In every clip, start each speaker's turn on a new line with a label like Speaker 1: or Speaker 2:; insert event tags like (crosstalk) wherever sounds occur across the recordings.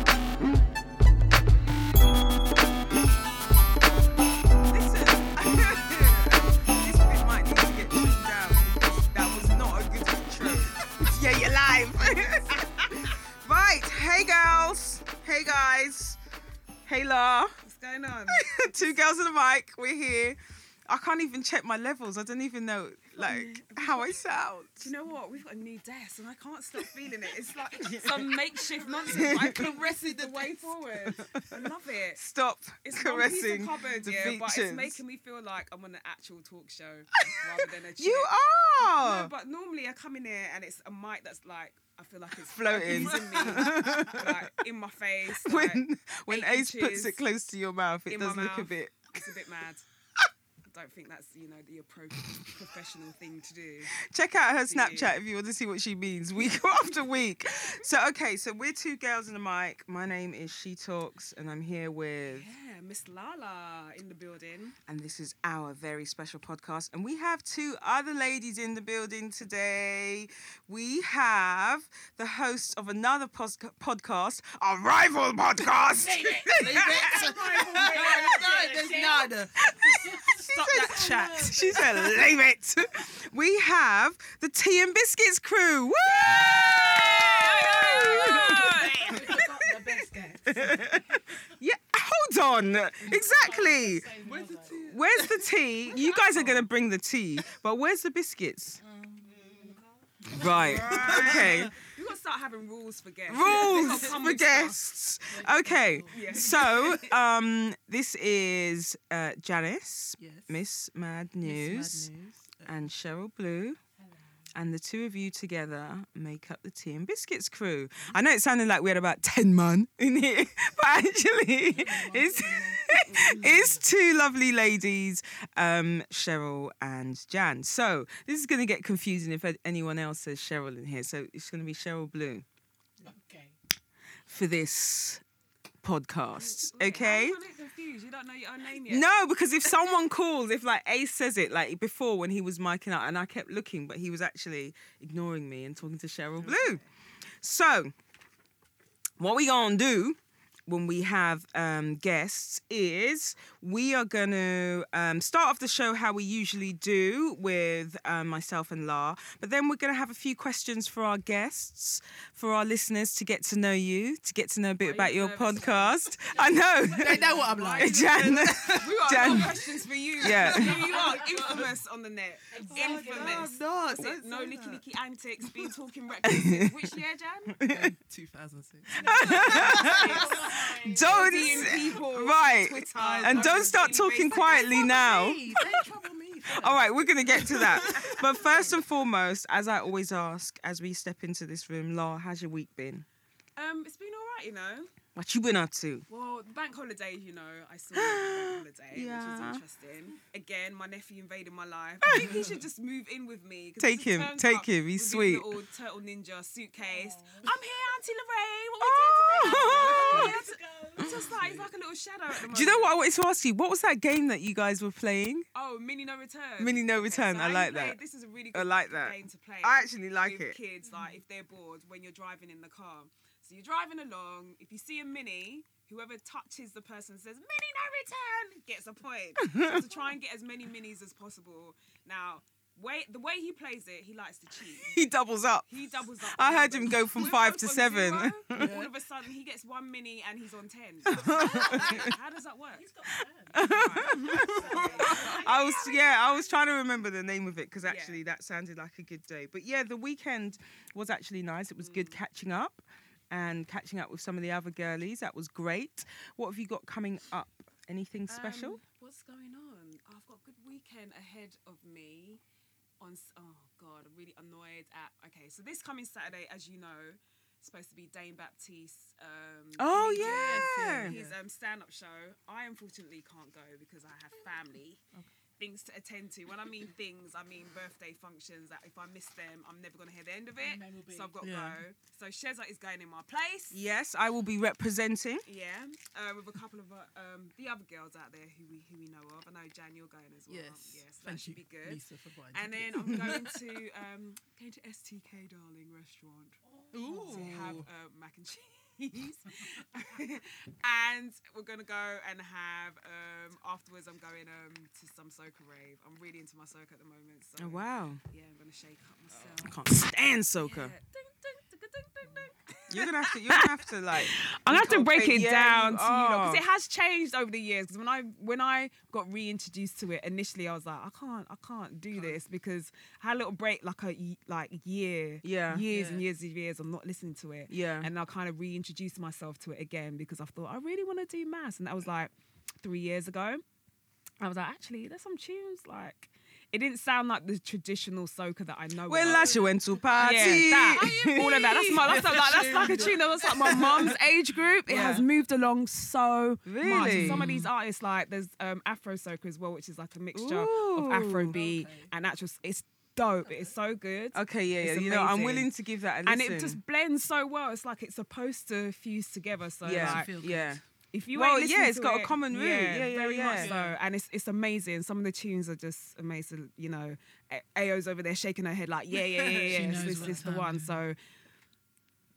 Speaker 1: (laughs) (laughs) right. Hey, girls. Hey, guys. Hey, La. (laughs)
Speaker 2: What's going on?
Speaker 1: Two girls in the mic. We're here. I can't even check my levels. I don't even know like how I sound.
Speaker 2: Do you know what? We've got a new desk and I can't stop feeling it. It's
Speaker 1: (laughs)
Speaker 2: like some makeshift nonsense. I caressed the way forward. I love it.
Speaker 1: Stop
Speaker 2: It's
Speaker 1: caressing
Speaker 2: one piece of cupboard,
Speaker 1: the
Speaker 2: yeah, but
Speaker 1: features.
Speaker 2: it's making me feel like I'm on an actual talk show
Speaker 1: (laughs)
Speaker 2: rather than a chat.
Speaker 1: You
Speaker 2: No,
Speaker 1: are.
Speaker 2: but normally I come in here and it's a mic that's like I feel like it's
Speaker 1: Floating.
Speaker 2: abusing me, like in my face. Like,
Speaker 1: (laughs) when when
Speaker 2: eight
Speaker 1: Ace puts
Speaker 2: inches
Speaker 1: it close to your mouth, it
Speaker 2: in my
Speaker 1: does look a
Speaker 2: mouth.
Speaker 1: bit.
Speaker 2: it's a bit mad. I don't think that's you know the appropriate professional thing to do.
Speaker 1: Check out her
Speaker 2: Yeah.
Speaker 1: Snapchat if you want to see what she means (laughs) week after week. So okay, so we're two girls in the mic. My name is She Talks, and I'm here with,
Speaker 2: Yeah, Miss Lala in the building.
Speaker 1: and this is our very special podcast. And we have two other ladies in the building today. We have the host of another pos- podcast, a rival podcast. (laughs)
Speaker 3: (laughs)
Speaker 1: Stop that chat. She said, leave it. We have the Tea and Biscuits crew. Woo! yeah, hold on. Exactly. Where's the tea? You guys are going to bring the tea, but where's the biscuits? Right. Okay.
Speaker 2: You gotta start having rules for guests.
Speaker 1: Rules
Speaker 2: They can't come
Speaker 1: for
Speaker 2: with stuff.
Speaker 1: guests. Okay.
Speaker 2: Yeah.
Speaker 1: So, um, this is uh, Janice,
Speaker 3: Yes.
Speaker 1: Miss Mad
Speaker 3: Miss
Speaker 1: News,
Speaker 3: Mad News.
Speaker 1: and Cheryl Blue. And the two of you together make up the Tea and Biscuits crew. I know it sounded like we had about 10 men in here, (laughs) but actually, (laughs) it's, (laughs) it's two lovely ladies, um, Cheryl and Jan. So, this is going to get confusing if anyone else says Cheryl in here. So, it's going to be Cheryl Blue
Speaker 3: Okay.
Speaker 1: for this podcast,
Speaker 2: Yeah,
Speaker 1: okay?
Speaker 2: I'm kinda confused. You don't know your own name yet.
Speaker 1: No, because if someone calls, if like Ace says it, like before when he was miking up, and I kept looking, but he was actually ignoring me and talking to Cheryl Blue. So, what we gonna do when we have um, guests is we are gonna um, start off the show how we usually do with um, myself and La, but then we're gonna have a few questions for our guests, for our listeners to get to know you, to get to know a bit
Speaker 2: you
Speaker 1: about your
Speaker 2: nervous
Speaker 1: podcast. I
Speaker 2: (laughs)
Speaker 1: know.
Speaker 3: They know what I'm
Speaker 1: (laughs)
Speaker 3: like.
Speaker 1: Jan,
Speaker 2: We got a lot
Speaker 1: Jan,
Speaker 2: of questions for you.
Speaker 1: Yeah.
Speaker 2: (laughs) you are infamous on the net. Infamous.
Speaker 3: not.
Speaker 2: That's it. Oh, No licky
Speaker 3: (laughs)
Speaker 2: licky
Speaker 1: (laughs)
Speaker 2: antics, be talking reckless. Which year, Jan?
Speaker 3: 2006.
Speaker 1: don't
Speaker 2: Being people.
Speaker 1: right
Speaker 2: Twitter,
Speaker 1: and don't
Speaker 2: Orange
Speaker 1: start
Speaker 2: Daily
Speaker 1: talking
Speaker 2: Facebook.
Speaker 1: quietly now
Speaker 3: Hey, don't (laughs) trouble me.
Speaker 1: all right we're gonna get to that (laughs) but first and foremost as i always ask as we step into this room la how's your week been
Speaker 2: Um, it's been all right, you know.
Speaker 1: what you been up to
Speaker 2: Well, the bank holiday, you know, I saw the bank holiday, which
Speaker 1: Yeah.
Speaker 2: was interesting. Again, my nephew invaded my life. I think he should just move in with me. 'cause he
Speaker 1: Take
Speaker 2: just
Speaker 1: him,
Speaker 2: turns
Speaker 1: take
Speaker 2: up
Speaker 1: him, he's
Speaker 2: with his
Speaker 1: sweet.
Speaker 2: Little turtle ninja suitcase. I'm here, Auntie Lorraine. What
Speaker 1: Oh.
Speaker 2: we doing today? I'm here to-" Just like he's like a little shadow at the moment.
Speaker 1: do you know what i wanted to ask you what was that game that you guys were playing
Speaker 2: Oh, Mini No Return.
Speaker 1: Mini No
Speaker 2: Okay,
Speaker 1: Return, I
Speaker 2: you
Speaker 1: like
Speaker 2: play-
Speaker 1: that.
Speaker 2: This is a really
Speaker 1: I
Speaker 2: good
Speaker 1: like that.
Speaker 2: game to play.
Speaker 1: I Mm. actually like
Speaker 2: with
Speaker 1: it.
Speaker 2: Kids like if they're bored when you're driving in the car. So you're driving along. If you see a mini, whoever touches the person says Mini No Return gets a point. So to try and get as many minis as possible. Now, way the way he plays it, he likes to cheat.
Speaker 1: (laughs) he doubles up
Speaker 2: He doubles up.
Speaker 1: I heard
Speaker 2: (laughs)
Speaker 1: him go from
Speaker 2: We're
Speaker 1: five
Speaker 2: both
Speaker 1: to
Speaker 2: on
Speaker 1: seven.
Speaker 2: zero,
Speaker 3: Yeah.
Speaker 2: All of a sudden, he gets one mini and he's
Speaker 1: (laughs)
Speaker 2: on ten. How does that work? (laughs) Right.
Speaker 1: (laughs) I was yeah, I was trying to remember the name of it because
Speaker 2: Yeah.
Speaker 1: actually that sounded like a good day. But yeah, the weekend was actually nice. It was good catching up and catching up with some of the other girlies. That was great. What have you got coming up? Anything special?
Speaker 2: Um, what's going on? I've got a good weekend ahead of me. On s- oh god, I'm really annoyed at. Okay, so this coming Saturday, as you know, it's supposed to be Dane Baptiste. Um,
Speaker 1: oh
Speaker 2: comedian.
Speaker 1: yeah.
Speaker 3: yes,
Speaker 2: his um, stand-up show. I unfortunately can't go because I have family things to attend to. When I
Speaker 3: (laughs)
Speaker 2: mean things, I mean birthday functions. That if I miss them, I'm never gonna hear the end of it.
Speaker 3: Mine will be-
Speaker 2: So I've got to
Speaker 3: Yeah.
Speaker 2: go. So Shezza is going in my place.
Speaker 1: Yes, I will be representing.
Speaker 2: Yeah, uh, with a couple of uh, um, the other girls out there who we who we know of. I know Jan, you're going as well.
Speaker 3: Yes.
Speaker 2: aren't you? Yeah, so that
Speaker 3: Thank
Speaker 2: should
Speaker 3: you,
Speaker 2: be good.
Speaker 3: Lisa, for buying
Speaker 2: And then I'm going to um, going to STK Darling Restaurant
Speaker 3: tickets.
Speaker 2: to have
Speaker 3: Ooh.
Speaker 2: uh, mac and cheese, (laughs) and we're gonna go and have. Um, afterwards, I'm going um, to some soca rave. I'm really into my soca at the moment. So
Speaker 1: Oh wow.
Speaker 2: Yeah, I'm gonna shake up
Speaker 1: I
Speaker 2: myself.
Speaker 1: can't stand soca.
Speaker 2: Yeah. Dun, dun, dun, dun,
Speaker 1: (laughs) You're gonna have to. You're gonna have to like.
Speaker 2: I'm gonna have to
Speaker 1: Okay,
Speaker 2: break it
Speaker 1: yeah,
Speaker 2: down
Speaker 1: you
Speaker 2: to you because
Speaker 1: are.
Speaker 2: it has changed over the years. Because when I when I got reintroduced to it initially, I was like, I can't, I can't do this because I had a little break, like a ye- like year,
Speaker 1: Yeah.
Speaker 2: years
Speaker 4: Yeah.
Speaker 2: and years and years. I'm not listening to it,
Speaker 1: Yeah.
Speaker 2: and I kind of reintroduced myself to it again because I thought I really want to do mass, and that was like three years ago. I was like, actually, there's some tunes like it didn't sound like the traditional soca that I know.
Speaker 1: Oh, Well,
Speaker 2: of.
Speaker 1: last you went to party.
Speaker 2: Yeah, that.
Speaker 1: (laughs)
Speaker 4: you
Speaker 2: all of that. That's my. That's,
Speaker 4: mean?
Speaker 2: like, that's like a tune that was like my mum's age group. It
Speaker 1: Yeah.
Speaker 2: has moved along so much.
Speaker 1: Really?
Speaker 2: And Some of these artists, like there's um, Afro soca as well, which is like a mixture
Speaker 1: Ooh.
Speaker 2: of Afro beat
Speaker 4: Okay.
Speaker 2: and actual. It's dope. It's so good.
Speaker 1: Okay, yeah, yeah.
Speaker 2: It's
Speaker 1: You know, I'm
Speaker 2: amazing.
Speaker 1: willing to give that a
Speaker 2: And
Speaker 1: listen.
Speaker 2: it just blends so well. It's like it's supposed to fuse together. So
Speaker 1: yeah,
Speaker 2: like,
Speaker 4: feel good.
Speaker 1: yeah.
Speaker 2: if you
Speaker 1: Well,
Speaker 2: ain't
Speaker 1: yeah,
Speaker 2: listening
Speaker 1: it's
Speaker 2: to
Speaker 1: got a
Speaker 2: it,
Speaker 1: common root. Yeah, yeah,
Speaker 2: very
Speaker 1: yeah.
Speaker 2: much so. And it's it's amazing. Some of the tunes are just amazing. You know, A- Ao's over there shaking her head like, yeah, yeah, yeah, yeah.
Speaker 4: (laughs) She
Speaker 2: yeah,
Speaker 4: knows
Speaker 2: this
Speaker 4: what's
Speaker 2: is the one. So.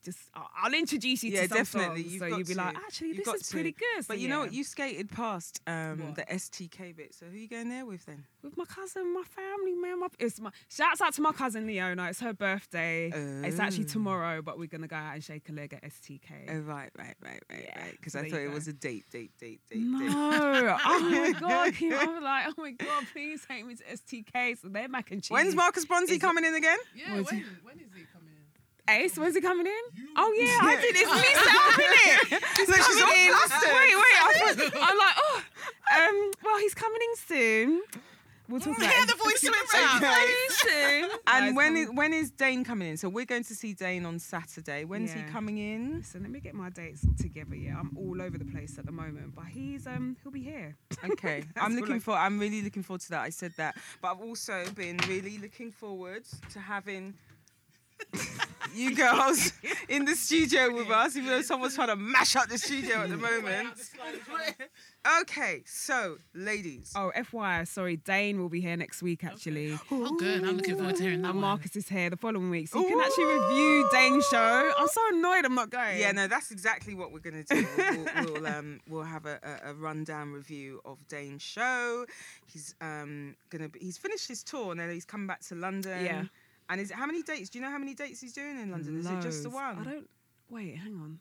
Speaker 2: Just, I'll- I'll introduce you
Speaker 1: Yeah,
Speaker 2: to some
Speaker 1: definitely.
Speaker 2: songs,
Speaker 1: You've
Speaker 2: so
Speaker 1: got
Speaker 2: you'll be
Speaker 1: to.
Speaker 2: like, actually,
Speaker 1: You've
Speaker 2: this
Speaker 1: got
Speaker 2: is pretty
Speaker 1: to.
Speaker 2: good. So,
Speaker 1: But you know
Speaker 2: yeah.
Speaker 1: what? You skated past um,
Speaker 4: What?
Speaker 1: the STK bit. So who you going there with then?
Speaker 2: with my cousin, my family, man. My, it's my shouts out to my cousin Leona. It's her birthday. It's actually
Speaker 1: Oh.
Speaker 2: tomorrow, but we're gonna go out and shake a leg at STK.
Speaker 1: Oh right, right, right, right,
Speaker 2: Yeah,
Speaker 1: right. Because
Speaker 2: so
Speaker 1: I
Speaker 2: there
Speaker 1: thought
Speaker 2: you
Speaker 1: it
Speaker 2: go.
Speaker 1: was a date, date, date, date,
Speaker 2: (laughs)
Speaker 1: date.
Speaker 2: No. oh my god. Can you, I was like, oh my god, please take me to STK. So they're mac and cheese.
Speaker 1: When's Marcus Bronzy
Speaker 2: Is-
Speaker 1: coming in (laughs) again?
Speaker 4: Yeah, when,
Speaker 2: What do
Speaker 4: when is he coming in?
Speaker 2: Ace, when's he coming in? Oh yeah, I did. (laughs) It's me
Speaker 1: me (laughs) up, She's coming
Speaker 2: coming
Speaker 1: in.
Speaker 2: in. Wait, wait. I thought, I'm like, oh, um, well, he's coming in soon. We'll talk about it.
Speaker 3: (laughs)
Speaker 4: voice went
Speaker 1: out.
Speaker 2: He's coming in
Speaker 1: And
Speaker 2: soon. Guys,
Speaker 1: when
Speaker 2: come-
Speaker 1: is, when is Dane coming in? So we're going to see Dane on Saturday. When's
Speaker 2: Yeah.
Speaker 1: he coming in?
Speaker 2: Listen, let me get my dates together. Yeah, I'm all over the place at the moment, but he's um he'll be here.
Speaker 1: Okay,
Speaker 2: (laughs) That's
Speaker 1: I'm
Speaker 2: all
Speaker 1: looking
Speaker 2: I-
Speaker 1: for. I'm really looking forward to that. I said that, but I've also been really looking forward to having
Speaker 2: (laughs)
Speaker 1: you girls in the studio with us. Even though someone's trying to mash up the studio
Speaker 2: (laughs)
Speaker 1: at the moment. Okay, so ladies,
Speaker 2: Oh, FYI, sorry, Dane will be here next week actually.
Speaker 4: Oh, good. I'm looking forward to hearing that
Speaker 2: And
Speaker 4: one.
Speaker 2: Marcus is here the following week, so you can actually review Dane's show. I'm so annoyed I'm not going.
Speaker 1: yeah, no, that's exactly what we're gonna do. We'll,
Speaker 2: (laughs)
Speaker 1: we'll, we'll, um, we'll have a, a, a rundown review of Dane's show. He's um gonna be, he's finished his tour and then he's come back to London.
Speaker 2: Yeah.
Speaker 1: And is it how many dates? Do you know how many dates he's doing in London? Is it just the
Speaker 2: Loads.
Speaker 1: one?
Speaker 2: I don't. Wait, hang on.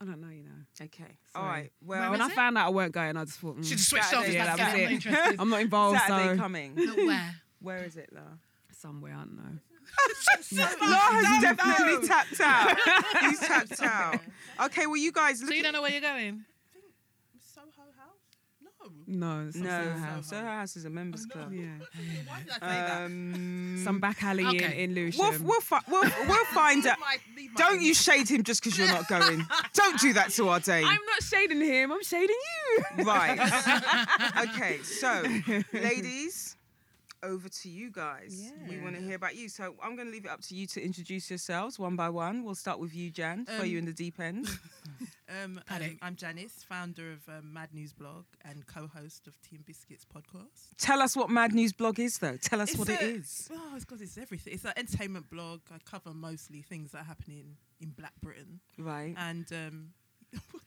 Speaker 2: I don't know. You know.
Speaker 1: Okay. All
Speaker 2: Sorry.
Speaker 1: right.
Speaker 4: Where
Speaker 1: Well,
Speaker 2: when
Speaker 4: was
Speaker 2: I
Speaker 4: it?
Speaker 2: found out I weren't going, I just thought. mm,
Speaker 4: She just switched off.
Speaker 1: Saturday,
Speaker 2: yeah,
Speaker 4: Yeah,
Speaker 2: that was
Speaker 4: I'm not
Speaker 2: it.
Speaker 4: interested.
Speaker 2: (laughs) I'm not involved,
Speaker 1: Saturday
Speaker 2: so
Speaker 3: (laughs)
Speaker 1: coming.
Speaker 4: Not where.
Speaker 1: Where is it,
Speaker 4: (laughs)
Speaker 1: Lara?
Speaker 2: somewhere I don't know.
Speaker 3: (laughs)
Speaker 1: Lara has definitely tapped out. (laughs) He's tapped out. Okay. Well, you guys
Speaker 4: So
Speaker 1: look.
Speaker 4: you
Speaker 1: at-
Speaker 4: don't know where you're (laughs) going?
Speaker 3: Soho House? No.
Speaker 2: No, it's not
Speaker 1: no,
Speaker 2: Soho House.
Speaker 1: Soho House is a members
Speaker 3: Oh, no.
Speaker 1: club.
Speaker 2: Yeah,
Speaker 3: Why did I say that?
Speaker 1: Um,
Speaker 2: some back alley in,
Speaker 4: Okay.
Speaker 2: in Lewisham.
Speaker 1: we'll, we'll, fi- we'll, we'll find out.
Speaker 3: My- leave my
Speaker 1: Don't
Speaker 3: own.
Speaker 1: you shade him just because you're not
Speaker 4: (laughs)
Speaker 1: going. Don't do that to our Dane.
Speaker 2: (laughs) I'm not shading him. I'm shading (laughs) you.
Speaker 1: Right. (laughs) okay. So, ladies, over to you guys. We want to hear about you. So I'm going to leave it up to you to introduce yourselves one by one. We'll start with you, Jan. throw
Speaker 4: Um,
Speaker 1: you in the deep end.
Speaker 3: Um,
Speaker 4: Paddock.
Speaker 3: um, I'm Janice, founder of um, Mad News Blog and co-host of Team Biscuits podcast.
Speaker 1: (laughs) Tell us what Mad News blog is, though. Tell us what it
Speaker 3: a-
Speaker 1: is.
Speaker 3: Well, it's because it's everything. It's an entertainment blog. I cover mostly things that are happening in Black Britain.
Speaker 1: Right.
Speaker 3: And um, (laughs)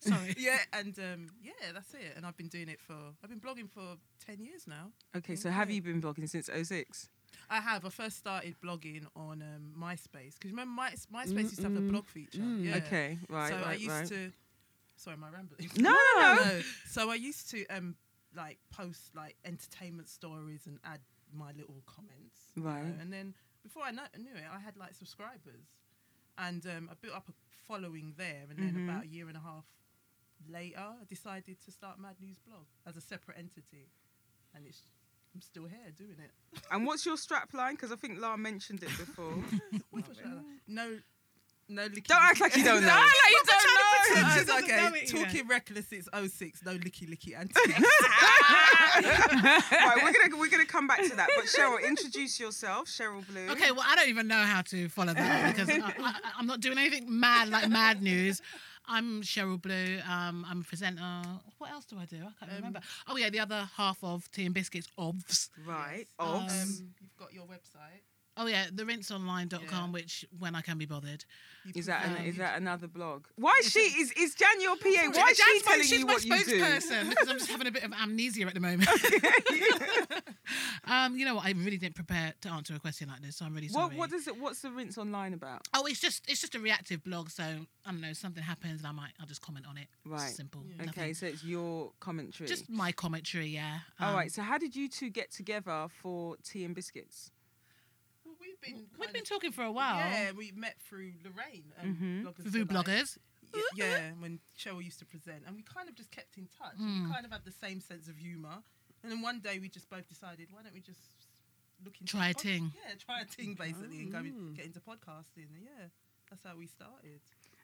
Speaker 4: Sorry.
Speaker 3: yeah, and um, yeah, that's it. And I've been doing it for. I've been blogging for ten years now.
Speaker 1: Okay. So have
Speaker 3: okay.
Speaker 1: you been blogging since 06?
Speaker 3: I have. I first started blogging on um, MySpace because remember My, MySpace used to have a
Speaker 2: Mm-mm.
Speaker 3: blog feature.
Speaker 2: Mm.
Speaker 3: Yeah.
Speaker 1: Okay. Right.
Speaker 3: so
Speaker 1: right.
Speaker 3: I used
Speaker 1: right.
Speaker 3: to. Sorry, my rambling.
Speaker 1: No, no, no.
Speaker 3: No. So I used to um like post like entertainment stories and add my little comments. you know,
Speaker 1: Right.
Speaker 3: And then before I kno- knew it, I had like subscribers, and um, I built up a following there. And then
Speaker 1: Mhm.
Speaker 3: about a year and a half later, I decided to start Mad News Blog as a separate entity, and it's I'm still here doing it.
Speaker 1: (laughs) And what's your strap line? Because I think La mentioned it before. (laughs)
Speaker 3: What's my strap line? no, no. Licky
Speaker 1: don't act like you don't
Speaker 3: (laughs)
Speaker 1: know.
Speaker 2: you don't
Speaker 4: (laughs) pretend.
Speaker 3: Oh,
Speaker 4: She doesn't
Speaker 3: okay.
Speaker 4: know it yet.
Speaker 3: Talking reckless, it's 06, no licky licky
Speaker 4: (laughs)
Speaker 3: antics.
Speaker 1: right, we're gonna we're gonna come back to that. But Cheryl, introduce yourself, Cheryl Blue.
Speaker 4: Okay, well, I don't even know how to follow (laughs) that because I, I, I'm not doing anything mad like Mad News. I'm Cheryl Blue. Um, I'm a presenter. What else do I do? I can't remember. Oh yeah, the other half of Tea and Biscuits, OBS.
Speaker 1: Right.
Speaker 3: Um,
Speaker 1: Obs.
Speaker 3: you've got your website.
Speaker 4: Oh yeah, the rinseonline.com,
Speaker 3: Yeah.
Speaker 4: which when I can be bothered.
Speaker 3: You
Speaker 1: Is that an,
Speaker 3: prefer-
Speaker 1: is that another blog? Why is she is is Jan your PA? Why is
Speaker 4: Jan's
Speaker 1: she
Speaker 4: my-
Speaker 1: telling
Speaker 4: she's
Speaker 1: you
Speaker 4: my
Speaker 1: what you do?
Speaker 4: spokesperson because I'm just having a bit of amnesia at
Speaker 1: (laughs)
Speaker 4: the moment. (laughs) um, you know what? I really didn't prepare to answer a question like this, so I'm really sorry.
Speaker 1: What what does it? What's the rinse online about?
Speaker 4: Oh, it's just it's just a reactive blog. So I don't know, something happens, and I might I'll just comment on it.
Speaker 1: Right.
Speaker 4: Simple.
Speaker 3: Yeah.
Speaker 4: nothing.
Speaker 1: Okay, so it's your commentary.
Speaker 4: Just my commentary. Yeah.
Speaker 1: All
Speaker 4: Um,
Speaker 1: right. So how did you two get together for tea and biscuits?
Speaker 3: Well, we've been
Speaker 4: Um, We've
Speaker 3: kind
Speaker 4: been
Speaker 3: of-
Speaker 4: talking for a while.
Speaker 3: Yeah, we met through Lorraine and
Speaker 1: Mhm.
Speaker 3: bloggers.
Speaker 4: Vu
Speaker 3: Delight.
Speaker 4: bloggers.
Speaker 3: Y- yeah, when Cheryl used to present, and we kind of just kept in touch. and
Speaker 4: Mm.
Speaker 3: We kind of had the same sense of humour, and then one day we just both decided, why don't we just look into
Speaker 4: Try a
Speaker 3: pod-
Speaker 4: ting.
Speaker 3: Yeah, try a ting basically, and go in,
Speaker 1: Mm.
Speaker 3: get into podcasting. And yeah, that's how we started.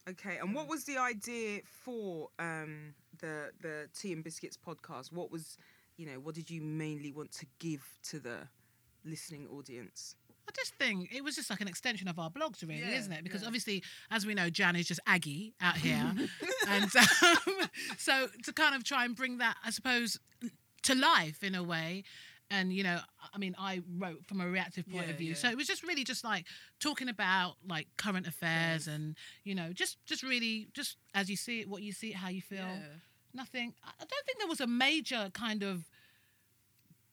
Speaker 1: Okay, and
Speaker 4: Mm.
Speaker 1: what was the idea for um, the the tea and biscuits podcast? What was you know what did you mainly want to give to the listening audience?
Speaker 4: I just think it was just like an extension of our blogs, really,
Speaker 3: Yeah,
Speaker 4: isn't it? Because
Speaker 3: yeah.
Speaker 4: obviously, as we know, Jan is just Aggie out
Speaker 3: (laughs)
Speaker 4: here, and um, so to kind of try and bring that, I suppose, to life in a way. And you know, I- I mean, I wrote from a reactive point
Speaker 3: Yeah,
Speaker 4: of view,
Speaker 3: yeah.
Speaker 4: so it was just really just like talking about like current affairs and you know, just just really just as you see it, what you see it, how you feel.
Speaker 3: Yeah.
Speaker 4: Nothing. I I don't think there was a major kind of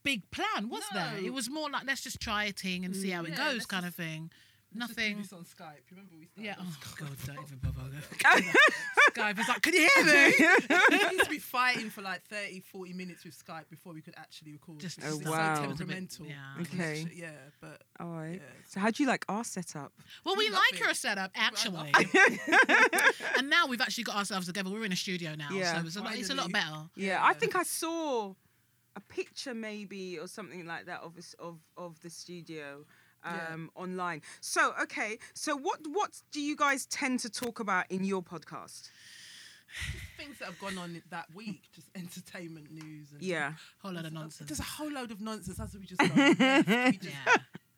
Speaker 4: big plan, was there?
Speaker 3: No. Mm.
Speaker 4: It was more like let's just try a thing and see how it
Speaker 3: Yeah,
Speaker 4: goes,
Speaker 3: let's
Speaker 4: kind
Speaker 3: just-
Speaker 4: of thing.
Speaker 3: Let's just do
Speaker 4: Nothing.
Speaker 3: this on Skype. Remember we started.
Speaker 4: Yeah.
Speaker 3: on
Speaker 4: Oh
Speaker 3: (laughs) Skype.
Speaker 4: God, don't even bother. Skype was like, can you hear me?
Speaker 1: (laughs)
Speaker 3: we used to be fighting for like 30, 40 minutes with Skype before we could actually record.
Speaker 4: Just
Speaker 3: because
Speaker 1: Oh,
Speaker 3: it's
Speaker 1: wow.
Speaker 3: so
Speaker 1: It was
Speaker 4: a bit-
Speaker 3: temperamental.
Speaker 4: yeah.
Speaker 3: and
Speaker 1: Okay.
Speaker 3: shit, Yeah, but
Speaker 1: All right.
Speaker 3: Yeah.
Speaker 1: So how do you like our
Speaker 4: (laughs)
Speaker 1: setup? (laughs)
Speaker 4: Well, we
Speaker 3: We love
Speaker 4: like
Speaker 3: it.
Speaker 4: her setup actually, (laughs) and now we've actually got ourselves together. We're in a studio now,
Speaker 1: Yeah.
Speaker 4: so it's a, lot, it's a lot
Speaker 3: Finally.
Speaker 4: better.
Speaker 1: Yeah, I
Speaker 3: Yeah.
Speaker 1: think I saw a picture maybe or something like that of us- of of the studio
Speaker 3: Yeah.
Speaker 1: um, online. So okay, so what what do you guys tend to talk about in your podcast?
Speaker 3: things that have gone on that week, just (laughs) entertainment news. And
Speaker 1: Yeah,
Speaker 4: Whole lot of
Speaker 3: There's
Speaker 4: nonsense.
Speaker 3: a whole load of nonsense. That's what we
Speaker 1: (laughs)
Speaker 3: just. Go, yes, we just (laughs)
Speaker 4: Yeah.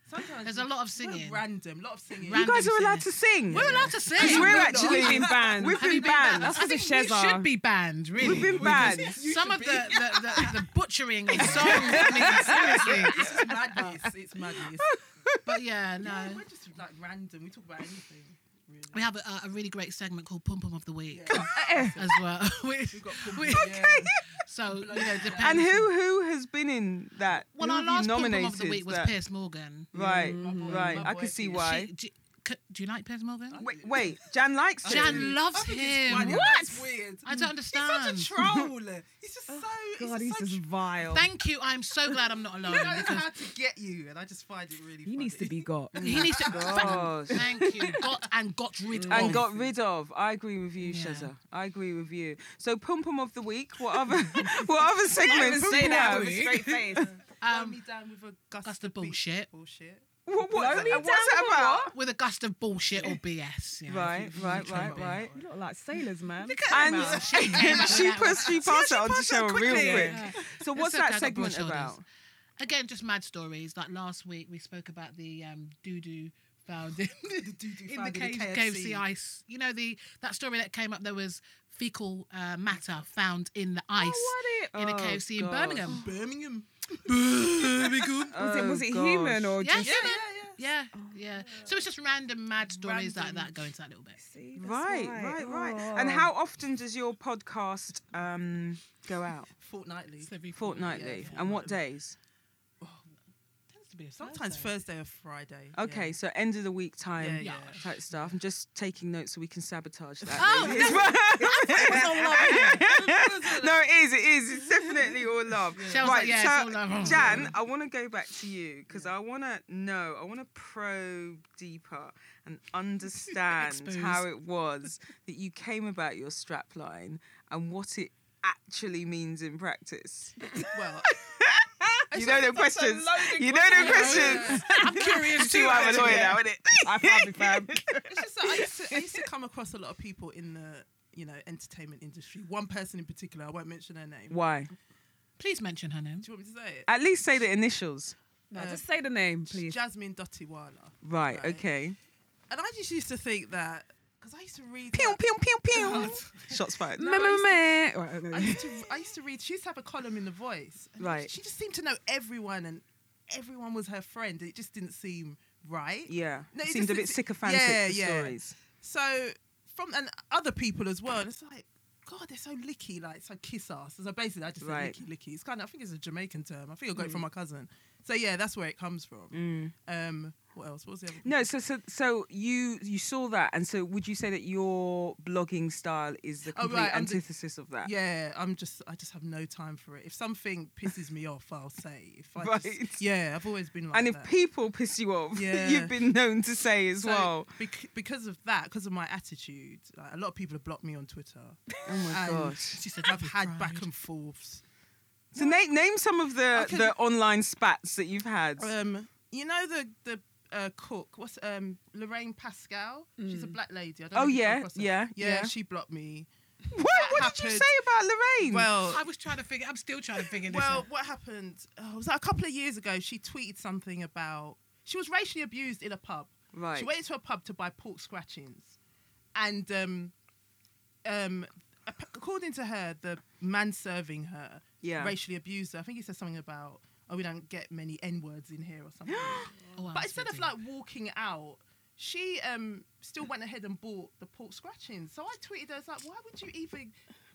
Speaker 3: Sometimes
Speaker 4: There's a
Speaker 3: we-
Speaker 4: lot of
Speaker 3: we're
Speaker 4: singing.
Speaker 3: Random, lot of singing.
Speaker 1: you guys are
Speaker 4: Random
Speaker 1: allowed to sing.
Speaker 4: We're allowed to sing.
Speaker 1: Because we're
Speaker 3: We're not.
Speaker 1: actually
Speaker 3: We've been
Speaker 1: banned. We've
Speaker 4: Have
Speaker 1: been
Speaker 4: you
Speaker 1: banned. That's
Speaker 4: I
Speaker 1: because of
Speaker 4: think we
Speaker 1: Shezza.
Speaker 4: should be banned, really.
Speaker 1: We've been
Speaker 4: We just-
Speaker 1: banned.
Speaker 3: (laughs) You
Speaker 4: Some
Speaker 3: should
Speaker 4: of the,
Speaker 3: be.
Speaker 4: the, the,
Speaker 3: (laughs)
Speaker 4: the butchering and songs, I mean, seriously.
Speaker 3: It's just madness. It's madness. (laughs)
Speaker 4: But yeah, no.
Speaker 3: Yeah, we're just like random. We talk about anything. Really.
Speaker 4: We have a, a really great segment called Pum Pum of the Week
Speaker 3: Yeah.
Speaker 4: as well. (laughs) We-
Speaker 3: We've got
Speaker 4: we-
Speaker 3: Pumba, yeah.
Speaker 4: so, you know, depends.
Speaker 1: And who who has been in that?
Speaker 4: Well,
Speaker 1: who
Speaker 4: our
Speaker 1: have you
Speaker 4: last Pum Pum of the
Speaker 1: nominated
Speaker 4: Week was Mm.
Speaker 1: that-
Speaker 4: Pierce Morgan.
Speaker 1: Right,
Speaker 3: Mm. My boy-
Speaker 1: right.
Speaker 3: my
Speaker 1: I
Speaker 3: boy
Speaker 1: can see
Speaker 3: Pierce.
Speaker 1: why.
Speaker 4: She, do, c- do you like Pierce Morgan?
Speaker 1: Wait, wait, Jan likes him.
Speaker 4: Jan
Speaker 3: I
Speaker 4: loves
Speaker 3: think it's funny.
Speaker 4: him.
Speaker 3: That's weird.
Speaker 4: I don't understand.
Speaker 3: He's such a troll. He's just so.
Speaker 1: God,
Speaker 3: he's
Speaker 1: he's
Speaker 3: just
Speaker 1: just
Speaker 3: so
Speaker 1: vile.
Speaker 4: Thank you. I'm so glad I'm
Speaker 3: (laughs)
Speaker 4: not alone.
Speaker 3: tr- he knows
Speaker 4: because
Speaker 3: how to get you, and I just find it really.
Speaker 2: He needs to
Speaker 3: funny.
Speaker 2: be (laughs) got.
Speaker 4: He needs
Speaker 3: (laughs)
Speaker 4: to.
Speaker 1: Gosh.
Speaker 4: Thank you. Got and got rid
Speaker 1: and
Speaker 4: of.
Speaker 1: got rid of. I agree with you,
Speaker 4: Yeah.
Speaker 1: Shazza. I agree with you. So, pum pum of the week. What other (laughs) what other segments? do you have?
Speaker 5: with a straight face.
Speaker 3: Blow
Speaker 4: um,
Speaker 3: me down with a gust
Speaker 4: gust
Speaker 3: of
Speaker 4: of
Speaker 3: beat-
Speaker 4: bullshit.
Speaker 3: Bullshit. (laughs)
Speaker 1: What, what's,
Speaker 2: Blow me
Speaker 1: what's
Speaker 2: down
Speaker 1: that
Speaker 2: with
Speaker 1: about?
Speaker 4: with a gust of bullshit or BS. Yeah,
Speaker 1: Right,
Speaker 4: if you- if you
Speaker 1: right,
Speaker 4: try
Speaker 1: right,
Speaker 4: and be-
Speaker 1: right.
Speaker 2: (laughs) You look like sailors, man.
Speaker 1: And (laughs)
Speaker 4: She came out
Speaker 1: she
Speaker 4: with that one.
Speaker 1: passed, she passed it on to Cheryl real
Speaker 2: quickly.
Speaker 1: quick.
Speaker 4: Yeah.
Speaker 1: So, what's
Speaker 4: It's okay,
Speaker 1: that
Speaker 4: I got broad
Speaker 1: segment about?
Speaker 4: shoulders. Again, just mad stories. Like last week, we spoke about the um, doo-doo found in,
Speaker 3: The doo-doo
Speaker 4: in the
Speaker 3: found in
Speaker 4: cave,
Speaker 3: the
Speaker 4: KFC.
Speaker 3: KFC.
Speaker 4: ice. You know the that story that came up. There was fecal uh, matter found in the ice in a
Speaker 1: Oh,
Speaker 4: KFC in
Speaker 1: God.
Speaker 4: Birmingham.
Speaker 3: Birmingham.
Speaker 2: Was
Speaker 4: Birmingham.
Speaker 2: it, was
Speaker 1: Oh,
Speaker 2: it
Speaker 1: gosh.
Speaker 2: human or
Speaker 4: Yeah,
Speaker 2: just?
Speaker 4: yeah,
Speaker 3: (laughs) yeah,
Speaker 4: yeah, yeah. So it's just random mad stories
Speaker 3: Random.
Speaker 4: like that. Go into that little bit.
Speaker 2: See, that's
Speaker 1: Right, right, right. And
Speaker 2: Oh.
Speaker 1: how often does your podcast um, go out?
Speaker 3: Fortnightly.
Speaker 4: It's every-
Speaker 1: Fortnightly.
Speaker 3: yeah,
Speaker 1: and what days?
Speaker 4: Tends to be a
Speaker 3: Sometimes
Speaker 4: Thursday.
Speaker 3: Thursday or Friday.
Speaker 1: Okay, so end of the week time
Speaker 3: Yeah, yeah.
Speaker 1: type stuff. I'm just taking notes so we can sabotage that.
Speaker 4: Oh,
Speaker 1: later. (laughs) no, it is. It is. It's definitely all love.
Speaker 4: Cheryl's like, Oh, yeah,
Speaker 1: so
Speaker 4: it's all love.
Speaker 1: Jan, I want to go back to you because I want to know. I want to probe deeper and understand
Speaker 4: (laughs) Expose.
Speaker 1: how it was that you came about your strap line and what it actually means in practice.
Speaker 3: Well,
Speaker 1: You know the questions. You know the questions. (laughs)
Speaker 4: I'm curious
Speaker 1: See
Speaker 4: too.
Speaker 1: why I'm a
Speaker 4: actually.
Speaker 1: lawyer now, isn't
Speaker 2: I probably fam.
Speaker 3: it's just that I used, to, I used to come across a lot of people in the you know entertainment industry. One person in particular, I won't mention her name.
Speaker 1: it? (laughs) Why?
Speaker 4: Please mention her name.
Speaker 3: Do you want me to say it?
Speaker 1: At least say the initials.
Speaker 2: No,
Speaker 3: Uh,
Speaker 2: just say the name, please.
Speaker 3: Jasmine Dottiwala.
Speaker 1: Right.
Speaker 3: Right.
Speaker 1: Okay.
Speaker 3: And I just used to think that because I used to read.
Speaker 1: Pew
Speaker 3: like-
Speaker 1: pew pew
Speaker 3: (laughs)
Speaker 1: pew. (laughs) Shots fired.
Speaker 2: Me,
Speaker 3: I
Speaker 2: me,
Speaker 3: used
Speaker 2: me. Right, okay.
Speaker 3: I used to I used to read. She used to have a column in the Voice. and
Speaker 1: Right.
Speaker 3: She just seemed to know everyone, and everyone was her friend. It just didn't seem right?
Speaker 1: Yeah.
Speaker 3: No, it
Speaker 1: Seemed a bit
Speaker 3: just-
Speaker 1: sycophantic,
Speaker 3: yeah,
Speaker 1: the
Speaker 3: yeah.
Speaker 1: stories.
Speaker 3: So from and other people as well. And it's like, God, they're so licky, like so kiss ass. So basically, I just
Speaker 1: Right.
Speaker 3: say licky, licky. It's kind of I think it's a Jamaican term. I think I got it from my cousin. So yeah, that's where it comes from.
Speaker 1: Mm.
Speaker 3: Um, what else? What was the other?
Speaker 1: No, so so so you you saw that, and so would you say that your blogging style is the
Speaker 3: Oh,
Speaker 1: complete
Speaker 3: right, I'm the-
Speaker 1: antithesis of that?
Speaker 3: Yeah, I'm just I just have no time for it. If something pisses me off, I'll say. If I
Speaker 1: Right.
Speaker 3: just, yeah, I've always been like
Speaker 1: and if
Speaker 3: that.
Speaker 1: people piss you off, (laughs)
Speaker 3: Yeah.
Speaker 1: you've been known to say as
Speaker 3: So,
Speaker 1: well.
Speaker 3: bec- because of that, because of my attitude, like, a lot of people have blocked me on Twitter.
Speaker 1: Oh my
Speaker 3: and
Speaker 1: gosh!
Speaker 4: She said,
Speaker 3: I've had
Speaker 4: pride.
Speaker 3: back and forths.
Speaker 1: So name name some of the
Speaker 3: Okay.
Speaker 1: the online spats that you've had.
Speaker 3: Um, you know the the uh, cook. What's um Lorraine Pascal? She's a black lady. I don't know
Speaker 1: Oh,
Speaker 3: if you've come
Speaker 1: yeah,
Speaker 3: across her.
Speaker 1: yeah,
Speaker 3: yeah,
Speaker 1: yeah.
Speaker 3: She blocked me.
Speaker 1: what what did you
Speaker 3: happened-
Speaker 1: say about Lorraine?
Speaker 3: Well,
Speaker 4: I was trying to figure. I'm still trying to figure this
Speaker 3: Oh. well,
Speaker 4: out.
Speaker 3: what happened? Oh, it was like a couple of years ago. She tweeted something about she was racially abused in a pub.
Speaker 1: right.
Speaker 3: She went into a pub to buy pork scratchings, and um, um, ap- according to her, the man serving her
Speaker 1: yeah. (laughs)
Speaker 3: racially abused her. I think he said something about, "Oh, we don't get many n words in here" or
Speaker 1: (gasps)
Speaker 3: something. (laughs)
Speaker 4: Oh, I'm
Speaker 3: but instead of
Speaker 4: sweating.
Speaker 3: like walking out, she um still went ahead and bought the pork scratchings. So I tweeted her, I was like, "Why would you even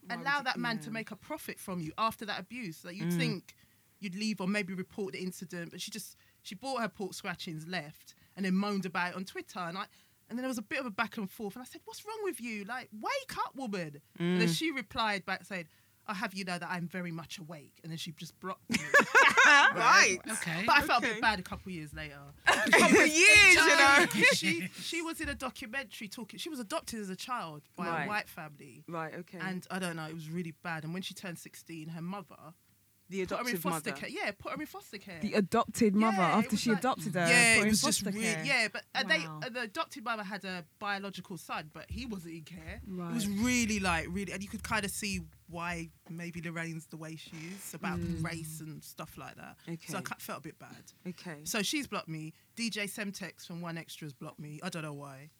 Speaker 3: allow that man to make a profit from you after that abuse? Like you'd think you'd leave or maybe report the incident, but she just she bought her pork scratchings, left, and then moaned about it on Twitter, and I." And then there was a bit of a back and forth, and I said, "What's wrong with you? Like, wake up, woman!" And then she replied back, saying, "I have you know that I'm very much awake." And then she just blocked me. (laughs)
Speaker 1: right.
Speaker 4: okay.
Speaker 3: But I felt a
Speaker 1: Okay.
Speaker 3: bit bad a couple of years later.
Speaker 1: Couple of years, (laughs)
Speaker 3: (laughs)
Speaker 1: you know.
Speaker 2: (laughs)
Speaker 3: she she was in a documentary talking. She was adopted as a child by
Speaker 1: Right.
Speaker 3: a white family,
Speaker 1: Right. Okay.
Speaker 3: and I don't know. It was really bad. And when she turned sixteen, her mother
Speaker 1: the
Speaker 3: put her in
Speaker 1: adoptive
Speaker 3: foster
Speaker 1: mother.
Speaker 3: care. Yeah, put her in foster care.
Speaker 2: The adopted mother
Speaker 3: Yeah, it
Speaker 2: after
Speaker 3: was
Speaker 2: she
Speaker 3: like-
Speaker 2: adopted her.
Speaker 3: yeah,
Speaker 2: put
Speaker 3: it
Speaker 2: in
Speaker 3: was just
Speaker 2: foster
Speaker 3: really
Speaker 2: care.
Speaker 3: yeah. But uh,
Speaker 2: Wow.
Speaker 3: they uh, the adopted mother had a biological son, but he wasn't in care. It was
Speaker 2: Right.
Speaker 3: really like really, and you could kind of see why maybe Lorraine's the way she is about
Speaker 2: Mm.
Speaker 3: race and stuff like that. So I
Speaker 1: Okay.
Speaker 3: ca- felt a bit bad.
Speaker 1: Okay.
Speaker 3: So she's blocked me. DJ Semtex from One Extras blocked me. I don't know why.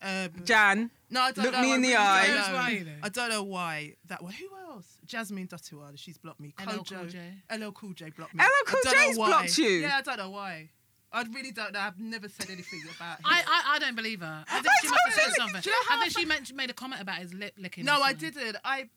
Speaker 3: Um,
Speaker 1: Jan.
Speaker 3: no, I don't
Speaker 1: Look
Speaker 3: know.
Speaker 1: me
Speaker 3: I
Speaker 1: in the
Speaker 3: really
Speaker 1: eye.
Speaker 3: don't
Speaker 4: That's
Speaker 3: know.
Speaker 4: why, you know.
Speaker 3: I don't know why that one. Who else? Jasmine Dottiwada, she's blocked me.
Speaker 4: LL Cool
Speaker 3: Kojo-
Speaker 4: J.
Speaker 3: LL Cool J blocked me.
Speaker 1: LL
Speaker 3: I
Speaker 1: Cool
Speaker 3: don't know
Speaker 1: J's
Speaker 3: why.
Speaker 1: blocked you?
Speaker 3: Yeah, I don't know why. I really don't know. I've never said anything about him.
Speaker 4: I, I, I don't believe her. I think she must have said something.
Speaker 3: Do you know how
Speaker 4: and then she meant, made a comment about his lip
Speaker 3: (laughs)
Speaker 4: licking.
Speaker 3: no,
Speaker 4: or
Speaker 3: I
Speaker 4: something.
Speaker 3: didn't. I.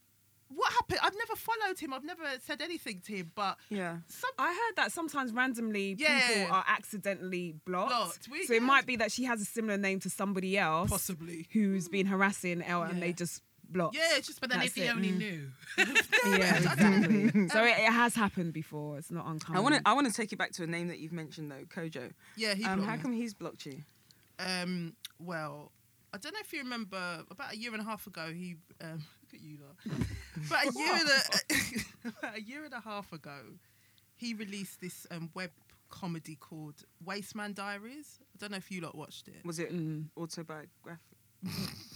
Speaker 3: What happened? I've never followed him. I've never said anything to him, but
Speaker 1: Yeah.
Speaker 3: some.
Speaker 5: I heard that sometimes randomly
Speaker 3: Yeah.
Speaker 5: people are accidentally blocked.
Speaker 3: Blocked. We-
Speaker 5: so it
Speaker 3: yeah.
Speaker 5: might be that she has a similar name to somebody else
Speaker 3: Possibly.
Speaker 5: who's been harassing Elle and
Speaker 3: hmm. Yeah.
Speaker 5: they just block.
Speaker 3: Yeah, it's just.
Speaker 4: But then
Speaker 5: That's
Speaker 4: if he
Speaker 5: it.
Speaker 4: only knew.
Speaker 5: Yeah, exactly. so it, it has happened before. It's not uncommon.
Speaker 1: I want to
Speaker 5: (laughs)
Speaker 1: I want to take you back to a name that you've mentioned though, Kojo.
Speaker 3: Yeah, he
Speaker 1: Um,
Speaker 3: blocked
Speaker 1: how
Speaker 3: me.
Speaker 1: come he's blocked you?
Speaker 3: Um, well, I don't know if you remember about a year and a half ago. He um, (laughs) look at you lot. But a year and a, (laughs) about a year and a half ago, he released this um, web comedy called Wasteman Diaries. I don't know if you lot watched it.
Speaker 1: Was it autobiographical?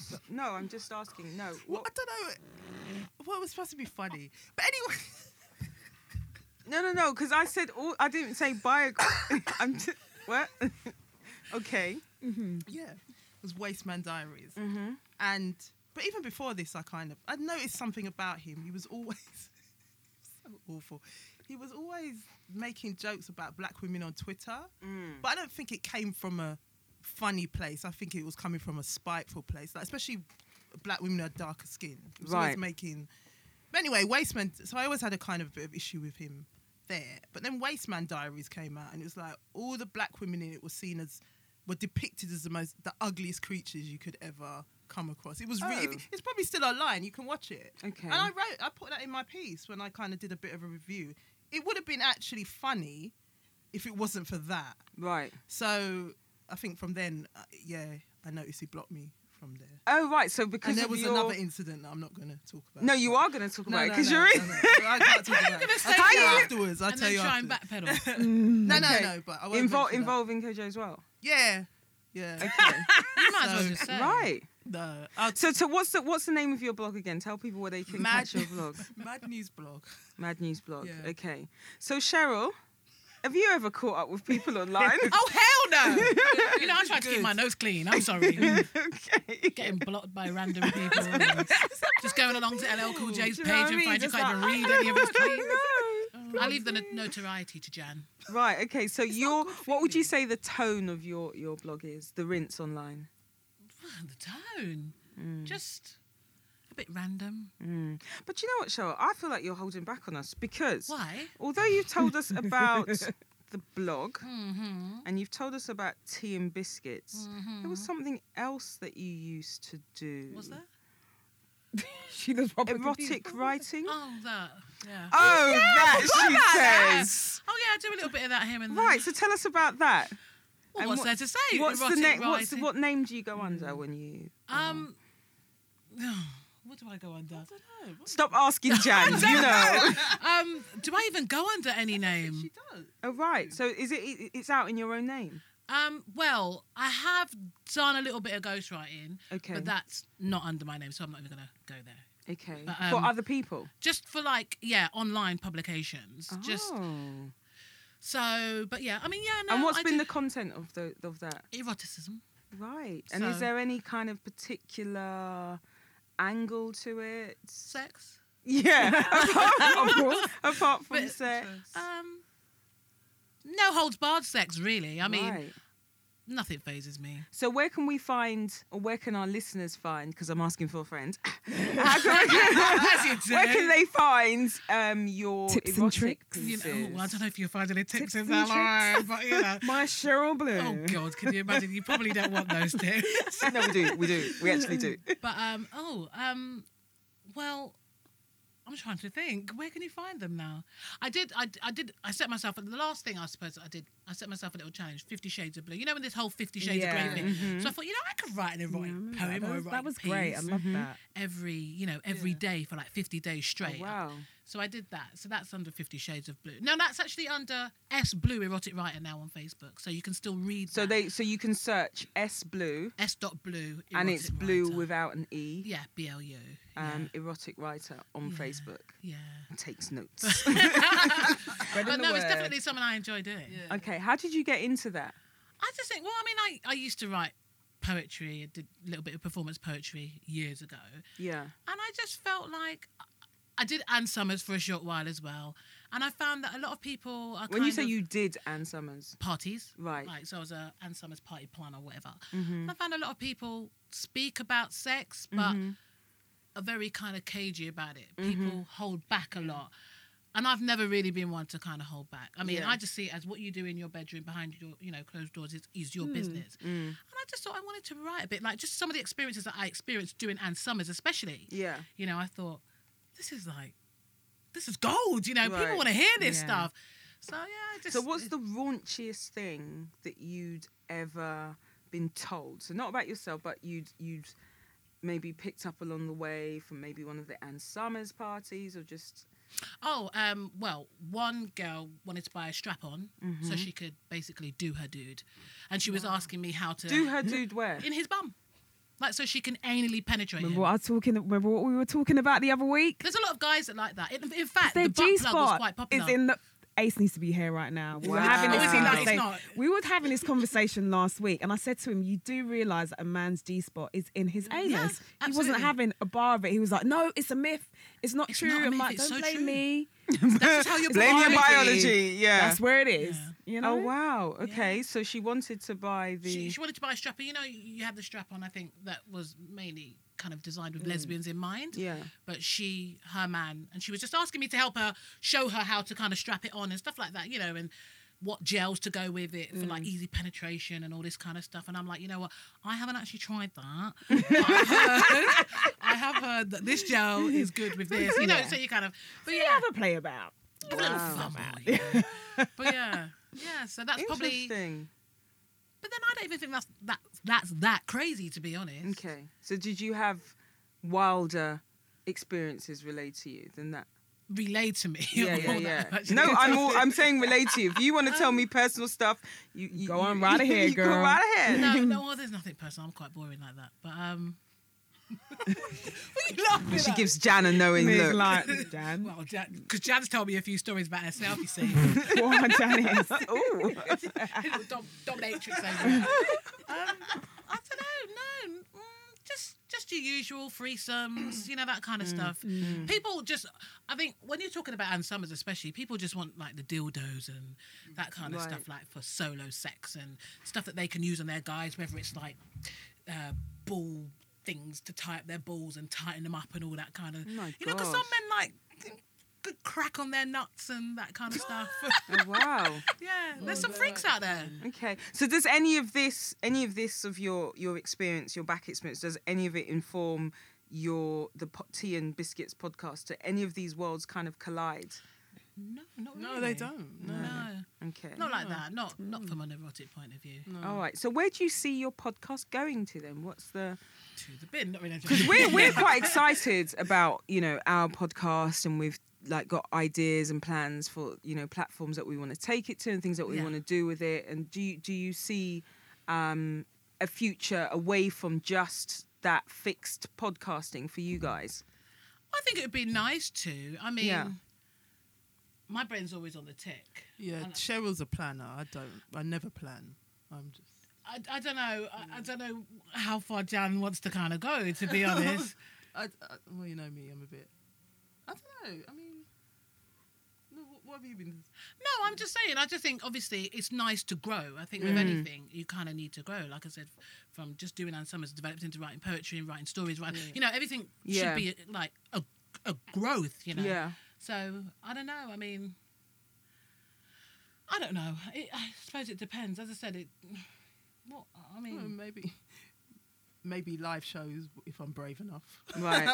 Speaker 1: So- no, I'm just asking.
Speaker 3: (laughs)
Speaker 1: No.
Speaker 3: Well,
Speaker 1: What,
Speaker 3: I don't know. Well, it was supposed to be funny, but anyway, (laughs)
Speaker 1: no, no, no. Because I said all. I didn't say bio. (laughs) I'm just, what? (laughs) okay.
Speaker 3: yeah, it was Wasteman Diaries.
Speaker 1: Mm-hmm.
Speaker 3: And but even before this, I kind of I noticed something about him. He was always (laughs) so awful. He was always making jokes about black women on Twitter,
Speaker 1: Mm.
Speaker 3: but I don't think it came from a funny place. I think it was coming from a spiteful place, like especially black women who had darker skin. He was
Speaker 1: Right.
Speaker 3: always making. But anyway, Wasteman. So I always had a kind of bit of issue with him there. But then Wasteman Diaries came out, and it was like all the black women in it were seen as were depicted as the most the ugliest creatures you could ever come across. It was really.
Speaker 1: Oh.
Speaker 3: It's probably still online. You can watch it.
Speaker 1: Okay.
Speaker 3: And I wrote, I put that in my piece when I kind of did a bit of a review. It would have been actually funny if it wasn't for that.
Speaker 1: Right.
Speaker 3: So I think from then, uh, yeah, I noticed he blocked me from there.
Speaker 1: Oh, right. So because
Speaker 3: And there
Speaker 1: of
Speaker 3: was
Speaker 1: your...
Speaker 3: another incident that I'm not going to talk about.
Speaker 1: No, you
Speaker 3: but-
Speaker 1: are going to talk
Speaker 3: No,
Speaker 1: about it
Speaker 3: no,
Speaker 1: because
Speaker 3: no,
Speaker 1: you're in.
Speaker 3: no, (laughs) no, I can't talk about it. I'll tell you
Speaker 1: How you-
Speaker 3: afterwards. I'll
Speaker 4: and
Speaker 3: tell
Speaker 4: then
Speaker 3: you
Speaker 4: try and
Speaker 3: afterwards.
Speaker 4: backpedal.
Speaker 3: No, no,
Speaker 1: Okay.
Speaker 3: no. But I won't
Speaker 1: Invol-
Speaker 3: mention that.
Speaker 1: involving Kojo as
Speaker 3: (laughs)
Speaker 1: well.
Speaker 3: Yeah, (laughs) yeah.
Speaker 1: Okay.
Speaker 4: You might
Speaker 1: (laughs)
Speaker 4: as well
Speaker 3: So-
Speaker 4: just say.
Speaker 1: right.
Speaker 3: No, I'll
Speaker 1: So, so what's the what's the name of your blog again? Tell people where they can
Speaker 3: Mad-
Speaker 1: catch your blog.
Speaker 3: Mad News blog.
Speaker 1: Mad News blog.
Speaker 3: Yeah.
Speaker 1: Okay. So Cheryl, have you ever caught up with people online?
Speaker 4: Oh
Speaker 1: (laughs)
Speaker 4: hell no! you know I try to keep
Speaker 3: Good.
Speaker 4: my nose clean. I'm sorry.
Speaker 1: okay.
Speaker 4: Getting blocked by random people.
Speaker 1: (laughs)
Speaker 4: just going along to LL Cool J's
Speaker 1: Do you know what I
Speaker 4: page and
Speaker 1: mean?
Speaker 4: find you
Speaker 1: Just
Speaker 4: can't
Speaker 1: (laughs)
Speaker 4: even
Speaker 1: like,
Speaker 4: read any of his tweets.
Speaker 1: No.
Speaker 3: Oh
Speaker 4: I leave the no- notoriety to Jan.
Speaker 1: Right. Okay. So your what would you say the tone of your your blog is? The rinse online.
Speaker 4: Oh, the tone,
Speaker 1: Hmm.
Speaker 4: just a bit random.
Speaker 1: But you know what, Cheryl? I feel like you're holding back on us because
Speaker 4: Why?
Speaker 1: although you've told us about the blog
Speaker 4: Mm-hmm.
Speaker 1: and you've told us about tea and biscuits, there was something else that you used to do.
Speaker 4: Was there?
Speaker 2: She does proper confused.
Speaker 1: Erotic writing. Oh,
Speaker 4: Oh, that. Yeah.
Speaker 1: that she
Speaker 4: that.
Speaker 1: says.
Speaker 4: Oh yeah, I do a little bit of that here and there.
Speaker 1: Right. So tell us about that.
Speaker 4: Well,
Speaker 1: and
Speaker 4: what's
Speaker 1: what-
Speaker 4: there to say?
Speaker 1: What's the
Speaker 4: Erotic
Speaker 1: name? What's
Speaker 4: writing.
Speaker 1: what name do you go under when you?
Speaker 4: Um. (sighs) What do I go under?
Speaker 1: Stop asking Jan. you know.
Speaker 4: (laughs) Um, do I even go
Speaker 1: (laughs)
Speaker 4: under any
Speaker 3: Think
Speaker 4: name?
Speaker 3: She does.
Speaker 1: Oh right. So is it? it- It's out in your own name.
Speaker 4: Um, well, I have done a little bit of ghostwriting,
Speaker 1: Okay.
Speaker 4: but that's not under my name, so I'm not even gonna go there.
Speaker 1: okay.
Speaker 4: but,
Speaker 1: For
Speaker 4: um,
Speaker 1: other people.
Speaker 4: Just for like, yeah, online publications. Just
Speaker 1: Oh.
Speaker 4: so, but yeah, I mean, yeah, no.
Speaker 1: and what's
Speaker 4: I
Speaker 1: been
Speaker 4: do-
Speaker 1: the content of the of that?
Speaker 4: eroticism?
Speaker 1: Right. And is
Speaker 4: So-
Speaker 1: there any kind of particular angle to it?
Speaker 4: Sex? (laughs)
Speaker 1: Yeah. (laughs) apart from, apart from
Speaker 4: But-
Speaker 1: sex.
Speaker 4: Um, no holds barred sex, really. I mean,
Speaker 1: Right.
Speaker 4: nothing
Speaker 1: (laughs)
Speaker 4: phases me.
Speaker 1: So where can we find, or where can our listeners find? Because I'm asking for a friend. (laughs) How
Speaker 4: (laughs)
Speaker 1: can- where can they find um, your
Speaker 2: Tips and
Speaker 1: erotic
Speaker 2: tricks.
Speaker 4: You know,
Speaker 1: pieces?
Speaker 4: well, I don't know if you'll find any tips,
Speaker 2: Tips
Speaker 4: in
Speaker 2: and
Speaker 4: that line,
Speaker 2: tricks.
Speaker 4: but you know.
Speaker 2: My Cheryl Blue.
Speaker 4: (laughs) Oh God! Can you imagine? You probably don't want those tips.
Speaker 1: (laughs) no, we do. We do. We actually do.
Speaker 4: (laughs) But um, oh, um, well, I'm trying to think. Where can you find them now? I did, I, I did, I set myself. The last thing I suppose I did, I set myself a little challenge: Fifty Shades of Blue. You know when this whole Fifty Shades
Speaker 2: Yeah.
Speaker 4: of Grey thing. So I thought, you know, mm-hmm. I could write an
Speaker 2: Yeah, I
Speaker 4: erotic
Speaker 2: remember
Speaker 4: poem
Speaker 2: that.
Speaker 4: or
Speaker 2: That was, that
Speaker 4: a erotic
Speaker 2: was great. I
Speaker 4: piece
Speaker 2: love that.
Speaker 4: every, you know, every
Speaker 3: Yeah.
Speaker 4: day for like 50 days straight.
Speaker 1: Oh, wow.
Speaker 4: So I did that. So that's under Fifty Shades of Blue. No, that's actually under S Blue Erotic Writer now on Facebook. So you can still read.
Speaker 1: So
Speaker 4: that.
Speaker 1: they. So you can search S Blue,
Speaker 4: S dot Blue.
Speaker 1: and
Speaker 4: erotic
Speaker 1: it's blue
Speaker 4: writer.
Speaker 1: without an E.
Speaker 4: yeah B L U.
Speaker 1: um, erotic writer on
Speaker 4: Yeah.
Speaker 1: Facebook
Speaker 4: yeah.
Speaker 1: takes
Speaker 4: (laughs)
Speaker 1: notes. (laughs)
Speaker 2: Spreading
Speaker 4: But
Speaker 2: the
Speaker 4: no, it's
Speaker 2: word.
Speaker 4: definitely something I enjoy doing.
Speaker 3: Yeah.
Speaker 1: okay, how did you get into that?
Speaker 4: I just think, well, I mean, I, I used to write poetry. I did a little bit of performance poetry years ago.
Speaker 1: Yeah.
Speaker 4: And I just felt like I did Anne Summers for a short while as well. And I found that a lot of people are
Speaker 1: When you
Speaker 4: kind
Speaker 1: say
Speaker 4: of-
Speaker 1: you did Anne Summers,
Speaker 4: parties.
Speaker 1: Right. Mm-hmm.
Speaker 4: Like, so I was a Anne Summers party planner or whatever. And I found a lot of people speak about sex, but
Speaker 1: Mm-hmm.
Speaker 4: are very kind of cagey about it. People hold back a lot. And I've never really been one to kind of hold back. I mean,
Speaker 1: Yeah.
Speaker 4: I just see it as what you do in your bedroom behind your, you know, closed doors is, is
Speaker 1: Hmm.
Speaker 4: your business. And
Speaker 1: Mm.
Speaker 4: I just thought I wanted to write a bit, like just some of the experiences that I experienced doing Anne Summers, especially.
Speaker 1: yeah,
Speaker 4: You know, I thought this is like, this is gold. You know,
Speaker 1: Right.
Speaker 4: people want to hear this
Speaker 2: Yeah.
Speaker 4: stuff. So yeah, I just.
Speaker 1: So what's the raunchiest thing that you'd ever been told? So not about yourself, but you'd you'd maybe picked up along the way from maybe one of the Anne Summers parties or just
Speaker 4: Oh, um, well, one girl wanted to buy a strap on
Speaker 2: Mm-hmm.
Speaker 4: so she could basically do her dude. And she was asking me how to
Speaker 1: do her dude wear.
Speaker 4: in his bum. Like so she can anally penetrate him.
Speaker 2: Remember what I was talking. Remember what we were talking about the other week?
Speaker 4: There's a lot of guys that like that. In, in fact,
Speaker 2: Their
Speaker 4: the butt
Speaker 2: G
Speaker 4: plug was
Speaker 2: spot
Speaker 4: quite popular.
Speaker 2: is in the. Ace needs to be here right now. We were
Speaker 1: Wow.
Speaker 2: having
Speaker 1: Oh,
Speaker 2: this
Speaker 1: is he not? He's
Speaker 2: conversation.
Speaker 4: not.
Speaker 2: We were having this conversation last week, and I said to him, "You do realise that a man's G spot is in his anus. he wasn't
Speaker 4: absolutely.
Speaker 2: having a bar of it. He was like, "No, it's a myth. It's not
Speaker 4: It's
Speaker 2: true."
Speaker 4: not a
Speaker 2: I'm
Speaker 4: myth,
Speaker 2: like,
Speaker 4: it's
Speaker 2: "Don't
Speaker 4: so
Speaker 2: blame
Speaker 4: true."
Speaker 2: me.
Speaker 4: That's just
Speaker 2: (laughs)
Speaker 4: how your
Speaker 1: Blame your
Speaker 4: biology-
Speaker 1: biology, yeah.
Speaker 2: That's where it is."
Speaker 4: Yeah.
Speaker 2: You know.
Speaker 1: oh wow, okay. So she wanted to buy the
Speaker 4: She, she wanted to buy a strap on. You know, you had the strap on, I think, that was mainly kind of designed
Speaker 2: Mm.
Speaker 4: with lesbians in mind.
Speaker 1: Yeah.
Speaker 4: But she, her man, and she was just asking me to help her, show her how to kind of strap it on and stuff like that, you know, and what gels to go with it for
Speaker 1: Mm.
Speaker 4: like easy penetration and all this kind of stuff. And I'm like, you know what? I haven't actually tried
Speaker 1: (laughs)
Speaker 4: that. But I've heard, I have heard that this gel is good with this, you know, so you kind of, but
Speaker 2: Yeah.
Speaker 4: yeah,
Speaker 2: Have a play about.
Speaker 4: give it a little fumble, you know.
Speaker 1: (laughs)
Speaker 4: But yeah. Yeah, so that's probably.
Speaker 1: Interesting.
Speaker 4: But then I don't even think that's that that's that crazy to be honest.
Speaker 1: Okay. So did you have wilder experiences relayed to you than that?
Speaker 4: Relay to me. (laughs)
Speaker 1: Yeah, yeah,
Speaker 4: all that,
Speaker 1: yeah. (laughs)
Speaker 4: actually.
Speaker 1: No, I'm all, I'm saying relate to you. If you want to tell me personal stuff, you, you
Speaker 2: Go on
Speaker 1: you- (laughs)
Speaker 2: right ahead,
Speaker 1: you Go
Speaker 2: girl.
Speaker 1: right ahead. (laughs)
Speaker 4: no, no. Well, there's nothing personal. I'm quite boring like that. But um, (laughs) what are you laughing
Speaker 1: She
Speaker 4: at?
Speaker 1: gives Jan a knowing
Speaker 2: Big
Speaker 1: look.
Speaker 2: like
Speaker 4: (laughs)
Speaker 2: Jan.
Speaker 4: Well, because Jan's told me a few stories about herself. You see,
Speaker 2: (laughs) Poor Janice.
Speaker 1: Ooh.
Speaker 4: Little (laughs) dom- dominatrix over. there. Um, I don't know. No, mm, just just you your usual threesomes, you know that kind of
Speaker 1: Mm,
Speaker 4: stuff. People just, I think, when you're talking about Anne Summers, especially, people just want like the dildos and that kind of stuff, like for solo sex and stuff that they can use on their guys, whether it's like uh, ball things to tie up their balls and tighten them up and all that kind of.
Speaker 1: my
Speaker 4: you know, because some
Speaker 1: gosh.
Speaker 4: men like good crack on their nuts and that kind
Speaker 1: (laughs)
Speaker 4: of stuff.
Speaker 1: Oh, (laughs) wow.
Speaker 4: yeah, there's some freaks out there.
Speaker 1: Okay. So does any of this, any of this of your your experience, your back experience, does any of it inform your the po- tea and biscuits podcast? Do any of these worlds kind of collide?
Speaker 4: No, not
Speaker 3: No,
Speaker 4: really.
Speaker 3: they don't. No.
Speaker 4: No, Mm.
Speaker 1: Okay.
Speaker 4: not like that. Not not from an erotic point of view.
Speaker 1: All right. So where do you see your podcast going to then? What's the
Speaker 4: To the bin, not really.
Speaker 1: because (laughs) we're we're quite excited about you know our podcast and we've like got ideas and plans for you know platforms that we want to take it to and things that we
Speaker 4: Yeah.
Speaker 1: want to do with it and do you, do you see um a future away from just that fixed podcasting for you guys
Speaker 4: I think it would be nice to. I mean,
Speaker 1: Yeah.
Speaker 4: my brain's always on the tick.
Speaker 3: Yeah,
Speaker 4: And-
Speaker 3: Cheryl's a planner. I don't. I never plan. I'm just.
Speaker 4: I, I don't know. I, I don't know how far Jan wants to kind of go. To be honest,
Speaker 3: I, I, well, you know me. I'm a bit. I don't know. I mean, no, what, what have you been?
Speaker 4: no. I'm just saying. I just think obviously it's nice to grow. I think with anything you kind of need to grow. Like I said, from just doing Anne Summers developed into writing poetry and writing stories. Right, you know everything
Speaker 1: Yeah.
Speaker 4: should be like a a growth. You know.
Speaker 1: yeah
Speaker 4: So I don't know. I mean, I don't know. It, I suppose it depends. As I said, it. What I
Speaker 3: well,
Speaker 4: mean,
Speaker 3: maybe, maybe live shows if I'm brave enough. (laughs)
Speaker 1: right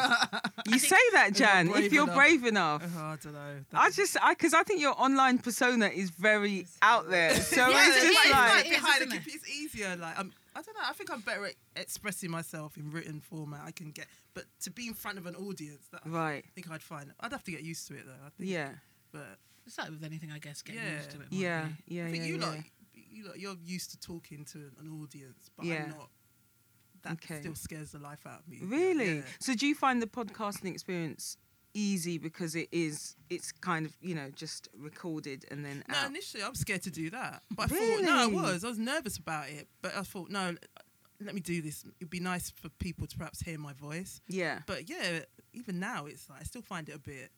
Speaker 1: you say that
Speaker 3: you're
Speaker 1: jan if
Speaker 3: brave
Speaker 1: you're
Speaker 3: enough.
Speaker 1: brave enough
Speaker 3: Oh, I don't know.
Speaker 1: I just, I because I think your online persona is very out there, so
Speaker 4: Yeah,
Speaker 1: it's
Speaker 4: it
Speaker 1: just
Speaker 4: is,
Speaker 1: like,
Speaker 4: it
Speaker 3: behind
Speaker 4: is,
Speaker 3: the
Speaker 4: isn't it?
Speaker 3: computer, it's easier. Like I'm, I don't know. I think I'm better at expressing myself in written format. I can get, but to be in front of an audience, that I
Speaker 1: right,
Speaker 3: think I'd find. I'd have to get used to it though. I think.
Speaker 1: yeah,
Speaker 3: But
Speaker 4: it's like with anything, I guess. Getting
Speaker 3: Yeah.
Speaker 4: used to it. might
Speaker 1: yeah,
Speaker 4: be.
Speaker 1: yeah,
Speaker 3: I think
Speaker 1: yeah,
Speaker 3: you
Speaker 1: yeah.
Speaker 3: lot, you lot, you're used to talking to an audience, but
Speaker 1: Yeah.
Speaker 3: I'm not. That
Speaker 1: Okay.
Speaker 3: still scares the life out of me.
Speaker 1: Really?
Speaker 3: Yeah.
Speaker 1: So do you find the podcasting experience easy because it is it's kind of, you know, just recorded and then
Speaker 3: No,
Speaker 1: out?
Speaker 3: initially I was scared to do that, but I thought no, I
Speaker 1: Really?
Speaker 3: was. I was nervous about it, but I thought no, l- let me do this. It'd be nice for people to perhaps hear my voice.
Speaker 1: Yeah.
Speaker 3: But yeah, even now it's like I still find it a bit.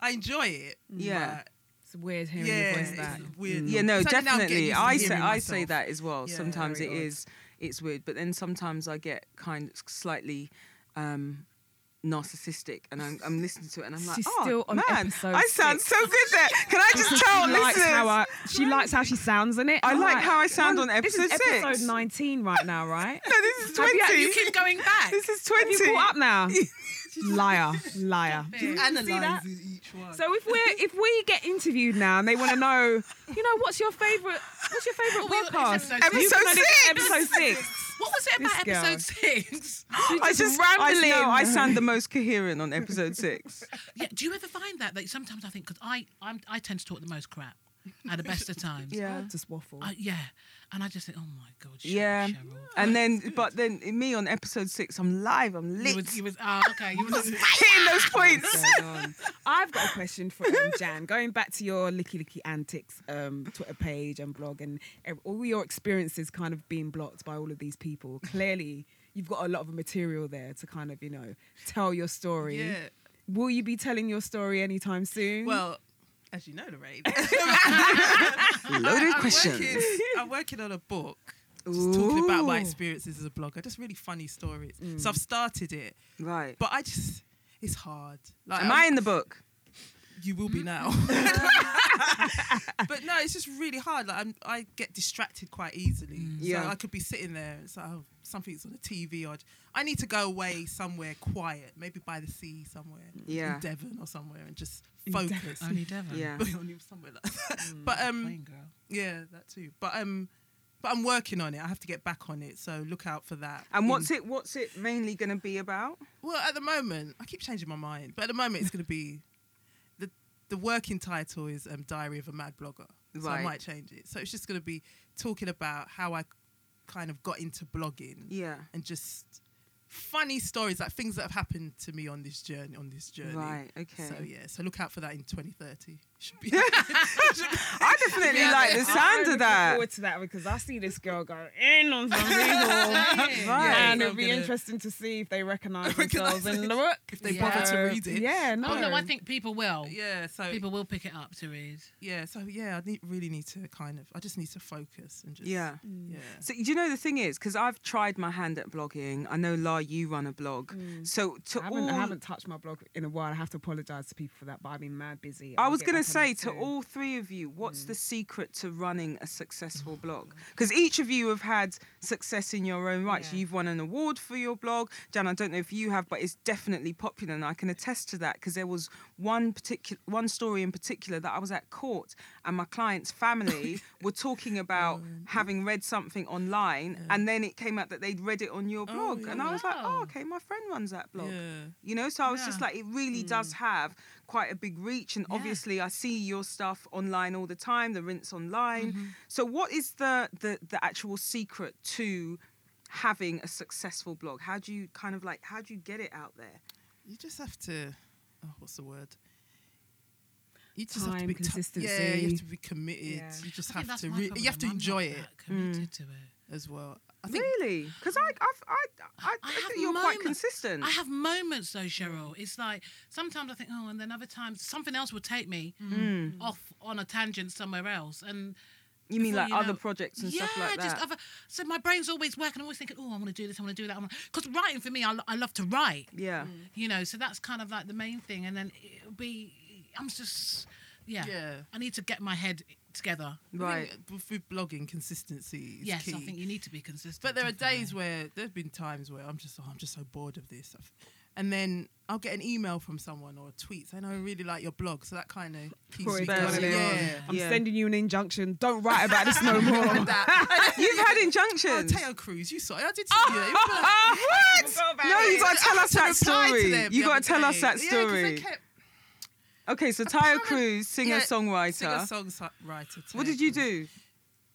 Speaker 3: I enjoy it.
Speaker 1: Yeah.
Speaker 2: It's weird
Speaker 3: but
Speaker 2: hearing
Speaker 3: yeah,
Speaker 2: your voice
Speaker 3: it's
Speaker 2: back.
Speaker 3: weird.
Speaker 1: Mm. Yeah, no,
Speaker 3: It's only now I'm
Speaker 1: definitely.
Speaker 3: getting used to
Speaker 1: I say
Speaker 3: hearing
Speaker 1: I say
Speaker 3: myself.
Speaker 1: that as well.
Speaker 3: Yeah,
Speaker 1: sometimes it
Speaker 2: very
Speaker 1: is,
Speaker 2: odd.
Speaker 1: it's weird, but then sometimes I get kind of slightly um narcissistic and I'm, I'm listening to it and I'm like
Speaker 2: She's
Speaker 1: oh
Speaker 2: still on
Speaker 1: man
Speaker 2: episode
Speaker 1: I sound so good there can
Speaker 2: (laughs)
Speaker 1: I
Speaker 2: Because
Speaker 4: (laughs)
Speaker 1: just
Speaker 2: she
Speaker 1: tell
Speaker 2: likes
Speaker 1: listeners
Speaker 2: how I, she likes how she sounds in it.
Speaker 1: I
Speaker 2: I'm
Speaker 1: like how I sound on
Speaker 2: this is
Speaker 1: episode six.
Speaker 2: episode 19 right now, right?
Speaker 1: (laughs) no this is
Speaker 2: Have you-
Speaker 1: 20
Speaker 2: you
Speaker 4: You keep going
Speaker 1: (laughs)
Speaker 4: back.
Speaker 1: this is
Speaker 2: Have
Speaker 1: 20
Speaker 2: you caught up (laughs) now? liar, liar.
Speaker 3: Analyze each one.
Speaker 2: So if we are if we get interviewed now and they want to know, you know, what's your favorite what's your favorite
Speaker 4: Well, we- it's
Speaker 2: podcast?
Speaker 4: episode six.
Speaker 2: You can
Speaker 1: Episode
Speaker 2: only-
Speaker 1: six.
Speaker 2: Episode six.
Speaker 4: What was it
Speaker 2: This
Speaker 4: about
Speaker 2: girl.
Speaker 4: episode six?
Speaker 1: I
Speaker 2: She's
Speaker 1: just I, no, I
Speaker 2: (laughs)
Speaker 1: sound the most coherent on episode 6
Speaker 4: yeah, do you ever find that that sometimes I think because I I'm, I tend to talk the most crap at
Speaker 1: (laughs)
Speaker 4: the best of times.
Speaker 1: yeah
Speaker 2: Just waffle.
Speaker 4: I, yeah, and I just think, oh my god, Cheryl,
Speaker 1: Yeah. Uh,
Speaker 4: Cheryl.
Speaker 1: And then, but then me on episode six, I'm live, I'm
Speaker 4: You
Speaker 1: lit,
Speaker 4: was, you was, ah, okay,
Speaker 1: (laughs)
Speaker 4: you (laughs) was.
Speaker 1: hitting those points.
Speaker 2: I've got a question for um, Jan. Going back to your Licky Licky Antics um, Twitter page and blog and ev- all your experiences kind of being blocked by all of these people. Clearly, you've got a lot of material there to kind of, you know, tell your story.
Speaker 3: yeah.
Speaker 2: Will you be telling your story anytime soon?
Speaker 3: Well, as you know, Lorraine.
Speaker 1: (laughs) Loaded
Speaker 3: (laughs) I'm
Speaker 1: question.
Speaker 3: Working, I'm working on a book. Just talking about my
Speaker 1: Ooh. Mm.
Speaker 3: experiences as a blogger, just really funny stories. So I've started it,
Speaker 1: Right.
Speaker 3: but I just, it's hard. Like,
Speaker 1: Am
Speaker 3: I'm-
Speaker 1: I in the book?
Speaker 3: You will
Speaker 1: (laughs)
Speaker 3: be now. (laughs) but no, it's just really hard. Like I'm, I get distracted quite easily.
Speaker 1: Mm. Yeah.
Speaker 3: So I could be sitting there, and it's like, oh, something's on the TV, or I need to go away somewhere quiet, maybe by the sea somewhere,
Speaker 1: Yeah.
Speaker 3: in Devon or somewhere, and just focus. (laughs)
Speaker 4: Only Devon.
Speaker 1: Yeah.
Speaker 3: Only somewhere like that.
Speaker 1: Mm,
Speaker 3: But um,
Speaker 4: Plain girl.
Speaker 3: yeah, that too. But um, but I'm working on it. I have to get back on it, so look out for that.
Speaker 1: And
Speaker 3: in-
Speaker 1: what's it? What's it mainly going to be about?
Speaker 3: Well, at the moment, I keep changing my mind. But at the moment, it's going to be the the working title is um, Diary of a Mad Blogger. So
Speaker 1: Right.
Speaker 3: I might change it. So it's just going to be talking about how I kind of got into blogging
Speaker 1: Yeah.
Speaker 3: and just funny stories, like things that have happened to me on this journey. On this journey.
Speaker 1: Right. Okay.
Speaker 3: So yeah. So look out for that in 2030. (laughs) should
Speaker 1: (laughs)
Speaker 3: be.
Speaker 1: I definitely like the sound of that.
Speaker 2: Forward to that because I see this girl go in on some regal,
Speaker 1: Right.
Speaker 2: and
Speaker 3: Yeah,
Speaker 2: it'd be
Speaker 3: gonna-
Speaker 2: interesting to see if they recognise
Speaker 3: Recognise
Speaker 2: themselves in
Speaker 3: it.
Speaker 2: the book.
Speaker 3: If they bother to
Speaker 2: So,
Speaker 3: read it.
Speaker 2: yeah, no.
Speaker 4: Oh no, I think people will.
Speaker 3: Yeah. So
Speaker 4: People will pick it up to read.
Speaker 3: yeah. So yeah, I need, really need to kind of. I just need to focus and just.
Speaker 1: Yeah.
Speaker 3: Yeah.
Speaker 1: So do you know the thing is because I've tried my hand at blogging. I know La, you run a blog. So to
Speaker 2: I haven't, I
Speaker 1: all-
Speaker 2: haven't touched my blog in a while. I have to apologise to people for that, but I've been mad busy.
Speaker 1: I
Speaker 2: I'll
Speaker 1: was
Speaker 2: get
Speaker 1: going to
Speaker 2: back on
Speaker 1: say
Speaker 2: it Mm.
Speaker 1: to
Speaker 2: soon.
Speaker 1: all three of you, what's the secret to running a successful blog? Because each of you have had success in your own right. So
Speaker 2: Yeah.
Speaker 1: You've won an award for your blog. Jan, I don't know if you have, but it's definitely popular. And I can attest to that because there was one particular one story in particular that I was at court and my client's family
Speaker 2: (laughs)
Speaker 1: were talking about
Speaker 2: Mm.
Speaker 1: having read something online. And then it came out that they'd read it on your blog. And I was like, oh,
Speaker 4: Wow.
Speaker 1: okay, my friend runs that blog
Speaker 3: Yeah.
Speaker 1: you know so i was just
Speaker 4: Yeah. Mm.
Speaker 1: like it really does have quite a big reach and
Speaker 4: Yeah.
Speaker 1: obviously i see your stuff online all the time the rinse online
Speaker 4: Mm-hmm.
Speaker 1: so what is the, the the actual secret to having a successful blog how do you kind of like how do you get it out there
Speaker 3: You just have to. Oh, what's the word? You just have to
Speaker 2: Time,
Speaker 3: be t- yeah, you
Speaker 2: consistency.
Speaker 3: have to be committed.
Speaker 2: Yeah.
Speaker 3: You just
Speaker 4: I think
Speaker 3: have
Speaker 4: that's
Speaker 3: to.
Speaker 4: my
Speaker 3: Re-
Speaker 4: problem.
Speaker 3: you have to
Speaker 4: I'm not
Speaker 3: enjoy it
Speaker 4: that Committed to it.
Speaker 3: as well. I think
Speaker 1: really because i I've, i i,
Speaker 4: Mm. I
Speaker 1: I,
Speaker 4: have
Speaker 1: think you're quite
Speaker 4: moments-
Speaker 3: Mm.
Speaker 1: consistent
Speaker 4: I have moments though, Cheryl. It's like sometimes I think, oh, and then other times something else will take me
Speaker 3: Mm.
Speaker 4: off on a tangent somewhere else,
Speaker 1: Mm.
Speaker 4: and
Speaker 1: you mean
Speaker 4: before
Speaker 1: like
Speaker 4: you
Speaker 1: other
Speaker 4: know-
Speaker 1: projects and
Speaker 4: yeah,
Speaker 1: stuff like that
Speaker 4: just other. So my brain's always working. I'm always thinking, oh, I want to do this. I want to do that. Because writing for me, I, lo- I love to write.
Speaker 1: yeah
Speaker 3: Mm.
Speaker 4: You know, so that's kind of like the main thing. And then it'll be, I'm just, yeah.
Speaker 3: Yeah.
Speaker 4: I need to get my head together.
Speaker 1: right
Speaker 3: I think with- with blogging, consistency is
Speaker 4: yes,
Speaker 3: key.
Speaker 4: I think you need to be consistent.
Speaker 3: But there are
Speaker 4: definitely.
Speaker 3: days where there have been times where I'm just oh, I'm just so bored of this stuff. And then I'll get an email from someone or a tweet saying, "Oh, I really like your blog. So that kind of keeps
Speaker 2: Put
Speaker 3: me
Speaker 2: it down
Speaker 3: going.
Speaker 2: a little.
Speaker 3: Yeah.
Speaker 2: I'm
Speaker 1: Yeah. Oh
Speaker 2: sending you an injunction. Don't write about this no more.
Speaker 4: (laughs)
Speaker 3: And that.
Speaker 1: you've had
Speaker 3: oh,
Speaker 1: injunctions
Speaker 3: Teo Cruz, you saw it. I did see
Speaker 1: (laughs)
Speaker 3: you. It was like-
Speaker 1: no Oh, you gotta tell us
Speaker 3: to
Speaker 1: that
Speaker 3: reply to
Speaker 1: story
Speaker 3: them
Speaker 1: you
Speaker 3: the
Speaker 1: gotta
Speaker 3: other
Speaker 1: tell us
Speaker 3: day.
Speaker 1: that
Speaker 3: Yeah, 'cause
Speaker 1: story
Speaker 3: they kept
Speaker 1: Okay, so Tyra
Speaker 3: Apparent-
Speaker 1: Cruz, singer songwriter.
Speaker 3: Singer songwriter.
Speaker 1: what did you do?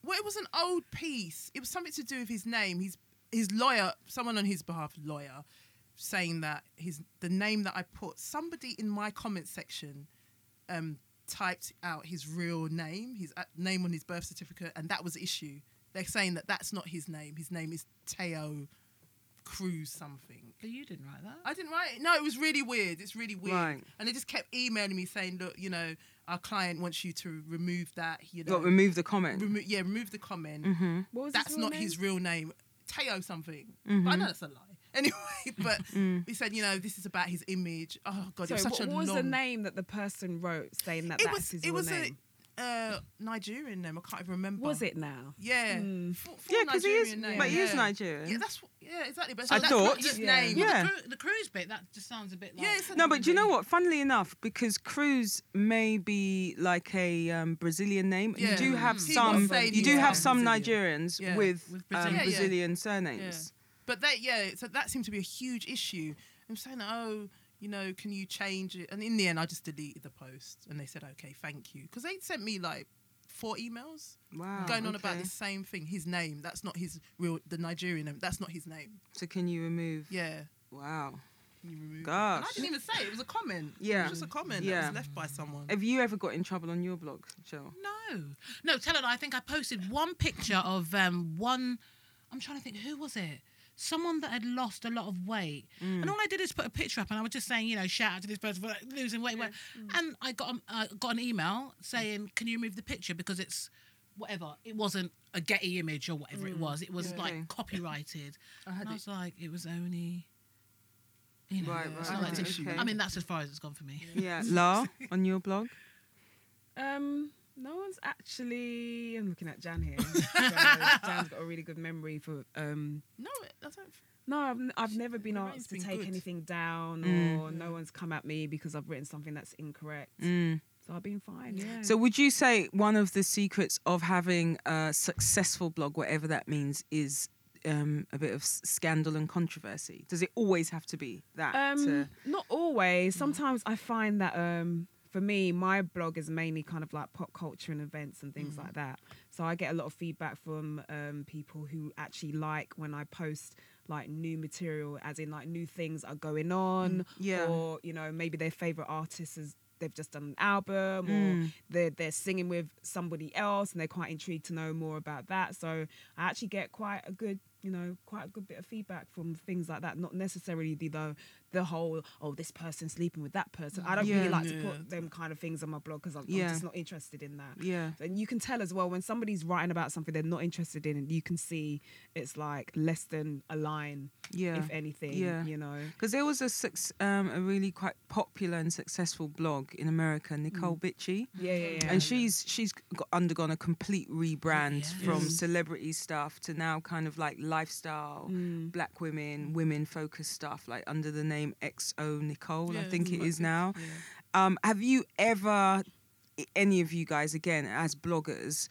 Speaker 3: Well, it was an old piece. It was something to do with his name. His his lawyer, someone on his behalf, lawyer, saying that his the name that I put. Somebody in my comment section um, typed out his real name, his uh, name on his birth certificate, and that was the issue. They're saying that that's not his name. His name is Teo Cruz something.
Speaker 4: But you didn't write that.
Speaker 3: I didn't write it. No, it was really weird. It's really weird.
Speaker 1: Right.
Speaker 3: And they just kept emailing me saying, look, you know, our client wants you to remove that. You know,
Speaker 1: Got remove the comment.
Speaker 3: remo- yeah, remove the comment.
Speaker 1: hmm
Speaker 2: Mm-hmm. What was his
Speaker 3: That's
Speaker 2: real
Speaker 3: not
Speaker 2: name? Mm-hmm.
Speaker 3: his real name. Teo something. But I know that's a lie. (laughs) Anyway,
Speaker 2: (laughs)
Speaker 3: but he said, you know, this is about his image. Oh God,
Speaker 2: Mm. Sorry,
Speaker 3: it's such
Speaker 2: what
Speaker 3: a
Speaker 2: was
Speaker 3: long.
Speaker 2: the name that the person wrote saying that
Speaker 3: It
Speaker 2: that's
Speaker 3: was.
Speaker 2: his
Speaker 3: It
Speaker 2: real
Speaker 3: was
Speaker 2: name?
Speaker 3: a uh, Nigerian name. I can't even remember.
Speaker 2: was it now?
Speaker 3: Yeah.
Speaker 2: Mm.
Speaker 3: Full- full
Speaker 1: Yeah, because he is,
Speaker 3: Nigerian name,
Speaker 1: but he is
Speaker 3: yeah.
Speaker 1: Nigerian.
Speaker 3: Yeah, that's yeah, exactly. But
Speaker 1: I
Speaker 3: that's
Speaker 1: thought-
Speaker 3: not his
Speaker 2: Yeah.
Speaker 3: name.
Speaker 1: Yeah.
Speaker 4: The, cru- the cruise bit, that just sounds a bit like.
Speaker 3: Yeah, it's a
Speaker 1: no, but do you know
Speaker 3: name.
Speaker 1: what? Funnily enough, because Cruz may be like a um, Brazilian name, you
Speaker 3: Yeah. Hmm.
Speaker 1: do have
Speaker 3: He
Speaker 1: some,
Speaker 3: was saying
Speaker 1: you
Speaker 3: he
Speaker 1: do
Speaker 3: was
Speaker 1: have
Speaker 3: from
Speaker 1: some
Speaker 3: Brazilian.
Speaker 1: Nigerians
Speaker 3: Yeah.
Speaker 1: with,
Speaker 4: With
Speaker 1: um,
Speaker 4: Brazilian.
Speaker 3: Yeah, yeah.
Speaker 1: Brazilian surnames.
Speaker 3: But that yeah, so that seemed to be a huge issue. I'm saying, oh, you know, can you change it? And in the end, I just deleted the post, and they said, okay, thank you, because they sent me like four emails
Speaker 1: Wow,
Speaker 3: going on about
Speaker 1: okay.
Speaker 3: this same thing. His name, that's not his real, the Nigerian name, that's not his name.
Speaker 1: So can you remove?
Speaker 3: Yeah.
Speaker 1: Wow.
Speaker 3: Can you remove it?
Speaker 1: Gosh.
Speaker 3: And I didn't even say it. It was a comment.
Speaker 1: Yeah.
Speaker 3: It was just a comment
Speaker 1: Yeah.
Speaker 3: that was left by someone.
Speaker 1: Have you ever got in trouble on your blog, Jill?
Speaker 4: No, no. Tell her. I think I posted one picture of um one. I'm trying to think who was it. Someone that had lost a lot of weight,
Speaker 3: Hmm.
Speaker 1: Mm,
Speaker 4: and all I did is put a picture up, and I was just saying, you know, shout out to this person for like, losing weight. weight.
Speaker 3: Hmm.
Speaker 4: And I got um, uh, got an email saying, "Can you remove the picture because it's whatever? It wasn't a Getty image or whatever it was. It was
Speaker 3: Hmm. Yeah.
Speaker 4: like
Speaker 1: Okay.
Speaker 4: copyrighted."
Speaker 3: I (laughs) had
Speaker 4: And I
Speaker 3: it.
Speaker 4: was like, "It was only." You know,
Speaker 1: Right,
Speaker 4: it's
Speaker 1: right,
Speaker 4: not
Speaker 1: right.
Speaker 4: like to-
Speaker 1: Okay.
Speaker 4: I mean, that's as far as it's gone for me.
Speaker 1: Yeah, La on your
Speaker 3: (laughs)
Speaker 1: blog.
Speaker 2: Um, no one's actually. I'm looking at Jan here. So Jan's got a really good memory for. Um,
Speaker 3: No, I don't.
Speaker 2: no, I've, n- I've never been
Speaker 3: Your
Speaker 2: asked to
Speaker 3: brain's been
Speaker 2: take
Speaker 3: good.
Speaker 2: anything down,
Speaker 1: Mm.
Speaker 2: or no one's come at me because I've written something that's incorrect.
Speaker 1: Mm.
Speaker 2: So I've been fine. Yeah.
Speaker 1: So, would you say one of the secrets of having a successful blog, whatever that means, is um, a bit of s- scandal and controversy? Does it always have to be that? to-
Speaker 2: Um, not always. Sometimes I find that um, for me, my blog is mainly kind of like pop culture and events and
Speaker 1: Mm.
Speaker 2: things like that. So I get a lot of feedback from um, people who actually like when I post like new material, as in like new things are going on,
Speaker 1: Mm, yeah.
Speaker 2: or you know maybe their favorite artist has they've just done an album
Speaker 1: Mm.
Speaker 2: or they're, they're singing with somebody else and they're quite intrigued to know more about that. So I actually get quite a good, you know, quite a good bit of feedback from things like that. Not necessarily the, the, the whole, oh, this person's sleeping with that person. I don't
Speaker 1: Yeah.
Speaker 2: really like to
Speaker 3: Yeah.
Speaker 2: put them kind of things on my blog because I'm,
Speaker 1: Yeah.
Speaker 2: I'm just not interested in that.
Speaker 1: Yeah.
Speaker 2: And you can tell as well when somebody's writing about something they're not interested in, and you can see it's like less than a line,
Speaker 1: Yeah.
Speaker 2: if anything.
Speaker 1: Yeah.
Speaker 2: You know.
Speaker 1: Because there was a suc- um, a really quite popular and successful blog in America,
Speaker 2: Mm.
Speaker 1: Nicole Bitchy,
Speaker 2: Yeah, yeah, yeah.
Speaker 1: and she's she's got, undergone a complete rebrand
Speaker 4: Yeah.
Speaker 1: from celebrity stuff to now kind of like lifestyle,
Speaker 2: Mm.
Speaker 1: black women, women focused stuff, like under the name XO Nicole, I
Speaker 3: Yeah,
Speaker 1: think it
Speaker 3: mm.
Speaker 1: is now. Um, have you ever, i- any of you guys, again as bloggers?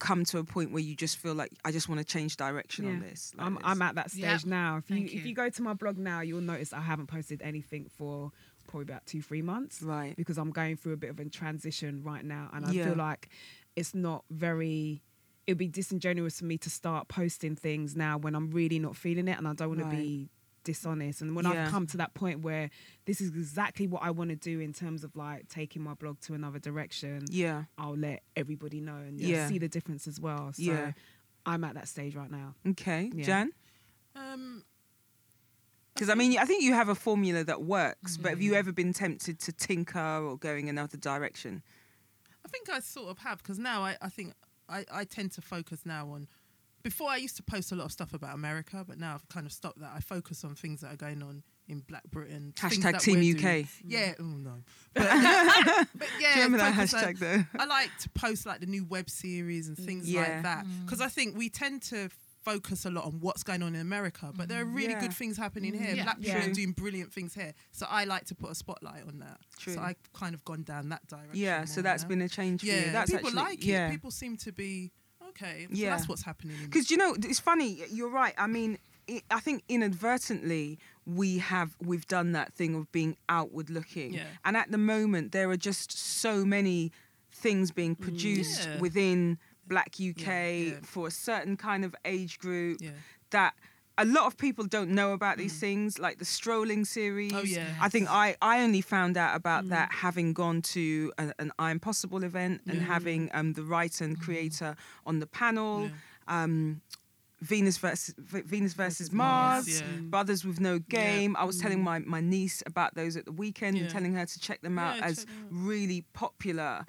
Speaker 1: Come to a point where you just feel like I just want to change direction on
Speaker 2: Yeah.
Speaker 1: this. like
Speaker 2: I'm,
Speaker 1: this.
Speaker 2: I'm at that stage
Speaker 4: Yep.
Speaker 2: now. If you,
Speaker 4: Thank
Speaker 2: if
Speaker 4: you.
Speaker 2: you go to my blog now, you'll notice I haven't posted anything for probably about two, three months. (laughs)
Speaker 1: Right.
Speaker 2: Because I'm going through a bit of a transition right now, and I
Speaker 1: Yeah.
Speaker 2: feel like it's not very. It'd be disingenuous for me to start posting things now when I'm really not feeling it, and I don't want
Speaker 1: Right.
Speaker 2: to be dishonest. And when
Speaker 1: Yeah.
Speaker 2: I've come to that point where this is exactly what I want to do in terms of like taking my blog to another direction,
Speaker 1: yeah.
Speaker 2: I'll let everybody know and
Speaker 1: Yeah.
Speaker 2: yeah. see the difference as well. So
Speaker 1: Yeah.
Speaker 2: I'm at that stage right now.
Speaker 1: Okay,
Speaker 2: Yeah.
Speaker 1: Jan.
Speaker 3: Um,
Speaker 1: Because I mean, I think you have a formula that works, but
Speaker 2: Mm.
Speaker 1: have you ever been tempted to tinker or going another direction?
Speaker 3: I think I sort of have because now I, I think I, I tend to focus now on. Before I used to post a lot of stuff about America, but now I've kind of stopped that. I focus on things that are going on in Black Britain. things
Speaker 1: Hashtag
Speaker 3: that
Speaker 1: Team
Speaker 3: we're
Speaker 1: UK.
Speaker 3: doing. Yeah. Oh no. But, (laughs) but
Speaker 1: (laughs)
Speaker 3: yeah.
Speaker 1: Do you remember that
Speaker 3: focus on-
Speaker 1: hashtag though?
Speaker 3: I like to post like the new web series and things
Speaker 1: Yeah.
Speaker 3: like that because I think we tend to focus a lot on what's going on in America, but there are really
Speaker 1: Mm. Yeah.
Speaker 3: good things happening here.
Speaker 4: Yeah.
Speaker 3: Black people
Speaker 2: Yeah.
Speaker 3: are doing brilliant things here, so I like to put a spotlight on that.
Speaker 1: True.
Speaker 3: So I kind of gone down that direction.
Speaker 1: (laughs) Yeah, so
Speaker 3: more
Speaker 1: that's
Speaker 3: now.
Speaker 1: been a change for
Speaker 3: yeah.
Speaker 1: you. That's
Speaker 3: people
Speaker 1: actually,
Speaker 3: like
Speaker 1: yeah.
Speaker 3: it. People seem to be okay. so
Speaker 1: Yeah.
Speaker 3: that's what's happening. in-
Speaker 1: Because you know, it's funny. You're right. I mean, i I think inadvertently we have we've done that thing of being outward looking,
Speaker 3: Yeah.
Speaker 1: and at the moment there are just so many things being produced
Speaker 3: Mm, Yeah.
Speaker 1: within Black UK
Speaker 3: yeah.
Speaker 1: for a certain kind of age group
Speaker 3: Yeah. Mm.
Speaker 1: that. A lot of people don't know about these things, like the strolling series.
Speaker 3: Oh, yeah.
Speaker 1: I think I, I only found out
Speaker 3: Mm.
Speaker 1: about that having gone to a, an I Am Possible event and having um, the writer and creator on the panel.
Speaker 3: Mm. Yeah.
Speaker 1: Um, Venus versus V- Venus versus Mars,
Speaker 3: Mars, yeah. Mm.
Speaker 1: Brothers with No Game. I was telling my, my niece about those at the weekend and
Speaker 3: Yeah.
Speaker 1: telling her to check them out
Speaker 3: Yeah,
Speaker 1: as
Speaker 3: check them out.
Speaker 1: really popular,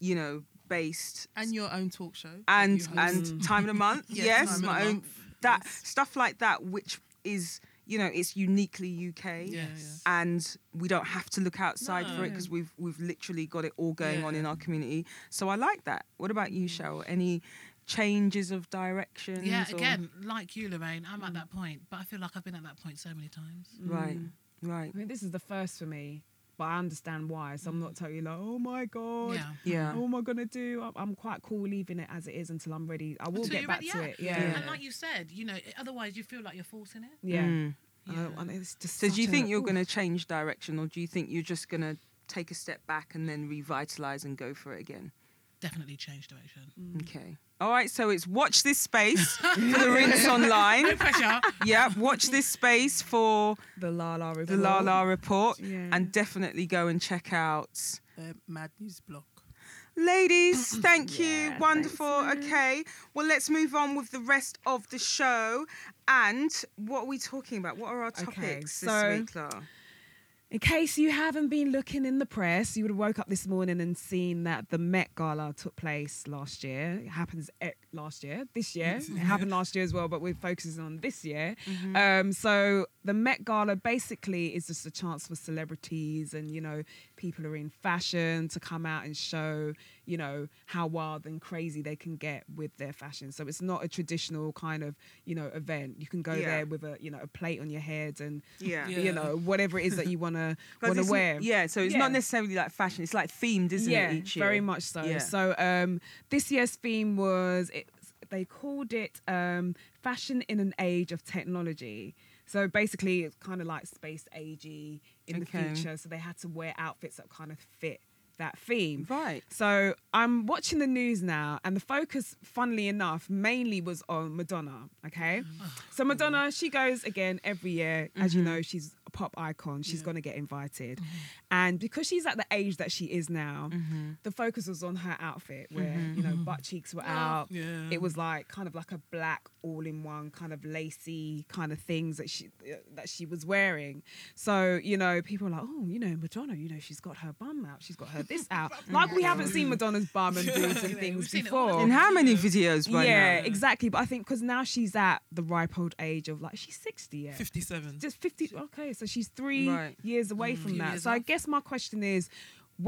Speaker 1: you know, based
Speaker 3: and your own talk show that
Speaker 1: and
Speaker 3: you host. Mm.
Speaker 1: and time of the month.
Speaker 3: (laughs) Yeah,
Speaker 1: yes,
Speaker 3: time of the
Speaker 1: my own
Speaker 3: month,
Speaker 1: that
Speaker 3: yes.
Speaker 1: stuff like that, which is you know it's uniquely UK,
Speaker 3: Yeah, yeah.
Speaker 1: and we don't have to look outside for it
Speaker 3: No.
Speaker 1: because we've we've literally got it all going on in
Speaker 3: Yeah.
Speaker 1: our community. So I like that. What about you, Cheryl? Any changes of direction?
Speaker 4: Yeah, again, like you, Lorraine, I'm
Speaker 2: Hmm.
Speaker 4: at that point, but I feel like I've been at that point so many times.
Speaker 1: right, right,
Speaker 2: I mean, this is the first for me, but I understand why. So I'm not totally like, oh my god,
Speaker 4: Mm. Yeah.
Speaker 1: yeah,
Speaker 2: what am I gonna do? I'm, I'm quite cool leaving it as it is until I'm ready. I will
Speaker 4: Until
Speaker 2: get
Speaker 4: you're
Speaker 2: back
Speaker 4: ready,
Speaker 2: to
Speaker 4: yeah.
Speaker 2: it. Yeah,
Speaker 4: And like you said, you know, otherwise you feel like you're forcing it.
Speaker 2: yeah.
Speaker 1: Mm.
Speaker 2: I
Speaker 4: Yeah.
Speaker 2: don't- and it's just
Speaker 1: So do you
Speaker 2: such
Speaker 1: think
Speaker 2: a-
Speaker 1: you're
Speaker 2: oof.
Speaker 1: going to change direction, or do you think you're just going to take a step back and then revitalize and go for it again?
Speaker 4: Definitely change direction.
Speaker 2: Mm.
Speaker 1: Okay. All right, so it's watch this space for the rinse online.
Speaker 2: (laughs)
Speaker 4: Pressure.
Speaker 1: Yeah, watch this space for
Speaker 2: the la la
Speaker 1: the La La report
Speaker 2: Yeah.
Speaker 1: and definitely go and check out.
Speaker 3: Uh, Mad News Block.
Speaker 1: Ladies,
Speaker 2: (clears throat)
Speaker 1: thank you.
Speaker 2: Yeah,
Speaker 1: Wonderful. okay. Well, let's move on with the rest of the show. And what are we talking about? What are our
Speaker 2: Okay,
Speaker 1: topics
Speaker 2: so-
Speaker 1: this week, Lara?
Speaker 2: In case you haven't been looking in the press, you would have woke up this morning and seen that the Met Gala took place last year. It happens e- last year, this year. It happened last year as well, but we're focusing on this year. Um, so the Met Gala basically is just a chance for celebrities and you know people who are in fashion to come out and show you know how wild and crazy they can get with their fashion. So it's not a traditional kind of you know event. You can go
Speaker 1: Yeah.
Speaker 2: there with a you know a plate on your head and
Speaker 1: Yeah.
Speaker 3: Yeah.
Speaker 2: you know whatever it is that you want to
Speaker 1: (laughs) 'Cause
Speaker 2: want to
Speaker 1: it's-
Speaker 2: wear.
Speaker 1: Yeah, so it's
Speaker 2: Yeah.
Speaker 1: not necessarily like fashion, it's like themed, isn't
Speaker 2: yeah,
Speaker 1: it? Each year?
Speaker 2: very much so.
Speaker 1: Yeah.
Speaker 2: So um, this year's theme was it, they called it um, fashion in an age of technology. So basically, it's kind of like space agey in
Speaker 1: Okay.
Speaker 2: the future. So they had to wear outfits that kind of fit that theme.
Speaker 1: Right.
Speaker 2: So I'm watching the news now, and the focus, funnily enough, mainly
Speaker 4: Mm. Mm-hmm.
Speaker 2: was on Madonna. Okay, so Madonna, she goes again every year. As you know, she's pop icon. She's gonna get invited, and because she's at the age that she is now,
Speaker 4: Mm-hmm.
Speaker 2: the focus was on her outfit, where you know butt cheeks were out.
Speaker 4: yeah.
Speaker 2: It was like kind of like a black all-in-one kind of lacy kind of things that she uh, that she was wearing. So you know, people were like, oh, you know, Madonna, you know, she's got her bum out, she's got her this
Speaker 4: (laughs)
Speaker 2: out. like we haven't seen Madonna's bum and boobs and
Speaker 4: We've
Speaker 2: things
Speaker 4: seen it all.
Speaker 2: before
Speaker 1: In how many videos by
Speaker 2: Oh. yeah,
Speaker 1: now?
Speaker 2: exactly. But I think because now she's at the ripe old age of like she's sixty, yeah,
Speaker 6: 57.
Speaker 2: just fifty. Okay, so she's three
Speaker 1: Right.
Speaker 2: years away from
Speaker 4: Few
Speaker 2: that.
Speaker 4: Mm, years
Speaker 2: So I
Speaker 4: off.
Speaker 2: guess my question is.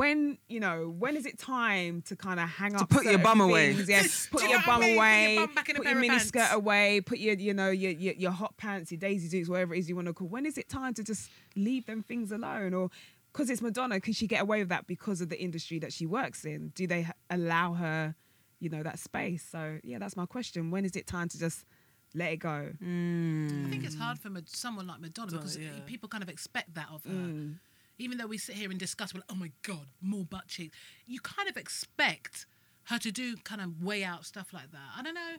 Speaker 2: When you know, when is it time to kind of hang up?
Speaker 1: put your
Speaker 2: certain
Speaker 1: bum away.
Speaker 2: things?
Speaker 4: (laughs)
Speaker 2: Yeah, put
Speaker 4: Do you
Speaker 2: your
Speaker 4: know what I
Speaker 2: bum
Speaker 4: mean? Put your
Speaker 2: away.
Speaker 4: bum back in a
Speaker 2: put your
Speaker 4: pair of
Speaker 2: mini
Speaker 4: pants.
Speaker 2: skirt away. Put your you know your, your your hot pants, your Daisy Dukes, whatever it is you want to call. When is it time to just leave them things alone? Or because it's Madonna, can she get away with that because of the industry that she works in? Do they h- allow her, you know, that space? So yeah, that's my question. When is it time to just let it go?
Speaker 1: Mm.
Speaker 4: I think
Speaker 2: Mm.
Speaker 4: it's hard for Mad- someone like Madonna because eh,
Speaker 6: yeah.
Speaker 4: people kind of expect that of her.
Speaker 2: Mm.
Speaker 4: Even though we sit here and discuss, well, oh my God, more butt cheeks. You kind of expect her to do kind of way out stuff like that. I don't know.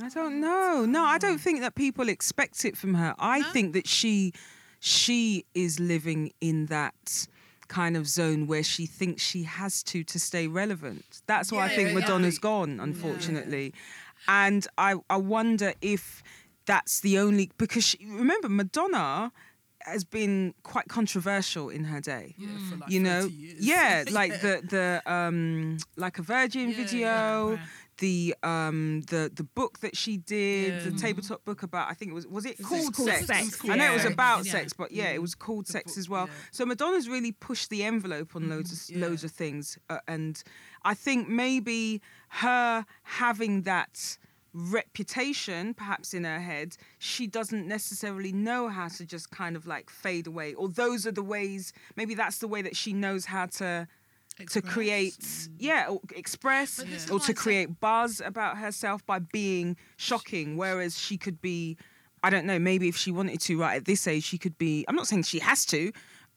Speaker 1: I don't know. No, I don't think that people expect it from her. I
Speaker 4: um, No?
Speaker 1: think that she she is living in that kind of zone where she thinks she has to to stay relevant. That's why I
Speaker 4: Yeah,
Speaker 1: think
Speaker 4: yeah,
Speaker 1: Madonna's gone, unfortunately. And I I wonder if that's the only because she, remember Madonna has been quite controversial in her day
Speaker 6: Yeah, for like
Speaker 1: you know
Speaker 6: 30 years.
Speaker 4: (laughs)
Speaker 1: yeah like the the um like a virgin
Speaker 4: Yeah, yeah,
Speaker 1: video
Speaker 4: right.
Speaker 1: the um the the book that she did
Speaker 4: Mm-hmm.
Speaker 1: the tabletop book about i think it was was it called
Speaker 2: called
Speaker 1: sex,
Speaker 2: Sex,
Speaker 1: i know it was
Speaker 2: yeah.
Speaker 1: about
Speaker 4: Yeah.
Speaker 1: sex but yeah it was called sex as well so madonna's really pushed the envelope on loads of loads of things uh, and i think maybe her having that reputation perhaps in her head she doesn't necessarily know how to just kind of like fade away or those are the ways maybe that's the way that she knows how to to
Speaker 4: Express.
Speaker 1: create yeah or express
Speaker 4: But this is
Speaker 1: or
Speaker 4: why
Speaker 1: to
Speaker 4: I say-
Speaker 1: create buzz about herself by being shocking whereas she could be i don't know maybe if she wanted to right at this age she could be i'm not saying she has to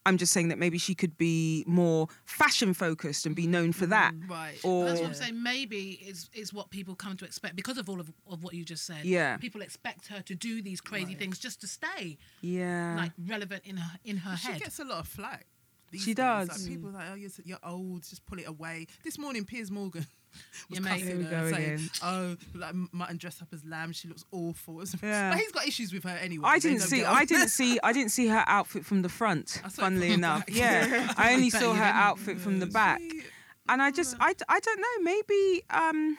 Speaker 1: i'm just saying that maybe she could be more fashion focused and be known for that
Speaker 6: Right.
Speaker 1: or
Speaker 4: Mm, That's what I'm saying. Maybe is is what people come to expect because of all of, of what you just said.
Speaker 1: Yeah.
Speaker 4: people expect her to do these crazy things just to stay
Speaker 1: yeah
Speaker 4: like relevant in her in her
Speaker 3: She
Speaker 4: head.
Speaker 3: gets a lot of flack. these
Speaker 1: She
Speaker 3: days.
Speaker 1: does.
Speaker 3: Like, people are like, oh, you're, s- you're old, just pull it away. This morning, Piers Morgan (laughs) was
Speaker 4: Yeah, mate.
Speaker 3: cussing
Speaker 2: Here we
Speaker 3: her,
Speaker 2: go
Speaker 3: saying,
Speaker 2: again.
Speaker 3: oh, like mutton dressed up as lamb, she looks awful. (laughs)
Speaker 1: Yeah.
Speaker 3: But he's got issues with her anyway.
Speaker 1: I
Speaker 3: They
Speaker 1: didn't
Speaker 3: don't
Speaker 1: see.
Speaker 3: get
Speaker 1: I
Speaker 3: on. (laughs)
Speaker 1: didn't see. I didn't see her outfit from the front.
Speaker 3: I saw it
Speaker 1: Funnily
Speaker 3: from the
Speaker 1: enough,
Speaker 3: back.
Speaker 1: yeah, I only
Speaker 4: Bet
Speaker 1: saw
Speaker 4: you
Speaker 1: her
Speaker 4: didn't.
Speaker 1: outfit from the back, and I just. I, d- I don't know. Maybe. Um,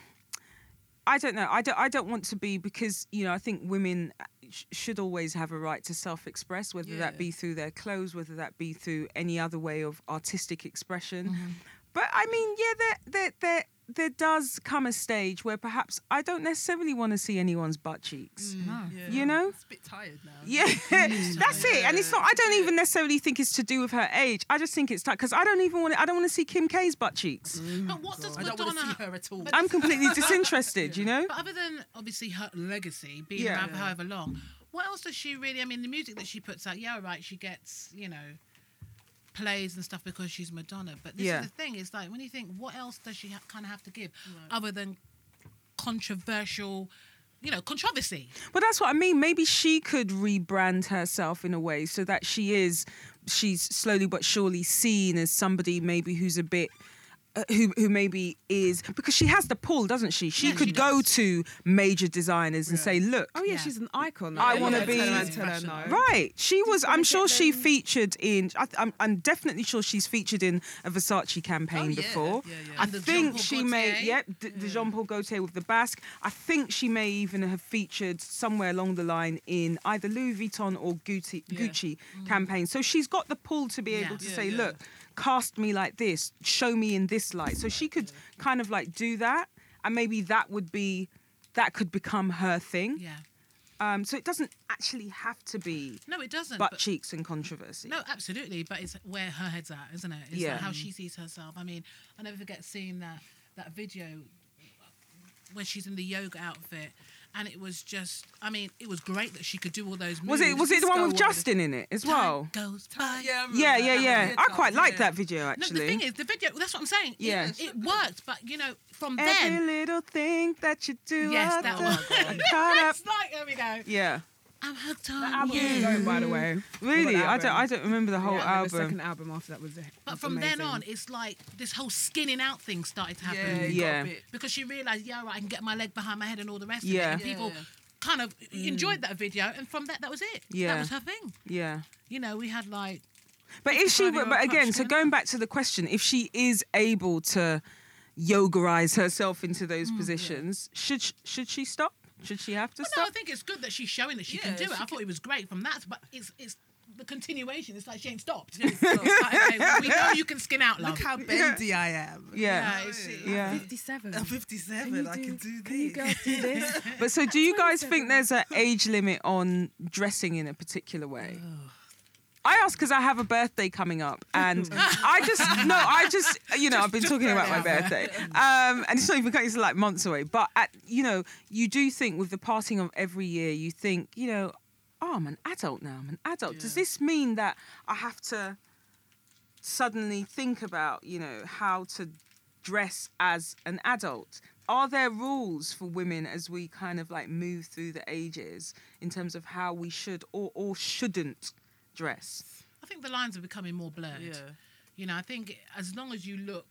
Speaker 1: I don't know. I don't. I don't want to be because you know. I think women uh, sh- should always have a right to self-express, whether that
Speaker 3: Yeah.
Speaker 1: be through their clothes, whether that be through any other way of artistic expression. But I mean, yeah, there, there, there, there does come a stage where perhaps I don't necessarily want to see anyone's butt
Speaker 3: Mm.
Speaker 1: cheeks.
Speaker 3: Yeah.
Speaker 1: You know?
Speaker 3: It's a bit tired now.
Speaker 1: Yeah, (laughs) that's it. And it's not. I don't even necessarily think it's to do with her age. I just think it's because I don't even want. I don't want to see Kim K's butt cheeks.
Speaker 4: But what does
Speaker 3: I don't want to
Speaker 4: Madonna?
Speaker 3: see her at all.
Speaker 1: I'm completely disinterested. You know.
Speaker 4: But other than obviously her legacy being
Speaker 1: Yeah.
Speaker 4: around for however long, what else does she really? I mean, the music that she puts out, yeah, right, she gets you know plays and stuff because she's Madonna. But this
Speaker 1: Yeah.
Speaker 4: is the thing: is like when you think, what else does she ha- kind of have to give other than controversial, you know, controversy?
Speaker 1: But that's what I mean. Maybe she could rebrand herself in a way so that she is, she's slowly but surely seen as somebody maybe who's a bit. Uh, who, who maybe is because she has the pull, doesn't she? She
Speaker 4: Yeah,
Speaker 1: could
Speaker 4: she
Speaker 1: go to major designers and say, "Look,
Speaker 2: Oh yeah,
Speaker 4: Yeah.
Speaker 2: she's an icon.
Speaker 1: I
Speaker 2: Like,
Speaker 1: wanna
Speaker 2: turn
Speaker 1: be-
Speaker 2: around, tell her no.
Speaker 1: Right. She was. I'm
Speaker 2: wanna
Speaker 1: sure
Speaker 2: get
Speaker 1: she
Speaker 2: them-
Speaker 1: featured in. I, th- I'm, I'm definitely sure she's featured in a Versace campaign
Speaker 3: Oh, yeah,
Speaker 1: before.
Speaker 3: yeah, yeah.
Speaker 1: I
Speaker 4: And the
Speaker 1: think
Speaker 4: Jean-Paul
Speaker 1: she may.
Speaker 4: Gaultier.
Speaker 1: Yep. The,
Speaker 3: Hmm.
Speaker 1: the Jean Paul Gaultier with the Basque. I think she may even have featured somewhere along the line in either Louis Vuitton or Gucci, Gucci campaign. So she's got the pull to be
Speaker 4: Yeah.
Speaker 1: able to
Speaker 3: Hmm. Yeah,
Speaker 1: say,
Speaker 3: yeah.
Speaker 1: look, cast me like this, show me in this light. So she could kind of like do that, and maybe that would be. That could become her thing.
Speaker 4: Yeah.
Speaker 1: Um, so it doesn't actually have to be
Speaker 4: No, it doesn't.
Speaker 1: butt
Speaker 4: but-
Speaker 1: cheeks and controversy.
Speaker 4: No, absolutely, but it's where her head's at, isn't it? It's
Speaker 1: Yeah.
Speaker 4: like how she sees herself. I mean, I never forget seeing that that video where she's in the yoga outfit, and it was just. I mean, it was great that she could do all those.
Speaker 1: was
Speaker 4: Moves.
Speaker 1: it was it the one with
Speaker 3: Disco one.
Speaker 1: Justin in it as
Speaker 4: Time Mm,
Speaker 1: well?
Speaker 4: goes by.
Speaker 3: Yeah,
Speaker 1: Yeah, yeah, yeah. I quite like that
Speaker 3: that.
Speaker 1: video
Speaker 4: No,
Speaker 1: actually.
Speaker 4: the thing is, the video. That's what I'm saying.
Speaker 1: Yeah.
Speaker 4: it, it worked, but you know, from
Speaker 1: Every
Speaker 4: then,
Speaker 1: little thing that you do,
Speaker 4: Yes,
Speaker 1: I (laughs)
Speaker 4: that
Speaker 1: do.
Speaker 4: one.
Speaker 1: I'm caught up.
Speaker 4: it's like there we go.
Speaker 1: Yeah,
Speaker 4: I'm hooked
Speaker 5: The
Speaker 4: on
Speaker 5: album
Speaker 4: you.
Speaker 5: is
Speaker 2: Keep going, by the way.
Speaker 1: Really,
Speaker 2: What
Speaker 1: I don't.
Speaker 2: album?
Speaker 1: I don't remember the whole
Speaker 2: Yeah, and then The
Speaker 1: album.
Speaker 2: second album after that was.
Speaker 4: But from then on, it's like this whole skinning out thing started to happen.
Speaker 3: Yeah,
Speaker 1: Yeah.
Speaker 3: yeah.
Speaker 4: Because she realised, yeah, all right, I can get my leg behind my head and all the rest
Speaker 1: Yeah. Mm.
Speaker 4: of it. And people
Speaker 3: Yeah.
Speaker 4: kind of enjoyed that video. And from that, that was it.
Speaker 1: Yeah.
Speaker 4: That was her thing.
Speaker 1: Yeah.
Speaker 4: You know, we had like,
Speaker 1: But if she,
Speaker 4: Friday
Speaker 1: but
Speaker 4: or a
Speaker 1: again,
Speaker 4: crutch,
Speaker 1: so
Speaker 4: yeah.
Speaker 1: going back to the question, if she is able to yogarize herself into those positions, should sh- should she stop? Should she have to
Speaker 4: Mm, well, no, I
Speaker 1: stop?
Speaker 4: think it's good that she's showing that she can
Speaker 3: Yeah,
Speaker 4: do it.
Speaker 3: she
Speaker 4: I thought
Speaker 3: can-
Speaker 4: it was great from that, but it's it's the continuation. It's like she ain't stopped. It's (laughs) like, okay, well, we know you can skin out, love.
Speaker 3: Look how
Speaker 1: (laughs)
Speaker 3: bendy I am.
Speaker 1: Yeah.
Speaker 4: Yeah, it's-
Speaker 1: Yeah.
Speaker 2: Fifty-seven.
Speaker 3: I'm 57. I can do this.
Speaker 2: Can Oh, you girls do this?
Speaker 1: But so, do you guys think there's an age limit on dressing in a particular way? I ask because I have a birthday coming up, and I just no, I just you know I've been talking about my birthday, um, and it's not even it's like months away. But at, you know, you do think with the passing of every year, you think you know, oh, I'm an adult now. I'm an adult. Does
Speaker 3: Yeah.
Speaker 1: this mean that I have to suddenly think about you know how to dress as an adult? Are there rules for women as we kind of like move through the ages in terms of how we should or, or shouldn't dress?
Speaker 4: I think the lines are becoming more blurred.
Speaker 3: Yeah.
Speaker 4: You know, I think as long as you look,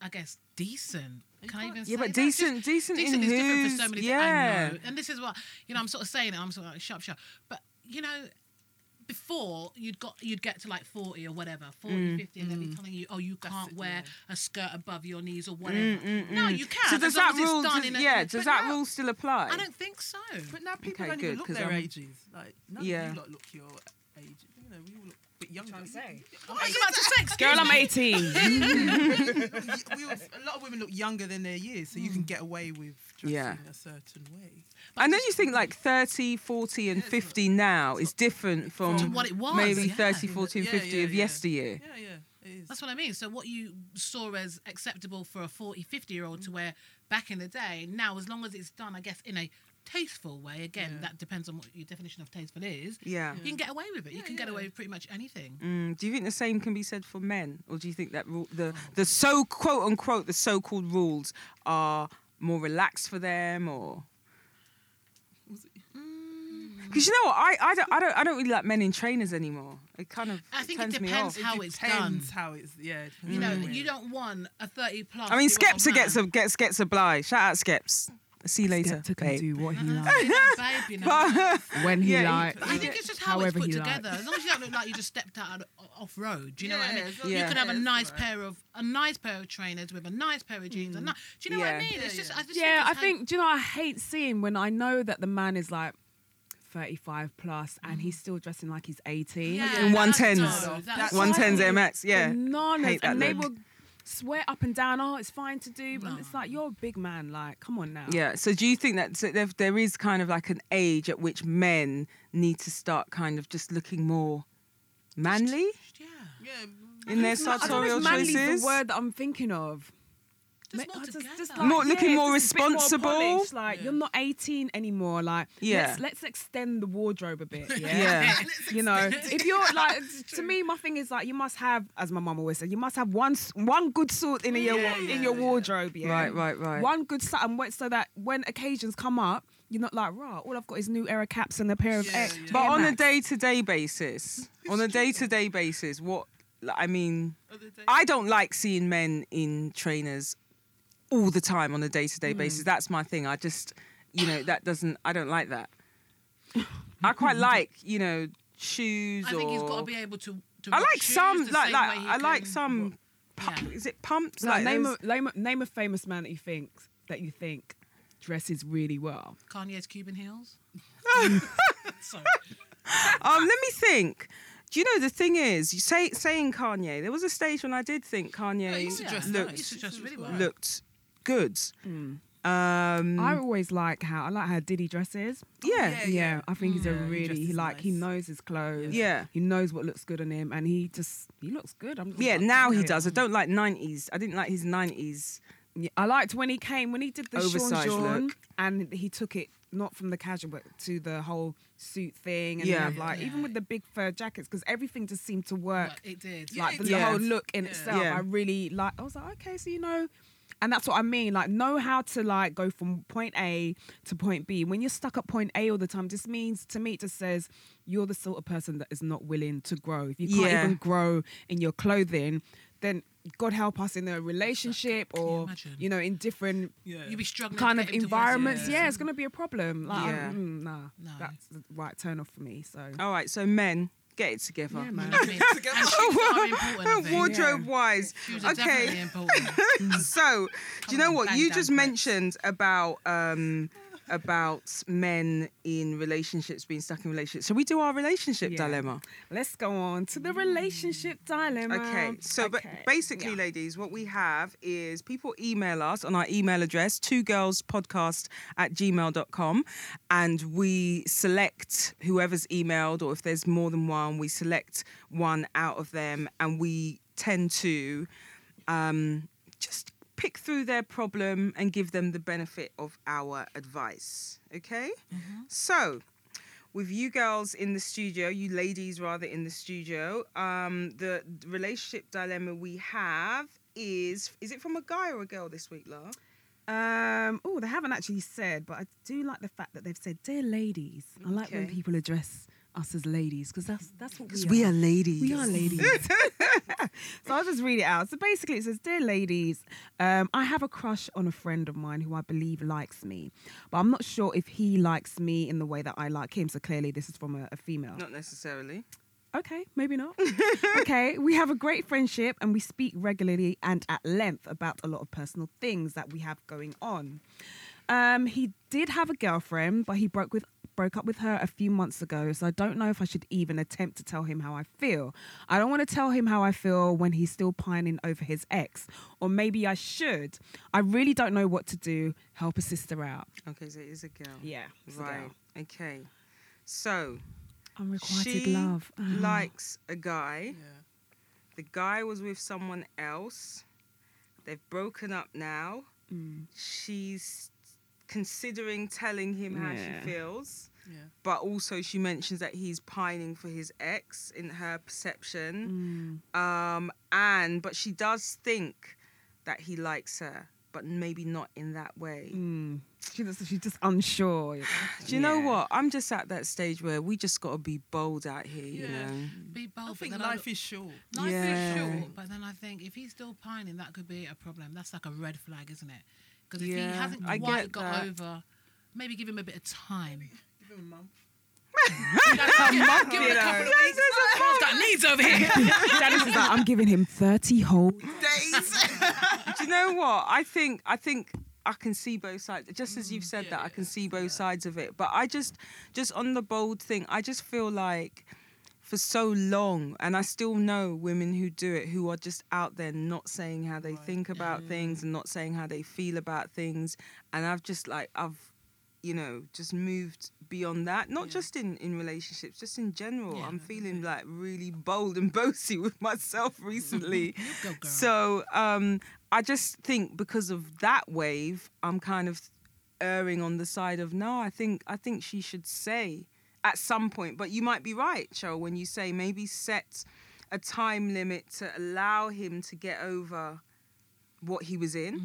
Speaker 4: I guess, decent. Can I
Speaker 3: can't-
Speaker 4: even say
Speaker 1: Yeah, but
Speaker 4: that?
Speaker 1: decent, decent, in
Speaker 4: decent is different
Speaker 1: who's-
Speaker 4: for so many
Speaker 1: yeah.
Speaker 4: yeah. I know. And this is what you know, I'm sort of saying it, I'm sort of like sharp sharp. But you know, before you'd got you'd get to like 40 or whatever 40
Speaker 1: Mm,
Speaker 4: 50 and they'd be telling you oh you can't
Speaker 3: it,
Speaker 4: wear a skirt above your knees or whatever
Speaker 1: mm,
Speaker 4: no
Speaker 1: mm.
Speaker 4: you can
Speaker 1: So
Speaker 4: as
Speaker 1: does
Speaker 4: long
Speaker 1: that
Speaker 4: as it's
Speaker 1: rule?
Speaker 4: done
Speaker 1: Does,
Speaker 4: in a-
Speaker 1: yeah, does
Speaker 4: but
Speaker 1: that
Speaker 4: no,
Speaker 1: rule still apply?
Speaker 4: i don't think so
Speaker 3: But now people
Speaker 1: Okay,
Speaker 3: don't
Speaker 1: good,
Speaker 3: even look
Speaker 1: 'cause
Speaker 3: their
Speaker 1: I'm-
Speaker 3: ages. Like, none
Speaker 1: Yeah.
Speaker 3: of you lot look your age. You know, we all look a bit younger.
Speaker 2: trying to say?
Speaker 4: what are you about to
Speaker 1: (laughs)
Speaker 4: say
Speaker 2: Girl,
Speaker 4: Excuse
Speaker 2: I'm
Speaker 4: me?
Speaker 2: eighteen.
Speaker 3: Y- (laughs) we all- a lot of women look younger than their years, so you can get away with dressing
Speaker 1: Hmm. Yeah.
Speaker 3: a certain way.
Speaker 1: and then you think like 30, 40, and 50 now is different from
Speaker 4: To what it was,
Speaker 1: maybe
Speaker 4: yeah.
Speaker 1: 30, 40, and
Speaker 3: Yeah,
Speaker 1: 50
Speaker 3: yeah,
Speaker 1: of
Speaker 3: yeah.
Speaker 1: yesteryear.
Speaker 3: Yeah, yeah, it is.
Speaker 4: That's what I mean. So what you saw as acceptable for a 40, 50 year old to wear back in the day, now as long as it's done, I guess, in a tasteful way, again,
Speaker 3: Yeah.
Speaker 4: that depends on what your definition of tasteful is,
Speaker 1: Yeah.
Speaker 4: you can get away with it. you
Speaker 3: Yeah,
Speaker 4: can get
Speaker 3: yeah.
Speaker 4: away with pretty much anything.
Speaker 1: Mm, do you think the same can be said for men, or do you think that ru- the the so quote unquote the so called rules are more relaxed for them, or
Speaker 3: Was it-
Speaker 4: Mm.
Speaker 1: because you know what I, I don't I don't I don't really like men in trainers anymore. It kind of
Speaker 4: I think it
Speaker 1: turns me
Speaker 4: depends
Speaker 1: off.
Speaker 4: how it's
Speaker 3: depends
Speaker 4: done.
Speaker 3: How it's yeah. it
Speaker 4: You know,
Speaker 3: depends on
Speaker 4: you
Speaker 3: where.
Speaker 4: don't want a 30 plus.
Speaker 1: Mm. I mean,
Speaker 4: year old
Speaker 1: Skepta
Speaker 4: (laughs)
Speaker 1: gets a
Speaker 4: man.
Speaker 1: gets gets a bly. Shout out Skeps. See you later,
Speaker 2: Skepta can
Speaker 1: babe.
Speaker 2: do what he
Speaker 4: Uh-huh,
Speaker 2: likes
Speaker 4: you know, babe,
Speaker 1: (laughs)
Speaker 4: you know.
Speaker 2: when he
Speaker 1: Yeah,
Speaker 2: likes.
Speaker 4: I think it's just how
Speaker 2: However
Speaker 4: it's
Speaker 2: he
Speaker 4: put
Speaker 2: likes.
Speaker 4: together. As long as you don't look like you just stepped out of- off road, do you know what I
Speaker 3: Yeah, as
Speaker 4: mean?
Speaker 3: long
Speaker 1: as
Speaker 4: You
Speaker 1: you
Speaker 4: could have a
Speaker 3: dress
Speaker 4: nice
Speaker 3: right.
Speaker 4: pair of a nice pair of trainers with a nice pair of jeans. And ni- do you know
Speaker 1: Mm. Yeah.
Speaker 4: what I mean?
Speaker 3: Yeah,
Speaker 4: It's just,
Speaker 3: yeah.
Speaker 4: I just
Speaker 2: Yeah,
Speaker 4: it's
Speaker 2: I
Speaker 4: how-
Speaker 2: think. Do you know? I hate seeing when I know that the man is like thirty-five plus and he's still dressing like he's eighteen.
Speaker 4: Yeah,
Speaker 1: In
Speaker 4: that's
Speaker 1: 110s.
Speaker 4: no, that's-
Speaker 1: One tens
Speaker 2: Slightly
Speaker 1: MX. Yeah.
Speaker 2: bananas,
Speaker 1: hate that
Speaker 2: and they
Speaker 1: look.
Speaker 2: will swear up and down. Oh, it's fine to do, but it's like you're a big man. Like, come on now.
Speaker 1: Yeah. So do you think that so there, there is kind of like an age at which men need to start kind of just looking more manly
Speaker 4: Yeah.
Speaker 3: Yeah.
Speaker 1: in their
Speaker 2: It's not- I don't know
Speaker 1: sartorial
Speaker 2: if manly's
Speaker 1: choices?
Speaker 2: the word that I'm thinking of.
Speaker 4: Just
Speaker 2: Ma-
Speaker 4: more
Speaker 2: oh, just-
Speaker 4: together.
Speaker 2: just
Speaker 1: like- More looking
Speaker 2: yeah,
Speaker 1: more
Speaker 2: just a bit
Speaker 1: responsible.
Speaker 2: polished, like
Speaker 3: Yeah.
Speaker 2: you're not 18 anymore. Like,
Speaker 1: Yeah.
Speaker 2: let's, let's extend the wardrobe a
Speaker 3: (laughs)
Speaker 2: bit.
Speaker 1: (laughs)
Speaker 2: Yeah.
Speaker 4: (laughs)
Speaker 1: Yeah.
Speaker 2: You know, if you're like, to me, my thing is like, you must have, as my mum always said, you must have one s- one good sort in your
Speaker 3: Yeah,
Speaker 2: in
Speaker 3: yeah,
Speaker 2: your
Speaker 3: yeah.
Speaker 2: wardrobe. Yeah.
Speaker 1: Right, right, right.
Speaker 2: One good sort, and when- so that when occasions come up, you're not like, right, all I've got is new era caps and a pair of.
Speaker 3: Yeah,
Speaker 2: Air-
Speaker 3: yeah.
Speaker 2: Air
Speaker 1: But on a
Speaker 2: Max."
Speaker 1: day-to-day basis, on a day-to-day basis, what like, I mean,
Speaker 3: Other day-
Speaker 1: I don't like seeing men in trainers all the time on a
Speaker 2: Mm.
Speaker 1: day-to-day basis. That's my thing. I just, you know, that doesn't. I don't like that. I
Speaker 2: (laughs)
Speaker 1: quite like, you know, shoes.
Speaker 4: I think he's
Speaker 1: or-
Speaker 4: got to be able to. to
Speaker 1: I
Speaker 4: rock
Speaker 1: like
Speaker 4: shoes
Speaker 1: some,
Speaker 4: the
Speaker 1: like
Speaker 4: same
Speaker 1: like
Speaker 4: way he
Speaker 1: I like
Speaker 4: can-
Speaker 1: some. Pu-
Speaker 4: Yeah.
Speaker 1: Is it pumps?
Speaker 2: No,
Speaker 1: like
Speaker 2: name,
Speaker 1: those-
Speaker 2: a, name a name a famous man that you think that you think dresses really well.
Speaker 4: Kanye's Cuban heels. Sorry.
Speaker 1: (laughs) um, let me think. Do you know the thing is, you say saying Kanye. There was a stage when I did think Kanye
Speaker 3: used to dress
Speaker 1: looked
Speaker 3: nice.
Speaker 4: Used to dress really well.
Speaker 1: looked good. Um,
Speaker 2: Hmm. I always like how I like how Diddy dresses.
Speaker 1: yeah, Mm.
Speaker 2: Yeah, I think he's a
Speaker 3: Yeah, he
Speaker 2: really he
Speaker 3: dresses
Speaker 2: like he
Speaker 3: nice.
Speaker 2: knows his clothes.
Speaker 1: Yeah.
Speaker 2: he knows what looks good on him, and he just he looks good. I'm just
Speaker 1: yeah.
Speaker 2: like,
Speaker 1: Now he
Speaker 2: okay.
Speaker 1: does. I don't like nineties. I didn't like his nineties.
Speaker 2: Yeah, I liked when he came when he did the Sean
Speaker 1: Oversized
Speaker 2: John,
Speaker 1: look.
Speaker 2: and he took it not from the casual but to the whole suit thing, and
Speaker 1: Yeah.
Speaker 2: have, like
Speaker 4: Yeah.
Speaker 2: even with the big fur jackets because everything just seemed to work.
Speaker 4: But it did.
Speaker 3: Yeah,
Speaker 2: like the
Speaker 1: Yeah.
Speaker 2: whole look in
Speaker 3: Yeah.
Speaker 2: itself.
Speaker 1: Yeah.
Speaker 2: I really like. I was like, okay, so you know, And that's what I mean. Like, know how to like go from point A to point B. When you're stuck at point A all the time, just means to me, it just says you're the sort of person that is not willing to grow. If you can't
Speaker 1: Yeah.
Speaker 2: even grow in your clothing, then God help us in a relationship or
Speaker 4: imagine?
Speaker 2: you know in different
Speaker 3: Yeah.
Speaker 4: You'd be struggling.
Speaker 2: kind
Speaker 4: to
Speaker 2: of
Speaker 4: get him to
Speaker 2: environments.
Speaker 4: want you.
Speaker 2: Yeah, it's gonna be a problem. Like,
Speaker 1: Yeah.
Speaker 2: yeah. mm, nah,
Speaker 4: No.
Speaker 2: that's the right turn off for me. So
Speaker 1: All right, so men, get it together. (laughs)
Speaker 2: yeah, man.
Speaker 4: I mean, and shoes are important. I think.
Speaker 1: Wardrobe wise,
Speaker 4: Shoes are definitely
Speaker 1: okay. (laughs)
Speaker 4: important.
Speaker 1: so, do you
Speaker 4: Come
Speaker 1: know
Speaker 4: on,
Speaker 1: what
Speaker 4: bang
Speaker 1: you
Speaker 4: down,
Speaker 1: just
Speaker 4: Brits.
Speaker 1: mentioned about um about men in relationships being stuck in relationships? So we do our relationship
Speaker 2: Yeah.
Speaker 1: dilemma.
Speaker 2: Let's go on to the relationship dilemma.
Speaker 1: Mm. Okay. So but
Speaker 2: Okay.
Speaker 1: basically,
Speaker 2: Yeah.
Speaker 1: ladies, what we have is people email us on our email address, two girls podcast at gmail.com, and we select whoever's emailed, or if there's more than one, we select one out of them and we tend to um, just pick through their problem and give them the benefit of our advice. Okay?
Speaker 2: Mm-hmm.
Speaker 1: So with you girls in the studio, you ladies rather in the studio, um, the the relationship dilemma we have is is it from a guy or a girl this week, La?
Speaker 2: Um, oh, they haven't actually said, but I do like the fact that they've said, "Dear ladies." I like when
Speaker 1: Okay.
Speaker 2: people address us as ladies because that's that's what we are.
Speaker 1: ladies.
Speaker 2: We are ladies. so I'll just read it out. So basically, it says, Dear ladies, um, I have a crush on a friend of mine who I believe likes me, but I'm not sure if he likes me in the way that I like him. So clearly, this is from a, a female.
Speaker 1: Not necessarily.
Speaker 2: Okay, maybe not. okay, we have a great friendship and we speak regularly and at length about a lot of personal things that we have going on. Um, he did have a girlfriend, but he broke with broke up with her a few months ago, so I don't know if I should even attempt to tell him how I feel. I don't want to tell him how I feel when he's still pining over his ex, or maybe I should. I really don't know what to do. Help a sister out.
Speaker 1: Okay, so it is a girl.
Speaker 2: Yeah, it's a
Speaker 1: Oh, Right.
Speaker 2: girl.
Speaker 1: Okay.
Speaker 2: (sighs)
Speaker 1: So
Speaker 2: Unrequited
Speaker 1: she
Speaker 2: love. (sighs) Ah.
Speaker 1: likes a guy.
Speaker 4: Oh,
Speaker 3: Yeah.
Speaker 1: The guy was with someone else. They've broken up now.
Speaker 2: Mm.
Speaker 1: She's considering telling him how
Speaker 2: Yeah.
Speaker 1: she feels.
Speaker 3: Yeah.
Speaker 1: but also she mentions that he's pining for his ex in her perception
Speaker 2: Mm.
Speaker 1: um and but she does think that he likes her but maybe not in that way
Speaker 2: Mm. She just, she's just unsure.
Speaker 1: do you know what i'm just at that stage where we just got to be bold out here you
Speaker 3: Yeah.
Speaker 1: know
Speaker 4: Be bold.
Speaker 3: I
Speaker 4: but
Speaker 3: think
Speaker 4: then
Speaker 3: life is short.
Speaker 4: Life
Speaker 1: Yeah.
Speaker 4: is short, but then I think if he's still pining, that could be a problem. That's like a red flag, isn't it? Because if
Speaker 1: Yeah,
Speaker 4: he hasn't
Speaker 1: I
Speaker 4: quite
Speaker 1: get
Speaker 4: got
Speaker 1: that.
Speaker 4: over, maybe give him a bit
Speaker 3: (laughs)
Speaker 4: of time.
Speaker 3: Give him a month.
Speaker 4: give him a couple of weeks. (laughs) I've got needs over here.
Speaker 2: Janice is like, I'm giving him 30
Speaker 4: (laughs)
Speaker 2: whole.
Speaker 1: do you know what i think i think i can see both sides just as you've said
Speaker 3: yeah,
Speaker 1: that i
Speaker 3: yeah,
Speaker 1: can see both sides of it but i just just on the bold thing i just feel like for so long and i still know women who do it who are just out there not saying how they think about things and not saying how they feel about things and i've just like i've you know just moved beyond that not just in in relationships just in general
Speaker 4: Yeah,
Speaker 1: i'm
Speaker 4: no,
Speaker 1: feeling like really bold and bossy (laughs) with myself recently
Speaker 4: Go, girl.
Speaker 1: (laughs) so um, I just think because of that wave, I'm kind of erring on the side of no. I think I think she should say at some point. But you might be right, Cheryl, when you say maybe set a time limit to allow him to get over what he was in,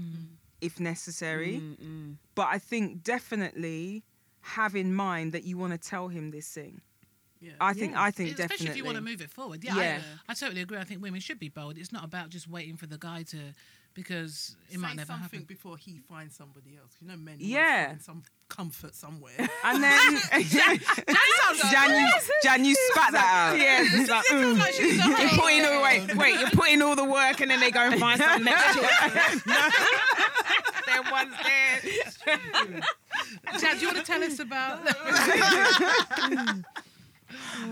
Speaker 1: if necessary.
Speaker 3: Mm.
Speaker 1: But I think definitely have in mind that you want to tell him this thing.
Speaker 3: Yeah.
Speaker 1: I think I think
Speaker 4: Especially
Speaker 1: definitely.
Speaker 4: if you want to move it forward. Yeah,
Speaker 1: Yeah.
Speaker 4: I, I totally agree. I think women should be bold. It's not about just waiting for the guy to, because it
Speaker 3: Say
Speaker 4: might never
Speaker 3: something
Speaker 4: happen.
Speaker 3: before he finds somebody else. You know, men. always
Speaker 1: Yeah.
Speaker 3: Find some comfort somewhere.
Speaker 1: (laughs) And
Speaker 4: (laughs)
Speaker 1: then (laughs) Jan, you, Jan, you spat that out. (laughs)
Speaker 2: Yeah, it's like, mm. you're putting all wait, wait, you're putting all the work, and then they go and find some next to
Speaker 1: There one's there.
Speaker 4: Chad, do you want to tell us about?
Speaker 3: (laughs)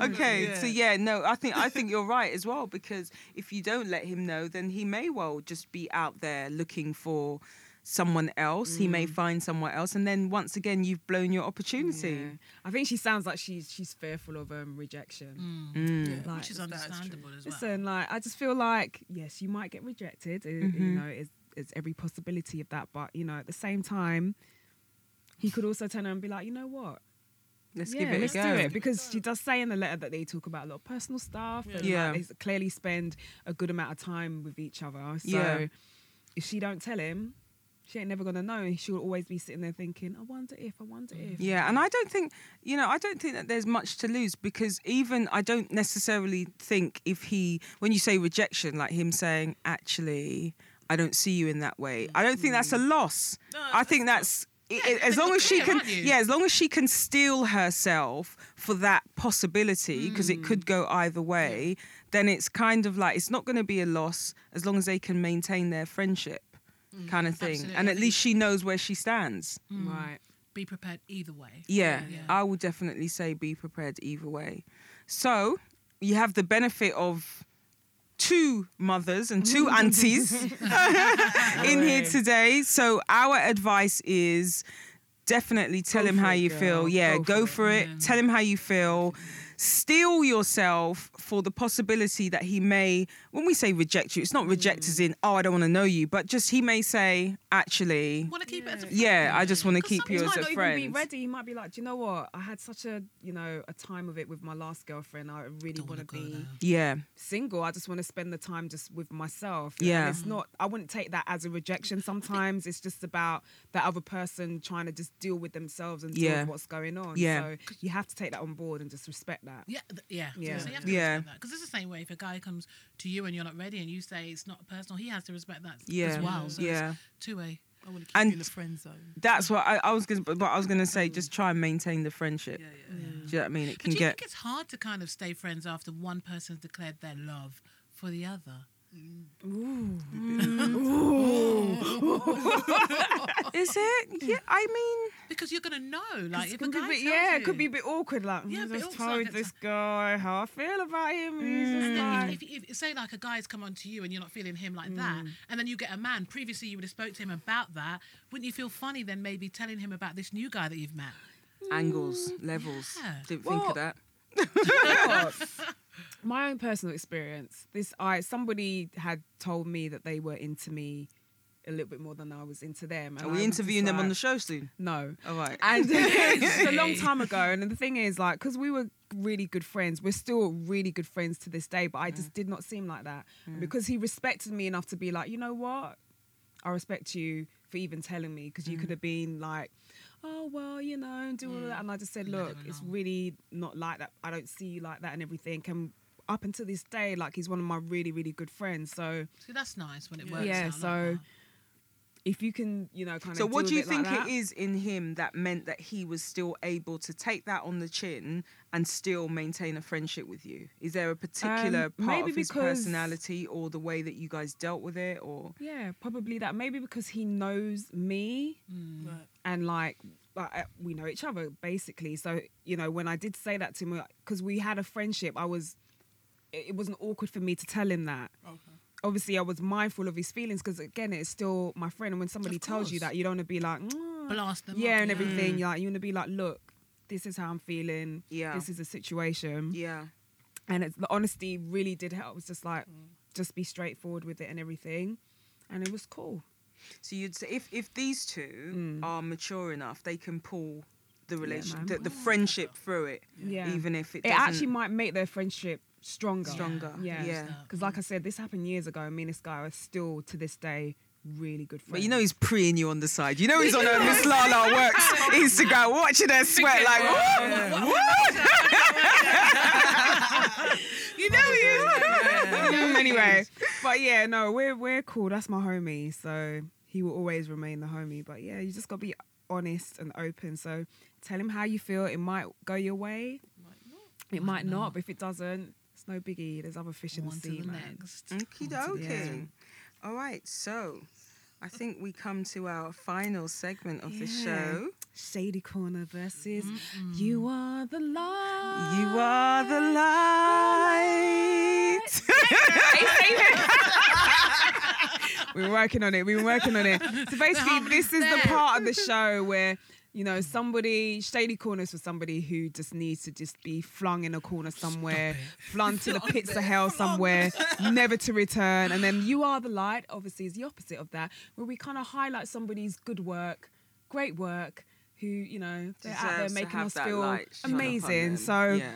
Speaker 1: Okay, so yeah, no, I think I think you're right as well because if you don't let him know, then he may well just be out there looking for someone else. He may find somewhere else, and then once again, you've blown your opportunity.
Speaker 2: I think she sounds like she's she's fearful of um, rejection.
Speaker 1: Mm.
Speaker 3: Yeah,
Speaker 2: Like,
Speaker 4: Which is
Speaker 3: that true.
Speaker 4: Hmm. understandable Mm, as well.
Speaker 2: Listen, like I just feel like yes, you might get rejected. i-
Speaker 4: Mm-hmm.
Speaker 2: You know, it's, it's every possibility of that, but you know, at the same time, he could also turn around and be like, you know what,
Speaker 1: Let's
Speaker 2: yeah,
Speaker 1: give it
Speaker 2: let's
Speaker 1: a go.
Speaker 2: do it because she does say in the letter that they talk about a lot of personal stuff. And
Speaker 1: Yeah.
Speaker 2: yeah, they s- clearly spend a good amount of time with each other. So
Speaker 1: Yeah.
Speaker 2: if she don't tell him, she ain't never gonna know. She'll always be sitting there thinking, I wonder if, I wonder if.
Speaker 1: Yeah, and I don't think you know, I don't think that there's much to lose because even I don't necessarily think if he when you say rejection, like him saying, actually, I don't see you in that way. I don't think that's
Speaker 4: Mm-hmm.
Speaker 1: a loss. I think that's i- i- as
Speaker 4: then
Speaker 1: long
Speaker 4: you're
Speaker 1: as she
Speaker 4: clear,
Speaker 1: can
Speaker 4: aren't you?
Speaker 1: yeah as long as she can steel herself for that possibility because it
Speaker 4: Mm.
Speaker 1: could go either way then it's kind of like it's not going to be a loss as long as they can maintain their friendship kind of thing
Speaker 4: Mm, absolutely.
Speaker 1: and
Speaker 4: I
Speaker 1: at
Speaker 4: think-
Speaker 1: least she knows where she stands
Speaker 4: Mm.
Speaker 2: Right.
Speaker 4: Be prepared either way.
Speaker 1: yeah,
Speaker 4: Yeah.
Speaker 1: I would definitely say be prepared either way. So you have the benefit of two mothers and
Speaker 2: (laughs)
Speaker 1: two aunties in here today. So our advice is definitely tell
Speaker 2: Go
Speaker 1: him
Speaker 2: for
Speaker 1: how
Speaker 2: it,
Speaker 1: you feel.
Speaker 2: girl.
Speaker 1: Yeah, go,
Speaker 2: Go for
Speaker 1: for it.
Speaker 4: Yeah.
Speaker 1: Tell him how you feel. Steel yourself for the possibility that he may, when we say reject you, it's not reject
Speaker 2: Mm.
Speaker 1: as in, oh, I don't want to know you, but just he may say, actually,
Speaker 4: Want to keep it as a
Speaker 1: yeah, I just want to keep you
Speaker 2: He
Speaker 1: as
Speaker 2: might
Speaker 1: a
Speaker 2: not
Speaker 1: friend.
Speaker 2: even be ready. He might be like, do you know what? I had such a, you know, a time of it with my last girlfriend. I really
Speaker 4: Don't
Speaker 2: want to
Speaker 4: wanna go
Speaker 2: be
Speaker 4: there.
Speaker 1: Yeah.
Speaker 2: single. I just want to spend the time just with myself.
Speaker 1: Yeah.
Speaker 2: And it's not, I wouldn't take that as a rejection. Sometimes it's just about that other person trying to just deal with themselves and deal
Speaker 1: Yeah.
Speaker 2: with what's going on.
Speaker 1: Yeah.
Speaker 2: So you have to take that on board and just respect that.
Speaker 4: Yeah, th- yeah,
Speaker 2: Yeah.
Speaker 1: Yeah.
Speaker 4: yeah. Because it's the same way if a guy comes to you and you're not ready and you say it's not personal, he has to respect that
Speaker 1: Yeah.
Speaker 4: as well. So
Speaker 1: Yeah.
Speaker 4: two way. I want to keep
Speaker 1: And-
Speaker 4: and
Speaker 3: you in the friend zone.
Speaker 1: That's what I, I was gonna. But I was gonna say, just try and maintain the friendship.
Speaker 3: Yeah,
Speaker 4: yeah.
Speaker 1: Do you know what I mean? It
Speaker 4: But
Speaker 1: can
Speaker 4: do you
Speaker 1: get.
Speaker 4: think it's hard to kind of stay friends after one person's declared their love for the other?
Speaker 1: Is it? Yeah. I mean,
Speaker 4: Because you're gonna know, like if
Speaker 2: It
Speaker 4: a
Speaker 2: could be
Speaker 4: guy
Speaker 2: a
Speaker 4: tells
Speaker 2: bit- yeah,
Speaker 4: you,
Speaker 2: it could be a bit awkward. Like,
Speaker 4: Yeah,
Speaker 2: I
Speaker 4: a bit
Speaker 2: just
Speaker 4: awkward,
Speaker 2: told
Speaker 4: like,
Speaker 2: this guy how I feel about him. He's just
Speaker 4: And
Speaker 1: Mm.
Speaker 4: then (laughs)
Speaker 2: like- (laughs)
Speaker 4: if, if, if say like a guy's come on to you and you're not feeling him like that,
Speaker 2: Mm.
Speaker 4: and then you get a man previously you would have spoke to him about that, wouldn't you feel funny then maybe telling him about this new guy that you've met?
Speaker 1: angles, levels.
Speaker 4: Mm, Yeah.
Speaker 1: Didn't think
Speaker 2: Well,
Speaker 1: of that.
Speaker 2: my own personal experience this i somebody had told me that they were into me a little bit more than i was into them and
Speaker 1: Are
Speaker 2: I
Speaker 1: we
Speaker 2: was
Speaker 1: interviewing
Speaker 2: just
Speaker 1: them on the
Speaker 2: like,
Speaker 1: show soon?
Speaker 2: no
Speaker 1: All right. (laughs)
Speaker 2: and (laughs) it's a long time ago and the thing is like because we were really good friends we're still really good friends to this day but i just did not seem like that And because he respected me enough to be like you know what i respect you for even telling me because
Speaker 1: Mm.
Speaker 2: you could have been like oh well you know and do all of that and i just said
Speaker 4: Let it
Speaker 2: look it's
Speaker 4: alone.
Speaker 2: really not like that i don't see you like that and everything and up until this day like he's one of my really really good friends so
Speaker 4: So that's nice when it works.
Speaker 2: Yeah,
Speaker 4: out like
Speaker 2: so-
Speaker 4: that.
Speaker 2: if you can you know kind of
Speaker 1: So, what
Speaker 2: deal
Speaker 1: do you
Speaker 2: with it like
Speaker 1: think it
Speaker 2: that-
Speaker 1: is in him that meant that he was still able to take that on the chin and still maintain a friendship with you? Is there a particular part
Speaker 2: maybe
Speaker 1: of his
Speaker 2: because-
Speaker 1: personality or the way that you guys dealt with it, or
Speaker 2: Yeah, probably that. Maybe because he knows me
Speaker 3: Right.
Speaker 2: and like, like uh, we know each other basically. So you know, when I did say that to him, because we had a friendship, I was it it wasn't awkward for me to tell him that.
Speaker 3: Okay.
Speaker 2: Obviously, I was mindful of his feelings because again, it's still my friend. And when somebody
Speaker 4: Of
Speaker 2: tells you
Speaker 4: course.
Speaker 2: that, you don't want to be like, "Mm,
Speaker 4: Blast them.
Speaker 2: yeah,
Speaker 4: up,
Speaker 2: and everything. You're like, you want to be like, look, this is how I'm feeling.
Speaker 1: Mm. Yeah.
Speaker 2: this is the situation
Speaker 1: yeah,
Speaker 2: and it's, the honesty really did help. It was just like,
Speaker 4: Mm.
Speaker 2: just be straightforward with it and everything, and it was cool.
Speaker 1: So you'd say if if these two are mature enough, they can pull the relation,
Speaker 2: Mm. man.
Speaker 1: the, the friendship through it,
Speaker 2: Yeah,
Speaker 1: even if it
Speaker 2: it
Speaker 1: doesn't-
Speaker 2: actually might make their friendship stronger.
Speaker 1: Stronger,
Speaker 2: yeah,
Speaker 1: yeah.
Speaker 2: Because like I said, this happened years ago. and Me and this guy are still to this day really good friends.
Speaker 1: But you know he's preying you on the side. You know he's
Speaker 2: (laughs)
Speaker 1: on her Miss Lala Works Instagram watching her sweat like, "Woo!"
Speaker 2: you know he (laughs) is. anyway, but yeah, no, we're we're cool. That's my homie, so he will always remain the homie. But yeah, you just gotta be honest and open. So tell him how you feel. It might go your way.
Speaker 3: Might not.
Speaker 2: It might not, but if it doesn't, it's no biggie. There's other fish in
Speaker 4: On
Speaker 2: the
Speaker 4: to
Speaker 2: sea,
Speaker 4: the
Speaker 2: man.
Speaker 4: next.
Speaker 2: (laughs)
Speaker 1: Okie dokie. All right, so I think we come to our final segment of the
Speaker 2: Yeah.
Speaker 1: show.
Speaker 2: Shady Corner versus You Are the Light.
Speaker 1: You are the Ah. light.
Speaker 2: we (laughs) were working on it. We were working on it. So basically, this is the part of the show where you know somebody shady corners for somebody who just needs to just be flung in a corner somewhere, flung to the pits of hell somewhere, never to return. And then you are the light. Obviously, is the opposite of that, where we kind of highlight somebody's good work, great work. Who you know they're out there
Speaker 1: Deserves to
Speaker 2: making
Speaker 1: have
Speaker 2: us
Speaker 1: that
Speaker 2: feel
Speaker 1: light shone upon
Speaker 2: amazing.
Speaker 1: them.
Speaker 2: So
Speaker 1: yeah.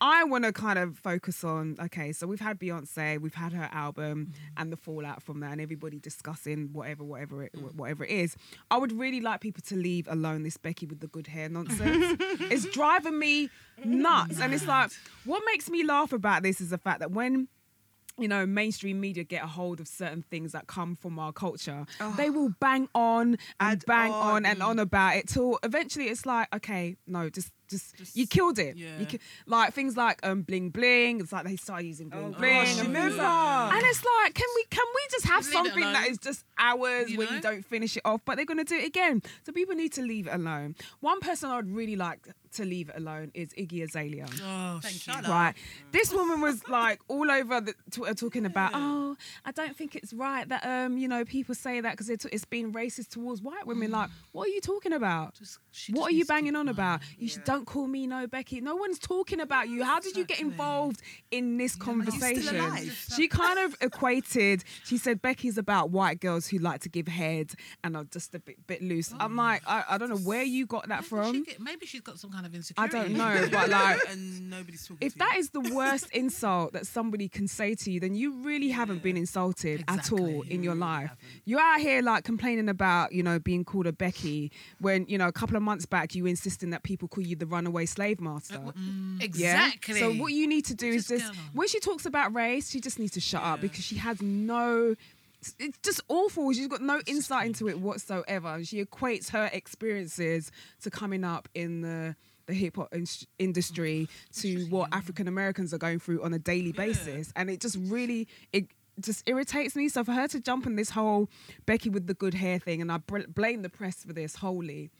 Speaker 2: I want to kind of focus on okay, so we've had Beyonce, we've had her album and the fallout from that, and everybody discussing whatever, whatever, it, wh- whatever it is. I would really like people to leave alone this Becky with the good hair nonsense. it's driving me nuts, and it's like what makes me laugh about this is the fact that when you know, mainstream media get a hold of certain things that come from our culture, they will bang on and bang on. and on about it till eventually it's like, okay, no, just. Just, you killed it. You
Speaker 3: yeah.
Speaker 2: ki- like things like um bling bling. It's like they start using bling
Speaker 4: Oh,
Speaker 2: bling,
Speaker 1: gosh,
Speaker 2: and,
Speaker 1: remember.
Speaker 2: things like- and it's like, can we can we just have
Speaker 4: Leave it
Speaker 2: something that
Speaker 4: alone.
Speaker 2: is just ours
Speaker 4: You
Speaker 2: where
Speaker 4: know?
Speaker 2: you don't finish it off? But they're gonna do it again. So people need to leave it alone. One person I'd really like to leave it alone is Iggy Azalea.
Speaker 4: Oh, shut up.
Speaker 2: Right. This woman was like all over the Twitter talking about, oh, I don't think it's right that um, you know, people say that because it's, it's been racist towards white women.
Speaker 4: (sighs)
Speaker 2: Like, what are you talking about?
Speaker 4: Just- she
Speaker 2: what
Speaker 4: just
Speaker 2: are you
Speaker 4: needs to
Speaker 2: banging
Speaker 4: keep
Speaker 2: on
Speaker 4: quiet.
Speaker 2: about? You should, don't call me no Becky. No one's talking about you. How did you get involved in this conversation?
Speaker 6: alive?
Speaker 2: She kind
Speaker 4: (laughs)
Speaker 2: of equated. She said Becky's about white girls who like to give head and are just a bit bit loose. I'm like, I, I don't know where you got that
Speaker 4: Where Oh did
Speaker 2: from.
Speaker 4: she get- maybe she's got some kind of
Speaker 2: I
Speaker 4: insecurity.
Speaker 2: don't
Speaker 4: (laughs)
Speaker 2: know, but like
Speaker 6: and nobody's talking.
Speaker 2: if
Speaker 6: to
Speaker 2: that
Speaker 6: you.
Speaker 2: is
Speaker 6: (laughs)
Speaker 2: the worst insult that somebody can say to you, then you really haven't been insulted at all
Speaker 4: Exactly.
Speaker 2: in your life. You're out here like complaining about, you know, being called a Becky when, you know, a couple of months back you were insisting that people call you the runaway slave master.
Speaker 6: Mm.
Speaker 4: Mm.
Speaker 2: Yeah?
Speaker 4: Exactly.
Speaker 2: So what you need to do is
Speaker 4: Just
Speaker 2: just
Speaker 4: get on.
Speaker 2: when she talks about race, she just needs to shut up because she has no it's just awful. She's got no insight into it whatsoever. And She equates her experiences to coming up in the the hip hop in- industry
Speaker 4: Oh,
Speaker 2: to what African Americans are going through on a daily basis, and it just really it just irritates me. So for her to jump on this whole Becky with the good hair thing, and I bl- blame the press for this wholly,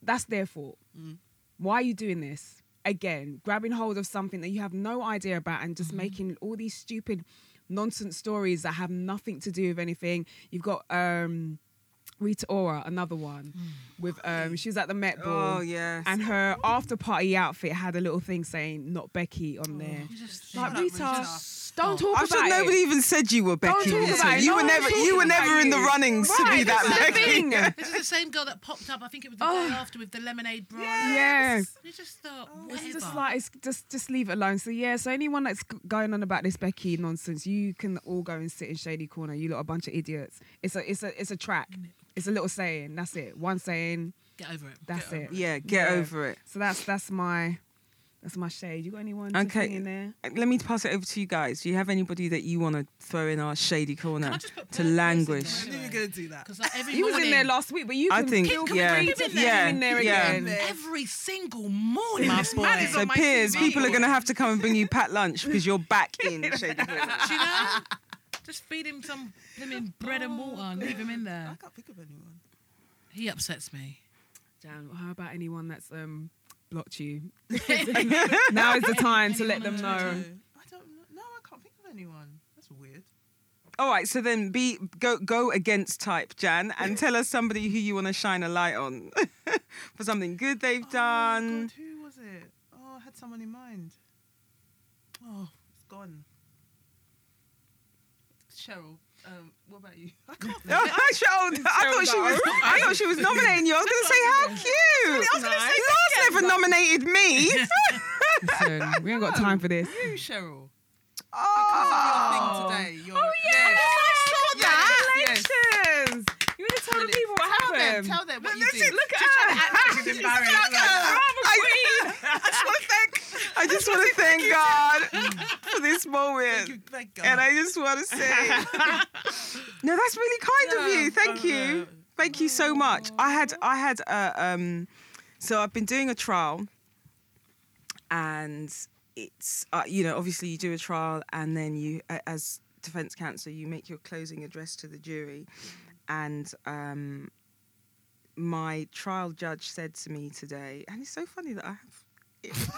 Speaker 2: that's their fault.
Speaker 1: Mm.
Speaker 2: Why are you doing this? Again, grabbing hold of something that you have no idea about and
Speaker 1: Mm-hmm.
Speaker 2: just making all these stupid nonsense stories that have nothing to do with anything. You've got um Rita Ora, another one, with um she was at the Met
Speaker 1: Mm.
Speaker 2: Ball.
Speaker 1: Oh yes.
Speaker 2: And her after party outfit had a little thing saying "Not Becky"
Speaker 1: Oh.
Speaker 2: on there.
Speaker 4: Just shut
Speaker 2: Like
Speaker 4: up,
Speaker 2: Rita,
Speaker 4: Rita.
Speaker 2: don't talk
Speaker 1: I'm
Speaker 2: about
Speaker 1: sure
Speaker 2: it.
Speaker 1: nobody even said you were Becky.
Speaker 2: talk
Speaker 1: Wilson.
Speaker 2: about it.
Speaker 1: You
Speaker 2: No
Speaker 1: were
Speaker 2: one's
Speaker 1: never, you
Speaker 2: talking
Speaker 1: were never
Speaker 2: about
Speaker 1: in the
Speaker 2: you.
Speaker 1: runnings to
Speaker 2: Right,
Speaker 1: be
Speaker 2: this
Speaker 1: that
Speaker 2: is the
Speaker 1: Becky.
Speaker 2: thing.
Speaker 4: This is the same girl that popped up. I think it was the
Speaker 2: Oh.
Speaker 4: day after with the lemonade bra.
Speaker 2: Yeah.
Speaker 4: You just thought,
Speaker 2: It's
Speaker 4: whatever.
Speaker 2: just like it's just just leave it alone. So yeah, so anyone that's g- going on about this Becky nonsense, you can all go and sit in shady corner. You lot are a bunch of idiots. It's a it's a it's a track. It's a little saying. That's it. One saying.
Speaker 4: Get over it.
Speaker 2: That's it.
Speaker 1: Yeah, get
Speaker 2: Yeah.
Speaker 1: over it.
Speaker 2: So that's that's my that's my shade. You got anyone to
Speaker 1: Okay.
Speaker 2: thing in there?
Speaker 1: Let me pass it over to you guys. Do you have anybody that you want to throw in our shady corner
Speaker 4: Can I just put
Speaker 1: to
Speaker 4: Paul Pierce in
Speaker 1: languish?
Speaker 6: I knew you were gonna do that.
Speaker 4: Because like every
Speaker 2: He was in
Speaker 4: morning-
Speaker 2: there last week, but you
Speaker 1: I
Speaker 2: can
Speaker 1: think-
Speaker 2: kill
Speaker 1: yeah.
Speaker 2: three to
Speaker 1: Yeah.
Speaker 2: him in there
Speaker 1: Yeah.
Speaker 2: again.
Speaker 4: Every single
Speaker 6: (laughs)
Speaker 4: morning.
Speaker 6: My
Speaker 4: this
Speaker 6: boy.
Speaker 4: man is
Speaker 1: So
Speaker 4: on my
Speaker 1: Piers,
Speaker 4: TV.
Speaker 1: people are going to have to come and bring you pat lunch because you're back
Speaker 2: (laughs)
Speaker 1: in shady corner.
Speaker 4: (laughs) Do you know? Just feed him some blooming bread and water and leave him in
Speaker 6: I
Speaker 4: there.
Speaker 6: can't think of anyone.
Speaker 4: He upsets me.
Speaker 2: Dan, how about anyone that's um
Speaker 1: (laughs)
Speaker 2: blocked you? now is the time to let them
Speaker 4: Anyone on
Speaker 2: know.
Speaker 6: I don't know. No, I can't think of anyone. That's weird.
Speaker 1: All right, so then be go go against type, Jan, and tell us somebody who you want to shine a light on (laughs) for something good they've
Speaker 6: Oh,
Speaker 1: done.
Speaker 6: God, who was it? Oh, I had someone in mind. Oh, it's gone.
Speaker 3: Cheryl, um, what about
Speaker 6: (laughs)
Speaker 3: you? I can't
Speaker 1: Oh, I, (laughs) showed, I thought she was. I thought she was nominating you. I was going to say how cute. I was going to say Lars never nominated me.
Speaker 2: Listen, we ain't got time for this.
Speaker 3: you, Cheryl.
Speaker 1: Oh,
Speaker 3: Your thing today. Your, oh
Speaker 1: I saw that.
Speaker 3: Yes.
Speaker 2: Congratulations! You want to tell the people what
Speaker 3: Tell them.
Speaker 2: happened?
Speaker 3: Tell them what you
Speaker 2: Listen,
Speaker 3: did.
Speaker 1: (laughs)
Speaker 2: look at her. She's
Speaker 1: I, (laughs) I just want to thank. I just want to thank God for this moment.
Speaker 6: You- Thank God.
Speaker 1: And I just want to say, no, that's really kind of you. Thank you, thank you so much. I had, I had, a, um, so I've been doing a trial, and it's, uh, you know, obviously you do a trial, and then you, a- as defense counsel, you make your closing address to the jury, and um, my trial judge said to me today, and it's so funny that I have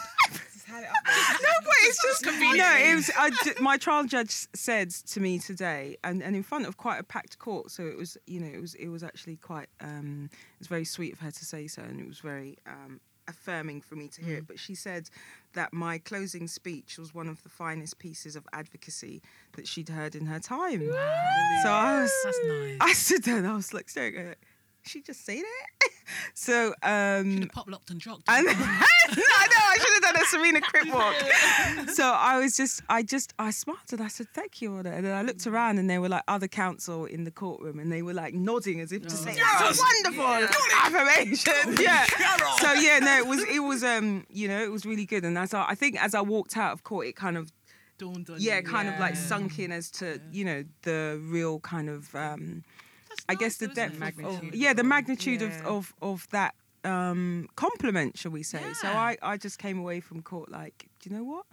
Speaker 1: no,
Speaker 6: (laughs)
Speaker 1: but it's just No, it was. I ju- my trial judge s- said to me today, and, and in front of quite a packed court, so it was, you know, it was it was actually quite. Um, it was very sweet of her to say so, and it was very um, affirming for me to hear it. But she said that my closing speech was one of the finest pieces of advocacy that she'd heard in her time. So I was,
Speaker 4: That's nice.
Speaker 1: I stood there and I was like staring at her. She just said it. (laughs) So um,
Speaker 4: Pop locked and dropped.
Speaker 1: And (laughs) I know I should have done a Serena Crip walk. So I was just, I just, I smiled and I said thank you, Honor. And then I looked around and there were like other counsel in the courtroom and they were like nodding as if to say, "That's wonderful affirmation." Yeah. So yeah, no, it was, it was, um, you know, it was really good. And as I, I think as I walked out of court, it kind of
Speaker 3: Dawned on
Speaker 1: yeah,
Speaker 3: you.
Speaker 1: kind of like
Speaker 4: Yeah.
Speaker 1: sunk in as to you know the real kind of um, I guess the depth of,
Speaker 2: Magnitude
Speaker 1: of- yeah the
Speaker 2: of-
Speaker 1: magnitude
Speaker 2: yeah.
Speaker 1: of, of of that um, compliment, shall we say? So
Speaker 4: Yeah.
Speaker 1: I I just came away from court like, do you know what?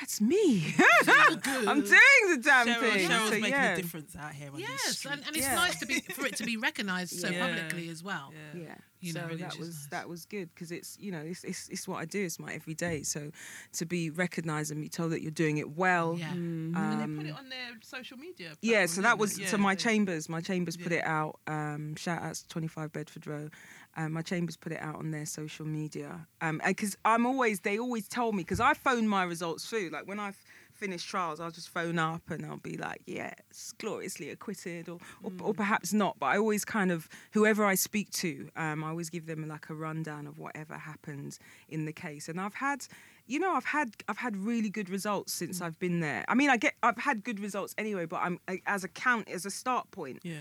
Speaker 1: That's me. (laughs) I'm doing the damn
Speaker 6: Cheryl,
Speaker 1: thing.
Speaker 6: Cheryl's
Speaker 1: so
Speaker 6: making
Speaker 1: yeah,
Speaker 6: a difference out here on these
Speaker 4: Yes, and,
Speaker 6: streets.
Speaker 4: and it's
Speaker 1: Yeah.
Speaker 4: nice to be for it to be recognised so
Speaker 6: Yeah.
Speaker 4: publicly as well.
Speaker 6: Yeah.
Speaker 1: yeah.
Speaker 4: You
Speaker 1: so
Speaker 4: know, which
Speaker 1: that
Speaker 4: is
Speaker 1: was
Speaker 4: nice.
Speaker 1: that was good because it's you know it's, it's it's what I do. It's my everyday. So to be recognised and be told that you're doing it well.
Speaker 4: Yeah.
Speaker 2: Mm.
Speaker 3: and
Speaker 1: um,
Speaker 3: they put it on their social media.
Speaker 1: yeah
Speaker 3: platform,
Speaker 1: so
Speaker 3: didn't
Speaker 1: that
Speaker 3: they?
Speaker 1: was
Speaker 6: it?
Speaker 1: so
Speaker 6: Yeah,
Speaker 1: my
Speaker 6: they-
Speaker 1: chambers my chambers put
Speaker 6: Yeah.
Speaker 1: it out um shout outs to 25 bedford row um, my chambers put it out on their social media um because i'm always they always tell me because i phone my results through like when i've finished trials i'll just phone up and i'll be like yes gloriously acquitted or or, or perhaps not but i always kind of whoever i speak to um i always give them like a rundown of whatever happened in the case and i've had you know i've had i've had really good results since i've been there i mean i get i've had good results anyway but i'm I, as a count as a start point
Speaker 6: Yeah.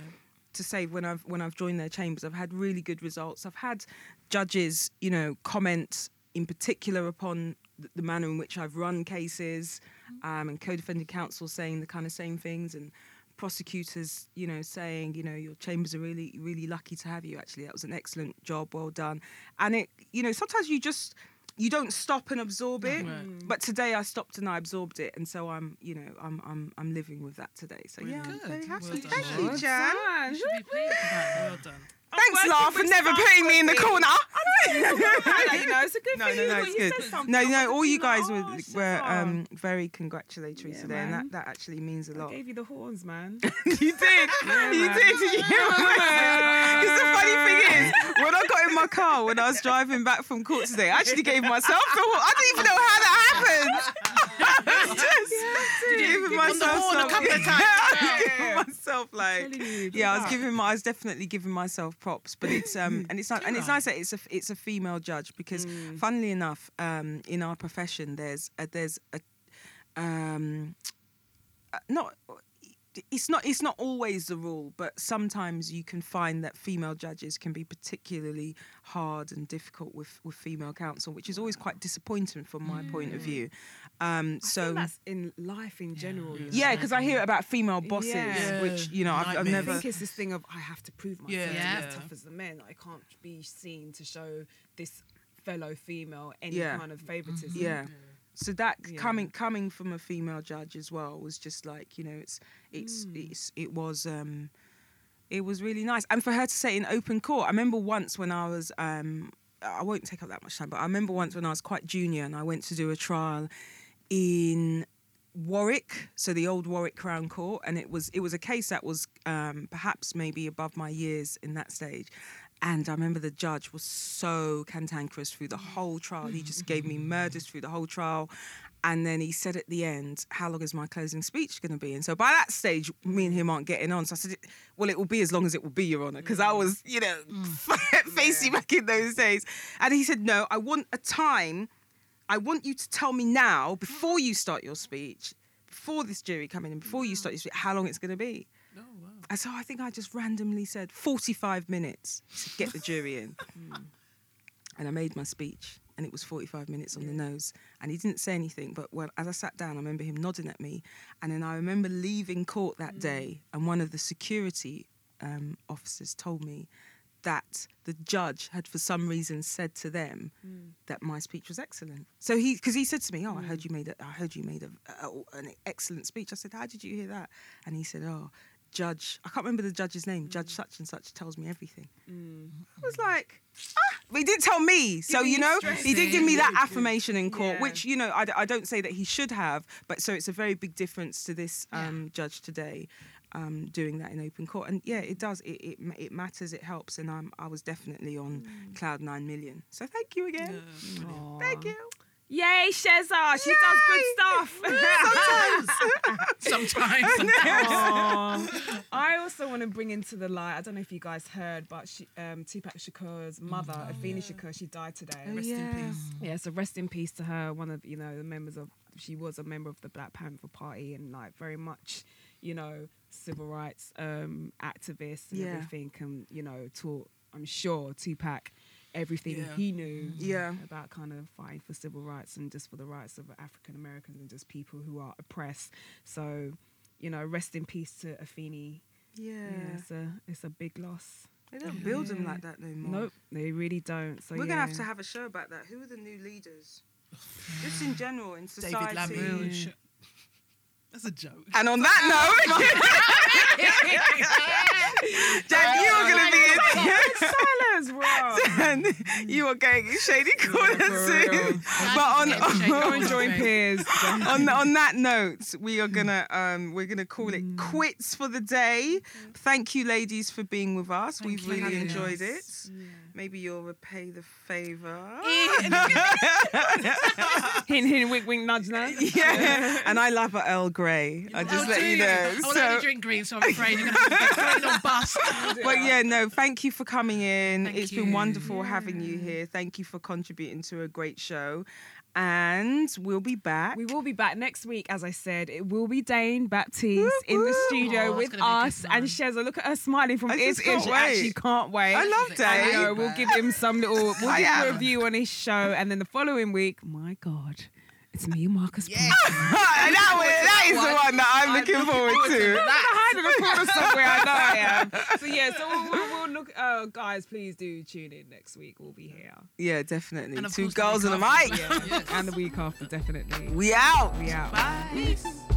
Speaker 1: to say when i've when i've joined their chambers i've had really good results i've had judges you know comment in particular upon th- the manner in which i've run cases um, and co-defending counsel saying the kind of same things and prosecutors you know saying you know your chambers are really really lucky to have you actually that was an excellent job well done and it you know sometimes you just you don't stop and absorb it but today i stopped and i absorbed it and so i'm you know i'm i'm, I'm living with that today so yeah i'm
Speaker 6: Brilliant.
Speaker 1: very
Speaker 6: Good.
Speaker 1: happy
Speaker 6: Well done.
Speaker 1: thank you
Speaker 2: Well
Speaker 1: jan
Speaker 2: done. (laughs)
Speaker 4: (laughs) Should be pleased about that.
Speaker 6: Well done.
Speaker 1: Thanks, La, for never putting me in the
Speaker 2: (laughs)
Speaker 1: corner.
Speaker 2: you know, it's a
Speaker 1: (laughs)
Speaker 2: good
Speaker 1: no,
Speaker 2: thing.
Speaker 1: no, no,
Speaker 2: when
Speaker 1: it's
Speaker 2: you said
Speaker 1: good.
Speaker 2: something,
Speaker 1: No,
Speaker 2: I wanted
Speaker 1: no, all
Speaker 2: to
Speaker 1: you
Speaker 2: be like,
Speaker 1: guys were,
Speaker 2: "Oh, she's
Speaker 1: were
Speaker 2: on."
Speaker 1: um, very congratulatory
Speaker 2: Yeah,
Speaker 1: today, and
Speaker 2: man.
Speaker 1: that, that actually means a
Speaker 2: I
Speaker 1: lot.
Speaker 2: gave you the horns, man.
Speaker 1: (laughs) you
Speaker 2: (laughs)
Speaker 1: did, you
Speaker 2: man.
Speaker 1: did.
Speaker 2: (laughs)
Speaker 1: You Because the funny thing is, when I got in my car when I was driving back from court today, I actually gave myself the horn. I didn't even know how that happened. just giving
Speaker 4: on the
Speaker 1: myself
Speaker 4: horn a
Speaker 1: some-
Speaker 4: couple of
Speaker 1: Yeah,
Speaker 4: times.
Speaker 1: (laughs) (laughs) I was giving myself like
Speaker 2: Telling you,
Speaker 1: yeah, I was
Speaker 2: but-
Speaker 1: giving my, I was definitely giving myself props, but it's
Speaker 2: (laughs)
Speaker 1: um, and it's not, and it's nice that it's a, it's a female judge because,
Speaker 2: Mm.
Speaker 1: funnily enough, um, in our profession, there's a, there's a, um, uh, not. It's not. It's not always the rule, but sometimes you can find that female judges can be particularly hard and difficult with, with female counsel, which is always quite disappointing from my point of view. Um,
Speaker 2: Mm. I
Speaker 1: so
Speaker 2: think that's in life in general. you know.
Speaker 1: yeah, because I hear about female bosses,
Speaker 2: Yeah.
Speaker 1: which you know I've, I've
Speaker 6: Nightmares.
Speaker 2: I
Speaker 1: never.
Speaker 2: think it's this thing of I have to prove myself
Speaker 6: Yeah,
Speaker 2: to be
Speaker 4: Yeah.
Speaker 2: as tough as the men. I can't be seen to show this fellow female any
Speaker 1: Yeah.
Speaker 2: kind of favoritism.
Speaker 1: Yeah. So that
Speaker 2: Yeah.
Speaker 1: coming coming from a female judge as well was just like you know it's it's it's it was um it was really nice and for her to say in open court. I remember once when I was um I won't take up that much time, but I remember once when I was quite junior and I went to do a trial in Warwick, so the old Warwick Crown Court, and it was it was a case that was um, perhaps maybe above my years in that stage. And I remember the judge was so cantankerous through the whole trial. He just gave me murders through the whole trial. And then he said at the end, How long is my closing speech going to be? And so by that stage, me and him aren't getting on. So I said, Well, it will be as long as it will be, Your Honour, because I was, you know, (laughs) facey back in those days. And he said, No, I want a time I want you to tell me now, before you start your speech, before this jury come in and before you start your speech, how long it's going to be.
Speaker 6: Oh,
Speaker 1: And so I think I just randomly said 45 minutes to get the jury in. and I made my speech, and it was 45 minutes on the nose. And he didn't say anything, but when, as I sat down, I remember him nodding at me. And then I remember leaving court that day, and one of the security um, officers told me that the judge had for some reason said to them that my speech was excellent. So he, because he said to me, "Oh, I heard you made a, I heard you made a, a- an excellent speech." I said, "How did you hear that?" And he said, "Oh, judge, I can't remember the judge's name. Judge such and such tells me everything."
Speaker 2: Mm-hmm.
Speaker 1: I was like. "Ah," but He didn't tell me, so
Speaker 2: Giving
Speaker 1: you
Speaker 2: you
Speaker 1: know,
Speaker 2: stress.
Speaker 1: he did give me that affirmation in court,
Speaker 2: Yeah.
Speaker 1: which you know I, d- I don't say that he should have, but so it's a very big difference to this
Speaker 4: Yeah.
Speaker 1: um, judge today um, doing that in open court. And yeah, it does. It it, ma- it matters. It helps. And I'm, I was definitely on cloud nine million. So thank you again. Mm-hmm. Thank you.
Speaker 2: Yay, Shezza! She does good stuff.
Speaker 1: (laughs)
Speaker 4: Sometimes.
Speaker 2: Aw. (laughs) I also want to bring into the light. I don't know if you guys heard, but she, um, Tupac Shakur's mother, Afina Shakur, she died today.
Speaker 1: Oh,
Speaker 6: Rest in peace.
Speaker 2: Yeah, so rest in peace to her. One of you know the members of she was a member of the Black Panther Party and like very much, you know, civil rights um, activist and
Speaker 1: Yeah.
Speaker 2: everything. And you know, taught I'm sure Tupac everything
Speaker 6: Yeah.
Speaker 2: he knew
Speaker 1: Yeah.
Speaker 2: about kind of fighting for civil rights and just for the rights of African Americans and just people who are oppressed. So, you know, rest in peace to Afeni.
Speaker 1: Yeah.
Speaker 2: Yeah, it's a it's a big loss.
Speaker 1: They don't build them like that no more.
Speaker 2: Nope, they really don't. So
Speaker 1: We're
Speaker 2: yeah.
Speaker 1: gonna have to have a show about that. Who are the new leaders? Just in general in society.
Speaker 6: Lambeau. That's a joke.
Speaker 1: And on that note, (laughs) Jan, you are going to be
Speaker 2: (laughs) silence, Rob.
Speaker 1: (laughs) in. you are going in shady (laughs) corners soon. But on
Speaker 4: Yeah,
Speaker 1: (laughs)
Speaker 4: shady
Speaker 2: Go
Speaker 1: on,
Speaker 2: and join peers. Jan.
Speaker 1: on,
Speaker 2: (laughs)
Speaker 1: on that note, we are gonna um, we're gonna call it quits for the day. Thank you, ladies, for being with us. We've
Speaker 4: you.
Speaker 1: really
Speaker 4: Yes.
Speaker 1: enjoyed it. Maybe you'll repay the favour. (laughs)
Speaker 2: hint, hint, wink, wink, nudge, nudge.
Speaker 1: yeah, and I love at Earl Grey. I just
Speaker 4: Oh,
Speaker 1: let
Speaker 4: do
Speaker 1: you know.
Speaker 4: I will
Speaker 1: So-
Speaker 4: only drink green, so I'm afraid you're going to have to get green on
Speaker 1: (laughs)
Speaker 4: bus.
Speaker 1: Well, yeah, no, thank you for coming in. It's
Speaker 4: Thank
Speaker 1: been
Speaker 4: you.
Speaker 1: wonderful having you here. Thank you for contributing to a great show. And we'll be back.
Speaker 2: We will be back next week, as I said. It will be Dane Baptiste in the
Speaker 1: whoop.
Speaker 2: studio
Speaker 4: Oh, it's
Speaker 2: with
Speaker 4: gonna be a good
Speaker 2: us and
Speaker 4: one.
Speaker 2: Sheza. Look at her smiling from
Speaker 1: I
Speaker 2: ear
Speaker 1: just
Speaker 2: to ear.
Speaker 1: can't
Speaker 2: She
Speaker 1: wait.
Speaker 2: actually can't wait.
Speaker 1: I love
Speaker 2: I
Speaker 1: Dane. (laughs)
Speaker 2: know, we'll give him some little we'll give
Speaker 1: I
Speaker 2: him a
Speaker 1: am.
Speaker 2: review on his show, and then the following week, my God, it's me and Marcus. Yeah, (laughs)
Speaker 1: And that, one- that is the one that I'm, looking, forward to.
Speaker 2: hide in a corner somewhere. I know I am.
Speaker 1: (laughs)
Speaker 2: So yeah, so we'll, we'll, we'll look. Uh, guys, please do tune in next week. We'll be here,
Speaker 1: Yeah, definitely.
Speaker 4: And of
Speaker 1: Two
Speaker 4: course the
Speaker 1: girls and a
Speaker 2: (laughs)
Speaker 4: week
Speaker 1: mic.
Speaker 2: and the week after, definitely.
Speaker 1: We out.
Speaker 2: We out.
Speaker 4: Bye.